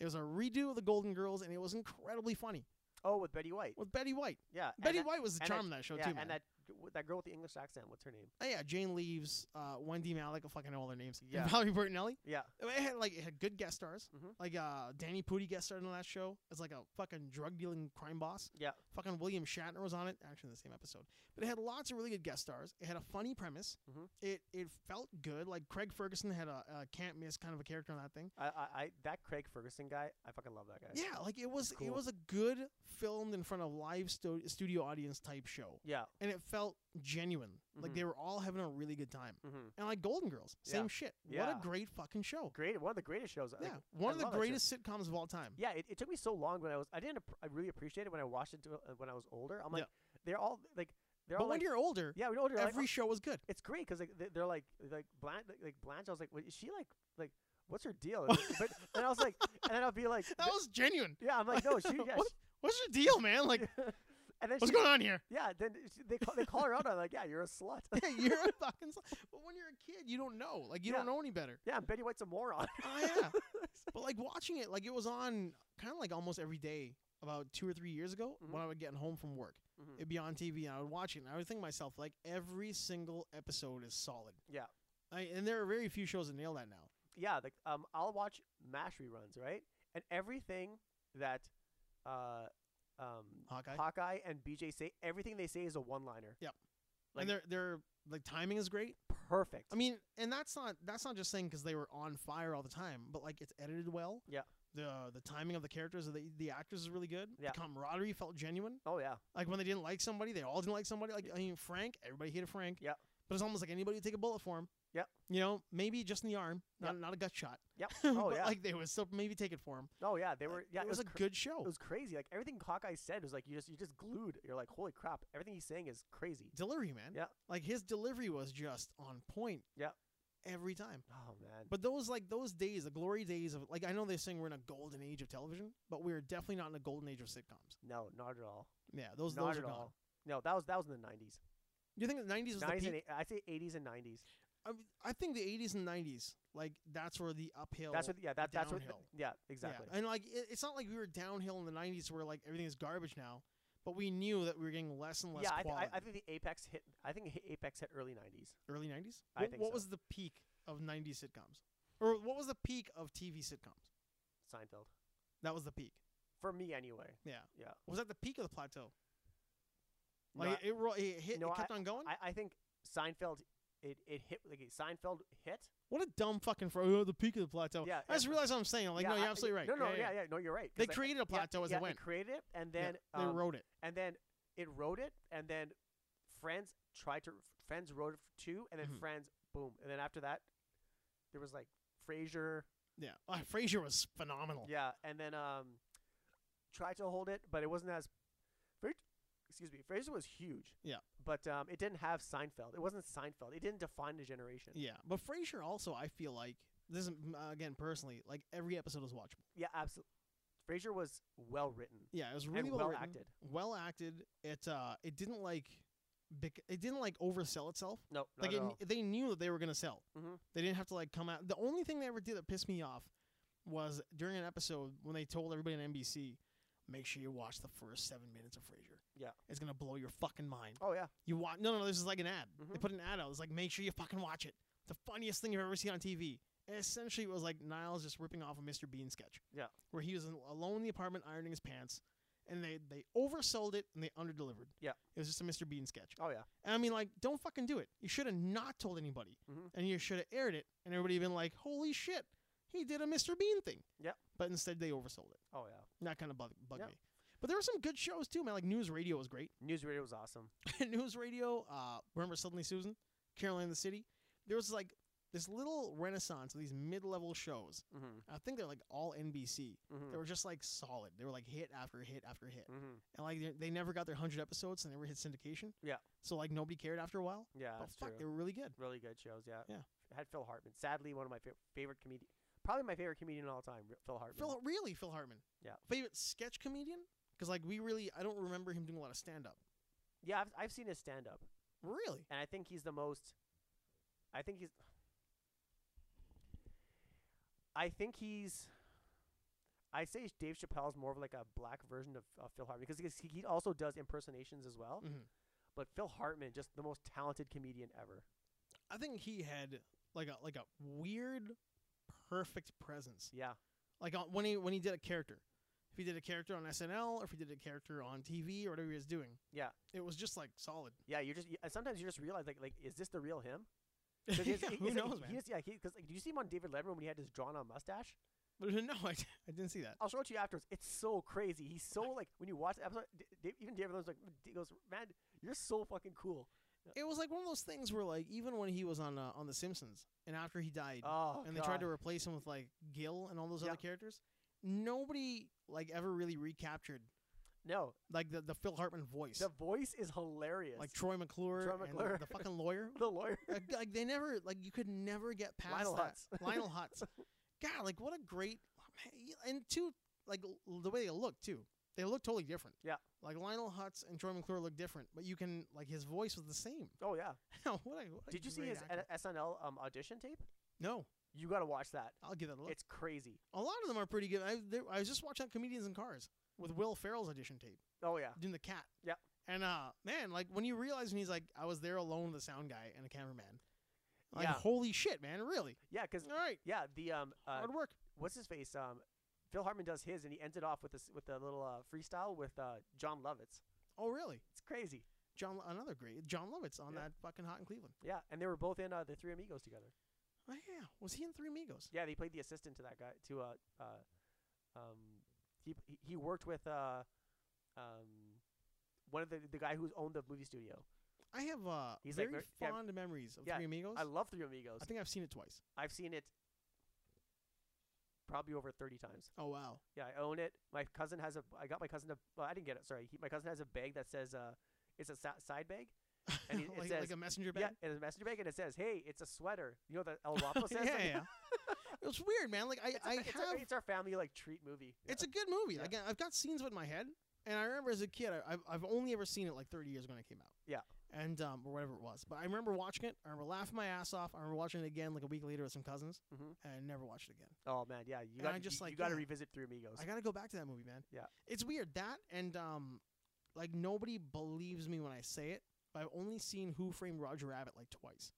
It was a redo of the Golden Girls and it was incredibly funny
oh with Betty White.
with Betty White.
Yeah, and
Betty
that-
White was the
and that-
charm of that show
yeah,
too.
and
man.
that w- that girl with the English accent. What's her name?
Oh, yeah, Jane Leaves, uh, Wendy Malik, I fucking know all their names.
Yeah.
And Valerie Bertinelli.
Yeah,
I mean, it had like it had good guest stars,
Mhm.
like uh, Danny Pudi guest starred on that show as like a fucking drug dealing crime boss.
Yeah.
fucking William Shatner was on it, actually in the same episode. But it had lots of really good guest stars. It had a funny premise.
Mhm.
It it felt good. Like Craig Ferguson had a, a can't miss kind of a character on that thing.
I, I I that Craig Ferguson guy. I fucking love that guy.
Yeah, like it was
cool.
it was a good filmed in front of live sto- studio audience type show,
yeah.
and it felt genuine. Like
Mhm.
they were all having a really good time.
Mm-hmm.
And like Golden Girls,
Yeah.
same shit. What
Yeah.
a great fucking show.
Great, one of the greatest shows.
Yeah,
Like,
one
I
of the
love that show.
greatest sitcoms of all time.
Yeah, it, it took me so long when I was I didn't app- I really appreciate it when I watched it to, uh, when I was older. I'm
Yeah.
like they're all like they're
But
all
when
like,
you're older,
yeah we know they're
every
like,
show was good.
"Oh, it's great because like they- they're like like Blanche like, like Blanche I was like "Wait, is she like like what's her deal? And- but and I was like and then I'll be like
That
"Th-
was genuine.
yeah I'm like no she yeah,
What- What's your deal, man?
she,
Like,
and then
what's
she,
going on here?
yeah then she, they call, they call her out I'm like yeah you're a slut
Yeah, you're a fucking. sl- But when you're a kid, you don't know. Like, you
Yeah.
don't know any better.
yeah Betty White's a moron
Oh yeah. but like watching it, like it was on kind of like almost every day about two or three years ago
Mm-hmm.
when I would get home from work.
Mhm.
It'd be on TV, and I would watch it, and I would think to myself, like every single episode is solid.
Yeah.
I, and there are very few shows that nail that now.
yeah, like um, I'll watch Mash reruns, right? And everything that uh, um,
Hawkeye?
Hawkeye and BJ say, everything they say is a one-liner. Like-
and they're they're like timing is great.
Perfect.
I mean, and that's not that's not just saying because they were on fire all the time, but like it's edited well.
Yeah.
The the timing of the characters, of the the actors is really good.
Yeah.
The camaraderie felt genuine.
oh yeah,
Like when they didn't like somebody, they all didn't like somebody. Like I mean, Frank, everybody hated Frank.
Yeah.
But it's almost like anybody would take a bullet for him.
Yep.
You know, maybe just in the arm, not not a gut shot.
Yep. Oh,
Oh but
yeah.
Like they would still maybe take it for him.
oh yeah, they were. Yeah,
it was, a
cr-
good show.
It was crazy. Like everything Hawkeye said was like you just you just glued. You're like, holy crap, everything he's saying is crazy.
delivery, man.
Yeah.
Like his delivery was just on point.
Yeah.
Every time.
Oh man.
But those like those days, the glory days of like I know they're saying we're in a golden age of television, but we're definitely not in a golden age of sitcoms.
No, not at all.
Yeah, those
not
those are
at
gone.
all. No, that was that was in the nineties.
You think the nineties was the
Nineties
peak?
and eight- I say eighties and nineties.
I, mean, I think the eighties and nineties, like that's where the uphill.
That's what. Yeah, that, that's what.
downhill.
Yeah,
yeah.
exactly.
And like it, it's not like we were downhill in the nineties where like everything is garbage now, but we knew that we were getting less and less
Yeah, I, th-
quality.
I, I think the apex hit. I think hi- apex hit early nineties.
Early nineties.
I
What,
think
what
so.
was the peak of nineties sitcoms, or what was the peak of TV sitcoms?
Seinfeld.
That was the peak.
For me, anyway.
Yeah.
Yeah.
Was that the peak of the plateau?
No,
Like it, it, ro- it hit.
no,
it kept on going.
I, I think Seinfeld. It, it hit like it- Seinfeld hit.
What a dumb fucking phrase. Oh, the peak of the plateau.
Yeah,
I just
yeah.
realized what I'm saying. I'm like, no,
I-
you're absolutely right.
No, no, yeah, yeah, no, you're right. 'cause
They
like-
created a
yeah,
plateau as
yeah,
it went.
They created it, and
Yeah,
then
they
um,
wrote it.
and then it wrote it, and then Friends tried to Friends wrote it f- too, and then
Mhm.
Friends boom, and then after that, there was like Frasier,
Yeah. Uh, Frasier was phenomenal.
yeah, and then um, tried to hold it, but it wasn't as. Fra- Excuse me, Frasier was huge.
Yeah.
but um, it didn't have Seinfeld. It wasn't Seinfeld. It didn't define a generation.
Yeah. But Frasier also, I feel like, this is, m- uh, again, personally, like every episode was watchable.
Yeah, absolutely. Frasier was well written.
Yeah. It was really
well
well, written,
acted.
Well acted. It, uh, it didn't like. bec- It didn't like oversell itself.
No, not
Like
at
it,
all.
they knew that they were gonna sell.
Mhm.
They didn't have to like come out. The only thing they ever did that pissed me off was during an episode when they told everybody on NBC, "Make sure you watch the first seven minutes of Frasier.
Yeah.
it's gonna blow your fucking mind.
Oh yeah,
You watch? No, no, this is like an ad. They
Mhm.
put an ad out. It's like, make sure you fucking watch it. The funniest thing you've ever seen on TV. And essentially, it was like Niles just ripping off a Mr. Bean sketch.
Yeah.
where he was al- alone in the apartment ironing his pants, and they they oversold it and they underdelivered.
Yeah.
it was just a Mr. Bean sketch.
Oh yeah.
And I mean, like, don't fucking do it. You should have not told anybody,
Mhm.
and you should have aired it, and everybody been like, "Holy shit, he did a Mr. Bean thing."
Yep.
But instead, they oversold it.
Oh yeah.
And That kind of bug, bugged
Yep.
me. But there were some good shows too, man. Like News Radio was great.
News radio was awesome.
News Radio. Uh, remember Suddenly Susan, Caroline in the City. There was like this little renaissance of these mid-level shows.
Mm-hmm.
I think they're like all NBC. They
Mm-hmm.
were just like solid. They were like hit after hit after hit,
Mm-hmm.
and like they, they never got their hundred episodes, and they were hit syndication.
Yeah.
So like nobody cared after a while.
Yeah,
but
that's
fuck,
true.
they were really good.
Really good shows. Yeah.
Yeah.
I had Phil Hartman. Sadly, one of my fa- favorite comedian, probably my favorite comedian of all time, R- Phil Hartman.
Phil, really, Phil Hartman.
Yeah.
Favorite sketch comedian? Because like we really, I don't remember him doing a lot of stand up.
yeah, I've, I've seen his stand up,
Really?
and I think he's the most. I think he's. I think he's. I say Dave Chappelle's more of like a black version of, of Phil Hartman because he, he also does impersonations as well.
Mhm.
But Phil Hartman, just the most talented comedian ever.
I think he had like a like a weird, perfect presence.
Yeah.
Like on, when he when he did a character, if he did a character on SNL or if he did a character on TV or whatever he was doing.
Yeah.
It was just like solid.
Yeah, you're just y- and sometimes you just realize like like is this the real him? 'Cause he's-
Yeah,
he-
who
he's like-
knows,
he-
man?
He is, yeah, because like, do you see him on David Letterman when he had his drawn-on mustache?
But no, I, d- I didn't see that.
I'll show it to you afterwards. It's so crazy. He's so like when you watch the episode, D- Dave, even David Letterman's like he goes, "Man, you're so fucking cool."
It was like one of those things where like even when he was on uh, on The Simpsons and after he died
Oh,
and they tried to
God.
replace him with like Gil and all those
Yeah.
other characters, nobody like ever really recaptured
no,
like the, the Phil Hartman voice,
the voice is hilarious.
like Troy McClure,
Troy
and the-
McClure.
the fucking lawyer.
the lawyer,
like, like they never like you could never get past
Lionel
that.
Hutz.
Lionel Hutz. God, like what a great and two like l- the way they look too. They look totally different.
Yeah.
Like Lionel Hutz and Troy McClure look different, but you can like his voice was the same.
Oh yeah.
what a, what a
Did you see
great
his
actor.
N- SNL um, audition tape?
no,
You got to watch that.
I'll give that a look.
It's crazy.
a lot of them are pretty good. I, there, I was just watching Comedians in Cars with Will Ferrell's audition tape
Oh yeah.
doing the cat.
Yep.
And uh, man, like when you realize when he's like, I was there alone with a sound guy and a cameraman. Like,
Yeah.
holy shit, man! Really?
Yeah, because
All right,
yeah, the um uh,
hard work.
what's his face? Um, Phil Hartman does his, and he ends it off with this with a little uh, freestyle with uh, John Lovitz.
Oh, really?
It's crazy.
John, another great John Lovitz on
Yeah.
that fucking Hot in Cleveland.
Yeah, and they were both in uh, the Three Amigos together.
Oh, yeah, was he in Three Amigos?
Yeah, they played the assistant to that guy. To uh, uh um, he he- he worked with uh, um, one of the the guy who's owned the movie studio.
I have uh,
He's like
very
ver- yeah.
fond memories of
Yeah,
Three Amigos.
I love Three Amigos.
I think I've seen it twice.
I've seen it probably over thirty times.
Oh wow,
Yeah, I own it. My cousin has a. I got my cousin a. Well, I didn't get it. Sorry, he, my cousin has a bag that says uh, it's a sa- side bag. And he- it
like, like
says-
a messenger bag.
Yeah, it's a messenger bag, and it says, "Hey, it's a sweater." You know that El Guapo says.
yeah,
like,
yeah. it was weird, man. Like I,
It's, a
I
fa- it's,
have.
a, it's our family like treat movie.
It's a good movie.
Yeah.
Again, I've got scenes of it in my head, and I remember as a kid, I, I've, I've only ever seen it like 30 years when it came out.
Yeah.
And um, or whatever it was, but I remember watching it. I remember laughing my ass off. I remember watching it again like a week later with some cousins,
Mhm.
and I never watched it again.
oh man, yeah. You
And
got
I just,
you,
like,
you got to
yeah.
revisit Three Amigos.
I gotta go back to that movie, man.
Yeah.
It's weird that, and um, like nobody believes me when I say it, but I've only seen Who Framed Roger Rabbit like twice,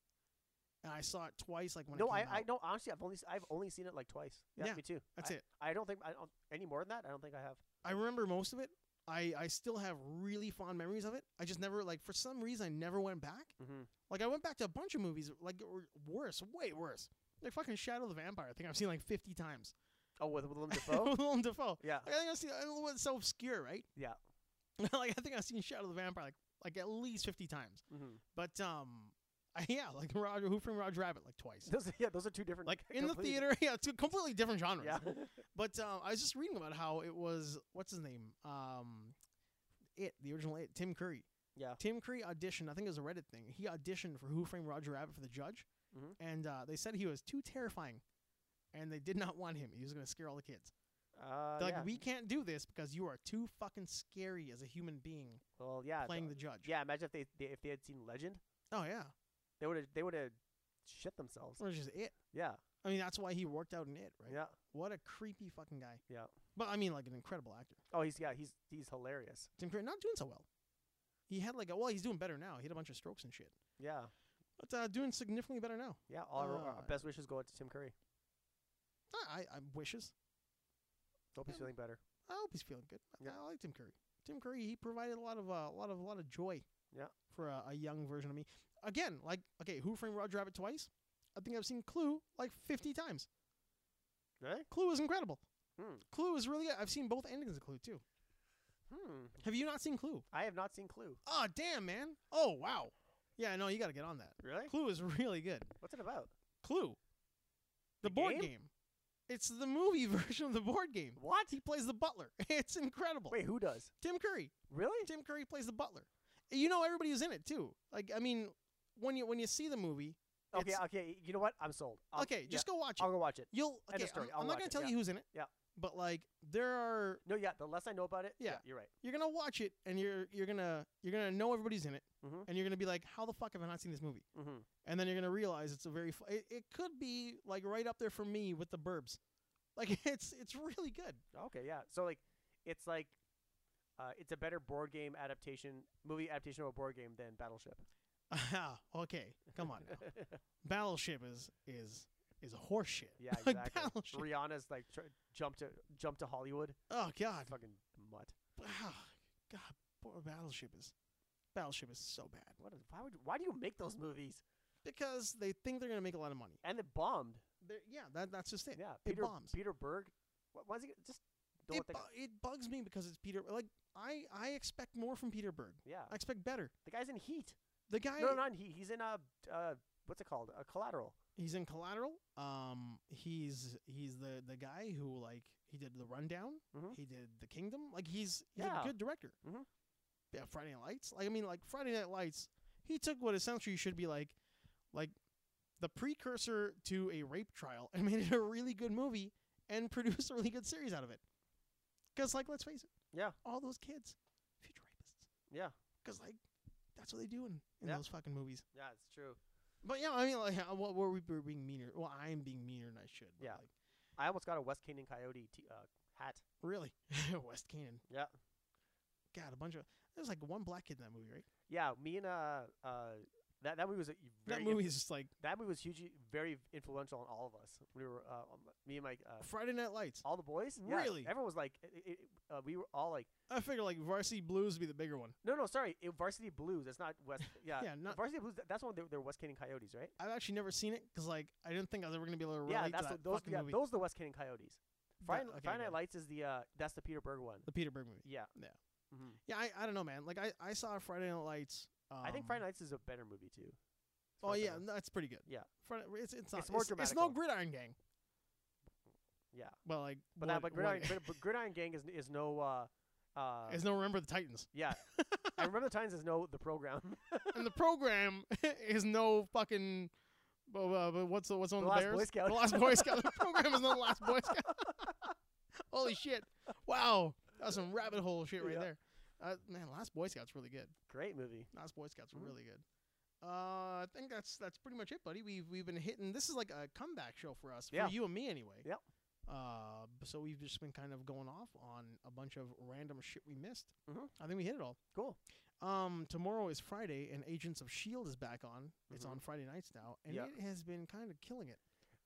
and I saw it twice like when
no,
it
I,
came
I
out.
no. Honestly, I've only s- I've only seen it like twice. Yeah,
Yeah,
me too.
That's
I,
it.
I don't think I don't any more than that. I don't think I have.
I remember most of it. I, I still have really fond memories of it. I just never like for some reason I never went back.
Mm-hmm.
Like I went back to a bunch of movies like that were worse, way worse. Like fucking Shadow the Vampire. I think I've seen like 50 times.
Oh, with with Willem Dafoe.
Willem Dafoe.
yeah,
Like, I think I've seen it was so obscure, right?
Yeah.
like I think I've seen Shadow the Vampire like like at least 50 times.
hmm
But um, I, yeah, like Roger Who Framed Roger Rabbit like twice.
those are- yeah those are two different.
Like in the
completely-
theater, yeah, it's a completely different genre.
Yeah,
But um, I was just reading about how it was what's his name? Um, it the original it Tim Curry.
Yeah.
Tim Curry auditioned. I think it was a Reddit thing. He auditioned for Who Framed Roger Rabbit for the judge,
Mhm.
and uh, they said he was too terrifying, and they did not want him. He was going to scare all the kids.
uh,
They're like
yeah.
we can't do this because you are too fucking scary as a human being
well, yeah,
playing
the-
the judge.
yeah. Imagine if they, they if they had seen Legend,
Oh yeah,
they would have they would have shit themselves.
which is it.
Yeah,
I mean that's why he worked out in it, right?
yeah.
What a creepy fucking guy.
Yeah.
But I mean like an incredible actor.
Oh, he's yeah he's he's hilarious.
Tim Curry not doing so well. He had like a, well, he's doing better now. He had a bunch of strokes and shit,
Yeah,
but uh, doing significantly better now.
yeah. All our, our
Uh,
best wishes go out to Tim Curry.
I, I, I wishes.
Hope he's
Yeah.
feeling better.
I hope he's feeling good. I-
Yeah.
I like Tim Curry. Tim Curry, he provided a lot of uh, a lot of a lot of joy.
Yeah.
For a, a young version of me. Again, like okay, Who Framed Roger Rabbit twice? I think I've seen Clue like 50 times.
Really?
Clue is incredible.
Hmm.
Clue is really good. I've seen both endings of Clue too.
Hmm.
Have you not seen Clue?
I have not seen Clue.
Oh damn, man. Oh wow. Yeah, I know you got to get on that.
Really?
Clue is really good.
What's it about?
Clue. The,
The
board
game?
game? It's the movie version of the board game.
What?
He plays the butler. It's incredible.
Wait, who does?
Tim Curry.
Really?
Tim Curry plays the butler. You know everybody who's in it too. Like I mean, when you when you see the movie,
Okay,
It's-
okay. You know what? I'm sold. I'll-
okay,
yeah,
just go watch
I'll
it.
go watch it.
You'll
end
okay.
of story.
I'm-
I'll
I'm, not
watch
gonna
it,
tell
yeah.
you who's in it.
Yeah.
But like there are
No, yeah. The less I know about it,
Yeah.
you're right.
you're gonna watch it and you're you're gonna you're gonna know everybody's in it
Mhm.
and you're gonna be like, how the fuck have I not seen this movie?
Mm-hmm.
And then you're gonna realize it's a very fu- it, it could be like right up there for me with the Burbs. Like it's it's really good.
Okay, yeah. So like, it's like, uh, it's a better board game adaptation, movie adaptation of a board game than Battleship.
Ah, okay, come on. Now. Battleship is is is horseshit.
yeah,
like
exactly.
Battleship.
Rihanna's like tr- jump to jump to Hollywood.
oh god,
Fucking mutt.
wow, God, poor Battleship is Battleship is so bad
What is, why would why do you make those movies?
because they think they're gonna make a lot of money.
And it bombed.
They're, yeah, that, that's just it.
Yeah,
It
Peter
bombs.
Peter Berg. What was he? Just don't
it,
let that.
bu- it bugs me because it's Peter. Like I I expect more from Peter Berg.
yeah,
I expect better.
the guy's in Heat.
The guy
no, not in Heat. He's in a uh, what's it called? A Collateral.
he's in Collateral. Um, he's he's the the guy who like he did the Rundown.
Mhm.
He did the Kingdom. Like he's he's
Yeah.
a good director.
Mhm.
Yeah, Friday Night Lights. Like I mean, like Friday Night Lights. He took what essentially should be like, like, the precursor to a rape trial and made it a really good movie and produced a really good series out of it. Because like, let's face it.
Yeah.
All those kids, future rapists.
Yeah,
Because like, that's what they do in, in
Yeah.
those fucking movies.
yeah, it's true.
But yeah, I mean, like, uh, what were we were being meaner? Well, I am being meaner than I should. but,
Yeah.
like,
I almost got a West Canyon Coyote t- uh, hat.
really, West Canaan.
Yeah.
God, a bunch of there's like one black kid in that movie, right?
Yeah, me and uh, uh that that movie was a very
that
inf-
movie is just like
that movie was hugely very influential on all of us. We were uh, um, me and my uh,
Friday Night Lights.
all the boys. Yeah,
Really?
everyone was like, i i i- uh, we were all like,
I figure like Varsity Blues would be the bigger one.
no, no, sorry, it, Varsity Blues. That's not West. Yeah,
Yeah, not-
Varsity Blues. That's one. They're, they're West Canyon Coyotes, right?
I've actually never seen it because like I didn't think I was ever gonna be able to relate
yeah, that's
to
the,
that
those.
fucking
Yeah,
movie.
those are the West Canyon Coyotes.
But-
Friday,
okay,
Friday
yeah.
Night Lights is the uh, that's the Peter Berg one.
the Peter Berg movie.
Yeah,
Yeah.
hmm
Yeah, I, I don't know, man. Like I, I saw Friday Night Lights. Um,
I think Friday Nights is a better movie too. That's what
Oh
I
yeah,
found.
no, it's pretty good.
Yeah.
Friday, it's it's not.
It's more
it's no
dramatical.
Gridiron Gang.
Yeah.
But like,
but
what-
that, but
what-
Gridiron, Grid- but Gridiron Gang is is no. Uh, uh,
There's no Remember the Titans.
yeah, I remember the times is no the program.
and the program is no fucking. Uh, uh, but what's the, what's on
The
the,
Last
Bears?
Boy Scout.
The Last Boy Scout. The program is not the Last Boy Scout. Holy shit! Wow, that's some rabbit hole shit right
Yeah.
there. Uh, man, Last Boy Scout's really good.
Great movie.
Last Boy Scout's
Mhm.
really good. Uh, I think that's that's pretty much it, buddy. We've we've been hitting. This is like a comeback show for us,
Yeah.
for you and me anyway.
Yep.
Uh, b- so we've just been kind of going off on a bunch of random shit we missed.
Mhm.
I think we hit it all.
Cool.
Um, tomorrow is Friday, and Agents of Shield E is back on. It's
Mhm.
on Friday nights now, and
Yeah.
it has been kind of killing it.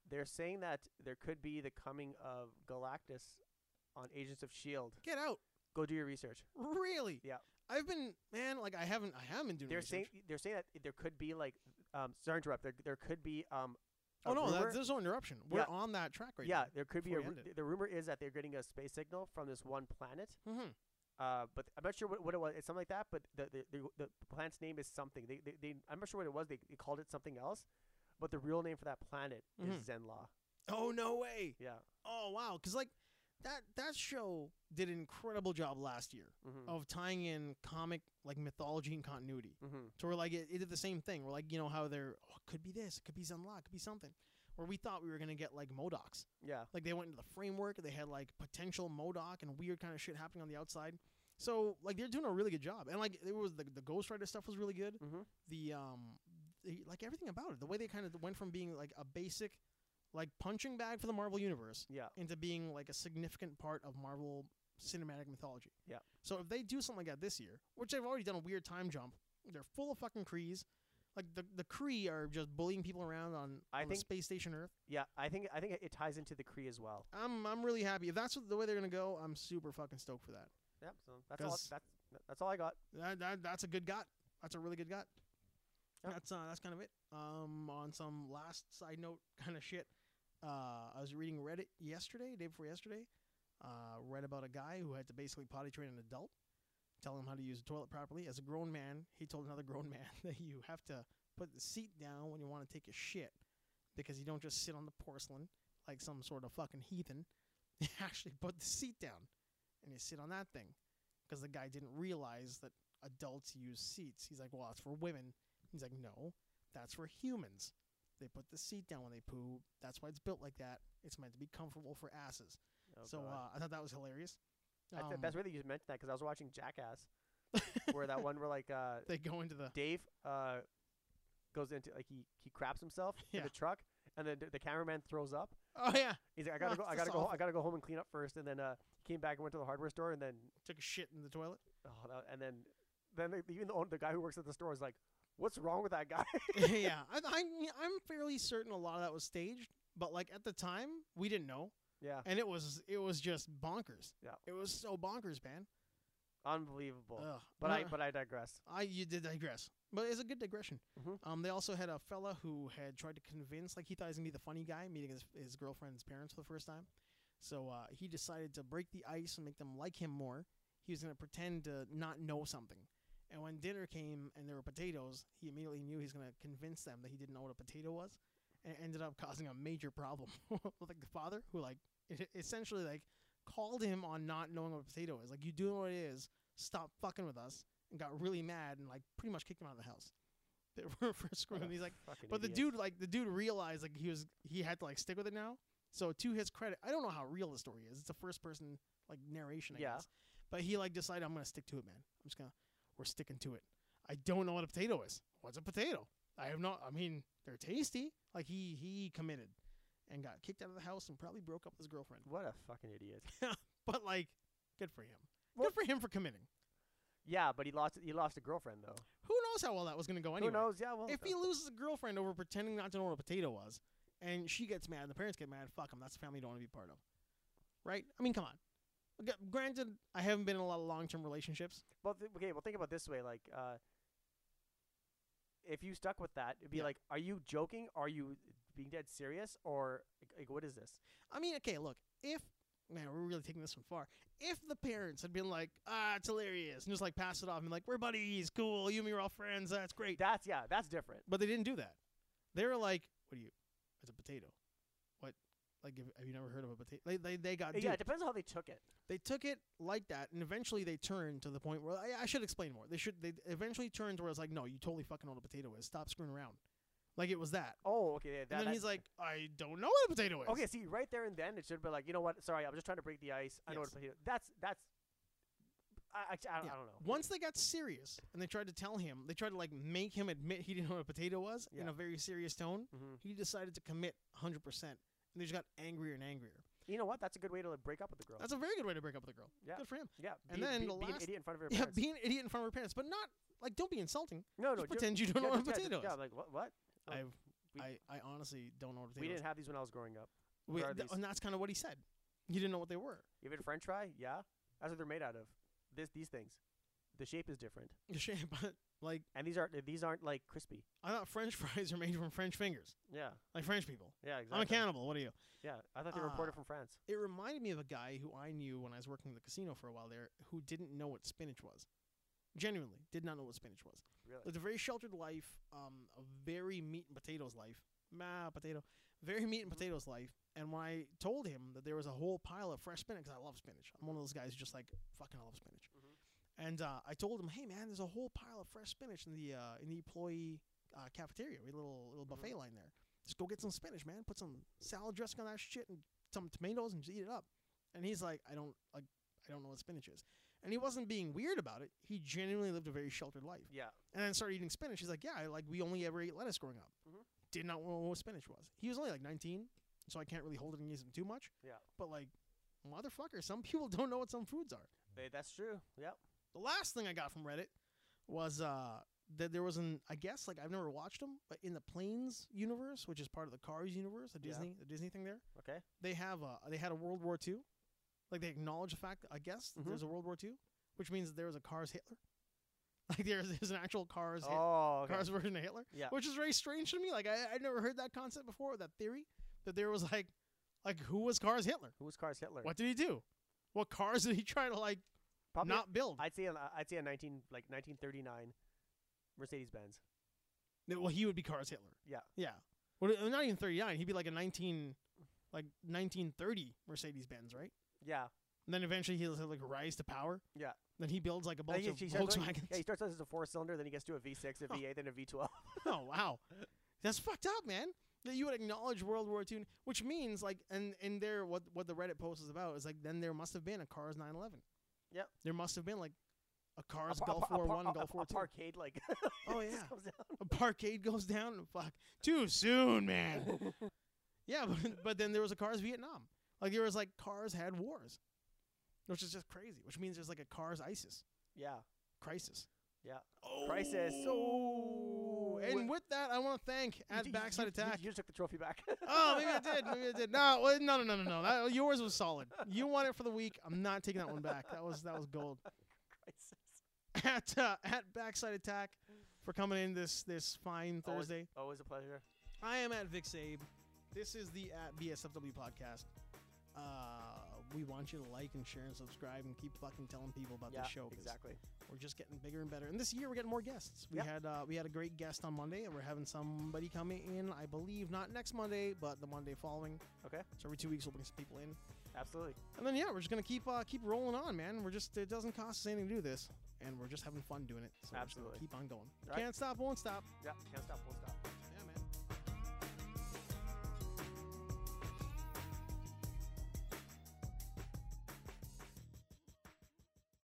They're saying that there could be the coming of Galactus on Agents of Shield.
Get out,
E Go do your research.
really?
Yeah.
I've been man, like I haven't, I haven't doing.
They're
research.
saying they're saying that there could be like um sorry to interrupt. There there could be um a
oh no,
rumor-
that, there's no interruption. We're
Yeah.
on that track right
yeah, there could be a
before you
ru-
end it.
the rumor is that they're getting a space signal from this one planet.
now. hmm
Uh, but I'm not sure what, what it was. It's something like that. But the the, the, the planet's name is something. They, they, they I'm not sure what it was. They, they called it something else. But the real name for that planet
Mhm.
is Zenla.
Oh no way!
Yeah.
Oh wow, because like that that show did an incredible job last year
Mm-hmm.
of tying in comic like mythology and continuity.
Mm-hmm.
So we're like, it, it did the same thing. We're like, you know how they're oh, it could be this, it could be Zenla, it could be something. Where we thought we were gonna get like Modocs.
Yeah.
Like they went into the framework. They had like potential Modoc and weird kind of shit happening on the outside. So like they're doing a really good job. And like it was the the Ghost Rider stuff was really good.
Mhm.
The um the, like everything about it, the way they kind of went from being like a basic like punching bag for the Marvel universe
Yeah.
into being like a significant part of Marvel cinematic mythology.
Yeah.
So if they do something like that this year, which they've already done a weird time jump, they're full of fucking Krees. like the the Kree are just bullying people around on,
I
on the
think-
space station Earth.
Yeah, I think I think it ties into the Kree as well.
I'm I'm really happy if that's what, the way they're gonna go. I'm super fucking stoked for that.
Yeah, so that's all.
Does-
That's that's all I got.
That, that that's a good gut. That's a really good gut.
Yep.
That's uh, that's kind of it. Um, on some last side note kind of shit, uh, I was reading Reddit yesterday, day before yesterday. Uh, read about a guy who had to basically potty train an adult, tell him how to use a toilet properly. As a grown man, he told another grown man that you have to put the seat down when you want to take a shit, because you don't just sit on the porcelain like some sort of fucking heathen. You actually put the seat down, and you sit on that thing because the guy didn't realize that adults use seats. He's like, well, it's for women. He's like, no, that's for humans. They put the seat down when they poo. That's why it's built like that. It's meant to be comfortable for asses.
Oh,
so
God.
uh, I thought that was hilarious.
I th-
Um,
that's really you mentioned that because I was watching Jackass, where that one where like uh,
they go into the
Dave uh, goes into like he he craps himself in
Yeah.
the truck, and then th- the cameraman throws up.
oh yeah,
He's like, I gotta
Oh,
go, I
that's
gotta go,
awful.
I gotta go home and clean up first, and then uh, he came back and went to the hardware store, and then
took a shit in the toilet.
oh, that, and then then the, even the, own- the guy who works at the store is like, what's wrong with that guy?
yeah, I, I mean, I'm fairly certain a lot of that was staged, but like at the time we didn't know,
yeah,
and it was it was just bonkers.
Yeah.
it was so bonkers, man.
unbelievable.
Ugh.
but I
No.
but I digress.
I you did digress, but it's a good digression.
Mhm.
Um, they also had a fella who had tried to convince, like he thought he was gonna be the funny guy, meeting his, his girlfriend's parents for the first time. So uh, he decided to break the ice and make them like him more. He was gonna pretend to not know something. And when dinner came and there were potatoes, he immediately knew he was gonna convince them that he didn't know what a potato was, and it ended up causing a major problem with like the father, who like e- essentially like called him on not knowing what a potato is. Like you do know what it is. Stop fucking with us and got really mad and like pretty much kicked him out of the house They were for screwing. He's like,
Fucking
but the
idiot.
dude like the dude realized like he was he had to like stick with it now. So to his credit, I don't know how real the story is. It's a first person like narration, I
Yeah.
guess. But he like decided I'm gonna stick to it, man. I'm just gonna we're sticking to it. I don't know what a potato is. What's a potato? I have not. I mean, they're tasty. Like he he committed and got kicked out of the house and probably broke up with his girlfriend.
what a fucking idiot.
But like, good for him.
Well-
good for him for committing.
Yeah, but he lost he lost a girlfriend though.
Who knows how well that was gonna go anyway?
Who knows? Yeah, well,
if he loses a girlfriend over pretending not to know what a potato was, and she gets mad, and the parents get mad, fuck them. That's a family you don't want to be part of, right? I mean, come on. G- Granted, I haven't been in a lot of long-term relationships.
Well, th- okay. Well, think about it this way: like, uh, if you stuck with that, it'd be
Yeah.
like, are you joking? Are you being dead serious? Or like, like, what is this?
I mean, okay, look, if man, we're really taking this one far. If the parents had been like, ah, it's hilarious, and just like pass it off and like, we're buddies, cool, you and me are all friends, that's great.
That's yeah, that's different.
But they didn't do that. They were like, what do you? It's a potato. What? Like, have have you never heard of a potato? They they, they got
yeah,
duped.
it depends on how they took it.
they took it like that, and eventually they turned to the point where I, I should explain more. They should they eventually turned where it's like, no, you totally fucking know what a potato is. Stop screwing around. Like it was that.
Oh, okay. Yeah, that,
and then
that-
he's like, I don't know what a potato is.
okay. See, right there and then, it should be like, you know what? Sorry, I'm just trying to break the ice. I know what
Yes.
a potato. That's that's. I, I, I, don't,
Yeah.
I don't know.
Once they got serious and they tried to tell him, they tried to like make him admit he didn't know what a potato was in
Yeah.
a very serious tone.
Mhm.
He decided to commit 100%. And they just got angrier and angrier.
You know what? That's a good way to like, break up with the girl.
That's a very good way to break up with a girl.
Yeah.
Good for him.
yeah.
and
be,
then
be,
the
be an
last-
idiot in front of your
Yeah,
parents.
be an idiot in front of her parents, but not like don't be insulting.
no, no.
just
do-
pretend you
yeah,
don't know what a
just- yeah,
potato
just-
is.
Yeah, like what? What? no,
I've,
we-
I, I honestly don't know what a potato
We
is.
didn't have these when I was growing up.
Wait,
Or are
th-
these-
and that's kind of what he said. He didn't know what they were.
You had a French fry? Yeah, that's what they're made out of. This these things, the shape is different,
Shame, but like
and these aren't these aren't like crispy.
I thought French fries are made from French fingers,
Yeah,
like French people.
yeah, exactly.
I'm a cannibal. What are you?
Yeah, I thought they were imported
Ah.
from France.
It reminded me of a guy who I knew when I was working in the casino for a while there, who didn't know what spinach was. Genuinely, did not know what spinach was.
Really?
Lived a very sheltered life, um, a very meat and potatoes life. Nah, potato. Very meat and
Mhm.
potatoes life. And when I told him that there was a whole pile of fresh spinach, 'cause I love spinach. I'm one of those guys who just like fucking I love spinach.
Mhm.
And uh, I told him, hey man, there's a whole pile of fresh spinach in the uh, in the employee uh, cafeteria. We had a little little
Mhm.
buffet line there. Just go get some spinach, man. Put some salad dressing on that shit and some tomatoes and just eat it up. And he's like, I don't like I don't know what spinach is. And he wasn't being weird about it. He genuinely lived a very sheltered life
Yeah,
and then started eating spinach. He's like, yeah, I- like we only ever ate lettuce growing up.
Mhm.
Did not know what spinach was. He was only like 19, so I can't really hold it against him too much.
Yeah.
But like, motherfucker, some people don't know what some foods are.
they, that's true. Yep.
The last thing I got from Reddit was uh, that there was an I guess like I've never watched them, but in the Planes universe, which is part of the Cars universe, the
Yeah.
Disney the Disney thing there,
Okay.
they have a they had a World War II. Like they acknowledge the fact I guess that
Mhm.
there's a World War II, which means that there was a Cars Hitler. Like there's there's an actual Cars Hit-
Oh, okay.
Cars version of Hitler.
Yeah.
Which is very strange to me. Like I I'd never heard that concept before, that theory that there was like like who was Cars Hitler?
Who was Cars Hitler?
What did he do? What cars did he try to like
Probably,
not build?
I'd say a, I'd say a 19 like 1939 Mercedes Benz.
No, Well, he would be Cars Hitler.
Yeah.
Yeah. Well, uh, not even 39. He'd be like a 19, like 1930 Mercedes Benz, right?
Yeah.
And then eventually he'll he'll, like rise to power.
Yeah.
Then he builds like a
Like,
bunch
he-
of
he starts like-
Volkswagens.
yeah, he starts out as a four cylinder, then he gets to a V6, a
Huh.
V8, then a V12.
oh wow, that's fucked up, man. That you would acknowledge World War II, which means like, and and there what what the Reddit post is about is like then there must have been a Cars 911.
Yep.
There must have been like a Cars
par-
Gulf
par-
War
par-
One,
a-
Gulf
a-
War
a
Two.
parkade like.
Oh,
just
yeah.
comes down.
a parkade goes down. Fuck, too soon, man. Yeah, but, but then there was a Cars Vietnam. Like there was like Cars had wars, which is just crazy. Which means there's like a Cars ISIS
yeah.
crisis.
Yeah.
Oh.
Crisis. Oh.
So and with that, I want to thank
You-
at
you-
Backside
you,
Attack.
You, you took the trophy back.
oh, maybe I did. Maybe I did. No, well, no, no, no, no, no. That, yours was solid. You won it for the week. I'm not taking that one back. That was that was gold.
Crisis.
At uh, at Backside Attack for coming in this this fine
Always-
Thursday.
Always oh, a pleasure.
I am at Vic Sabe. This is the at BSFW podcast. Uh, we want you to like and share and subscribe and keep fucking telling people about
yeah.
this show. 'cause
exactly.
We're just getting bigger and better. And this year we're getting more guests. We
Yeah.
had uh, we had a great guest on Monday, and we're having somebody come in. I believe not next Monday, but the Monday following.
Okay.
So every two weeks we'll bring some people in,
Absolutely.
and then yeah, we're just gonna keep uh, keep rolling on, man. We're just it doesn't cost us anything to do this, and we're just having fun doing it. So we're just gonna
Absolutely.
keep on going.
Right.
Can't stop, won't stop.
Yeah. Can't stop. Won't stop.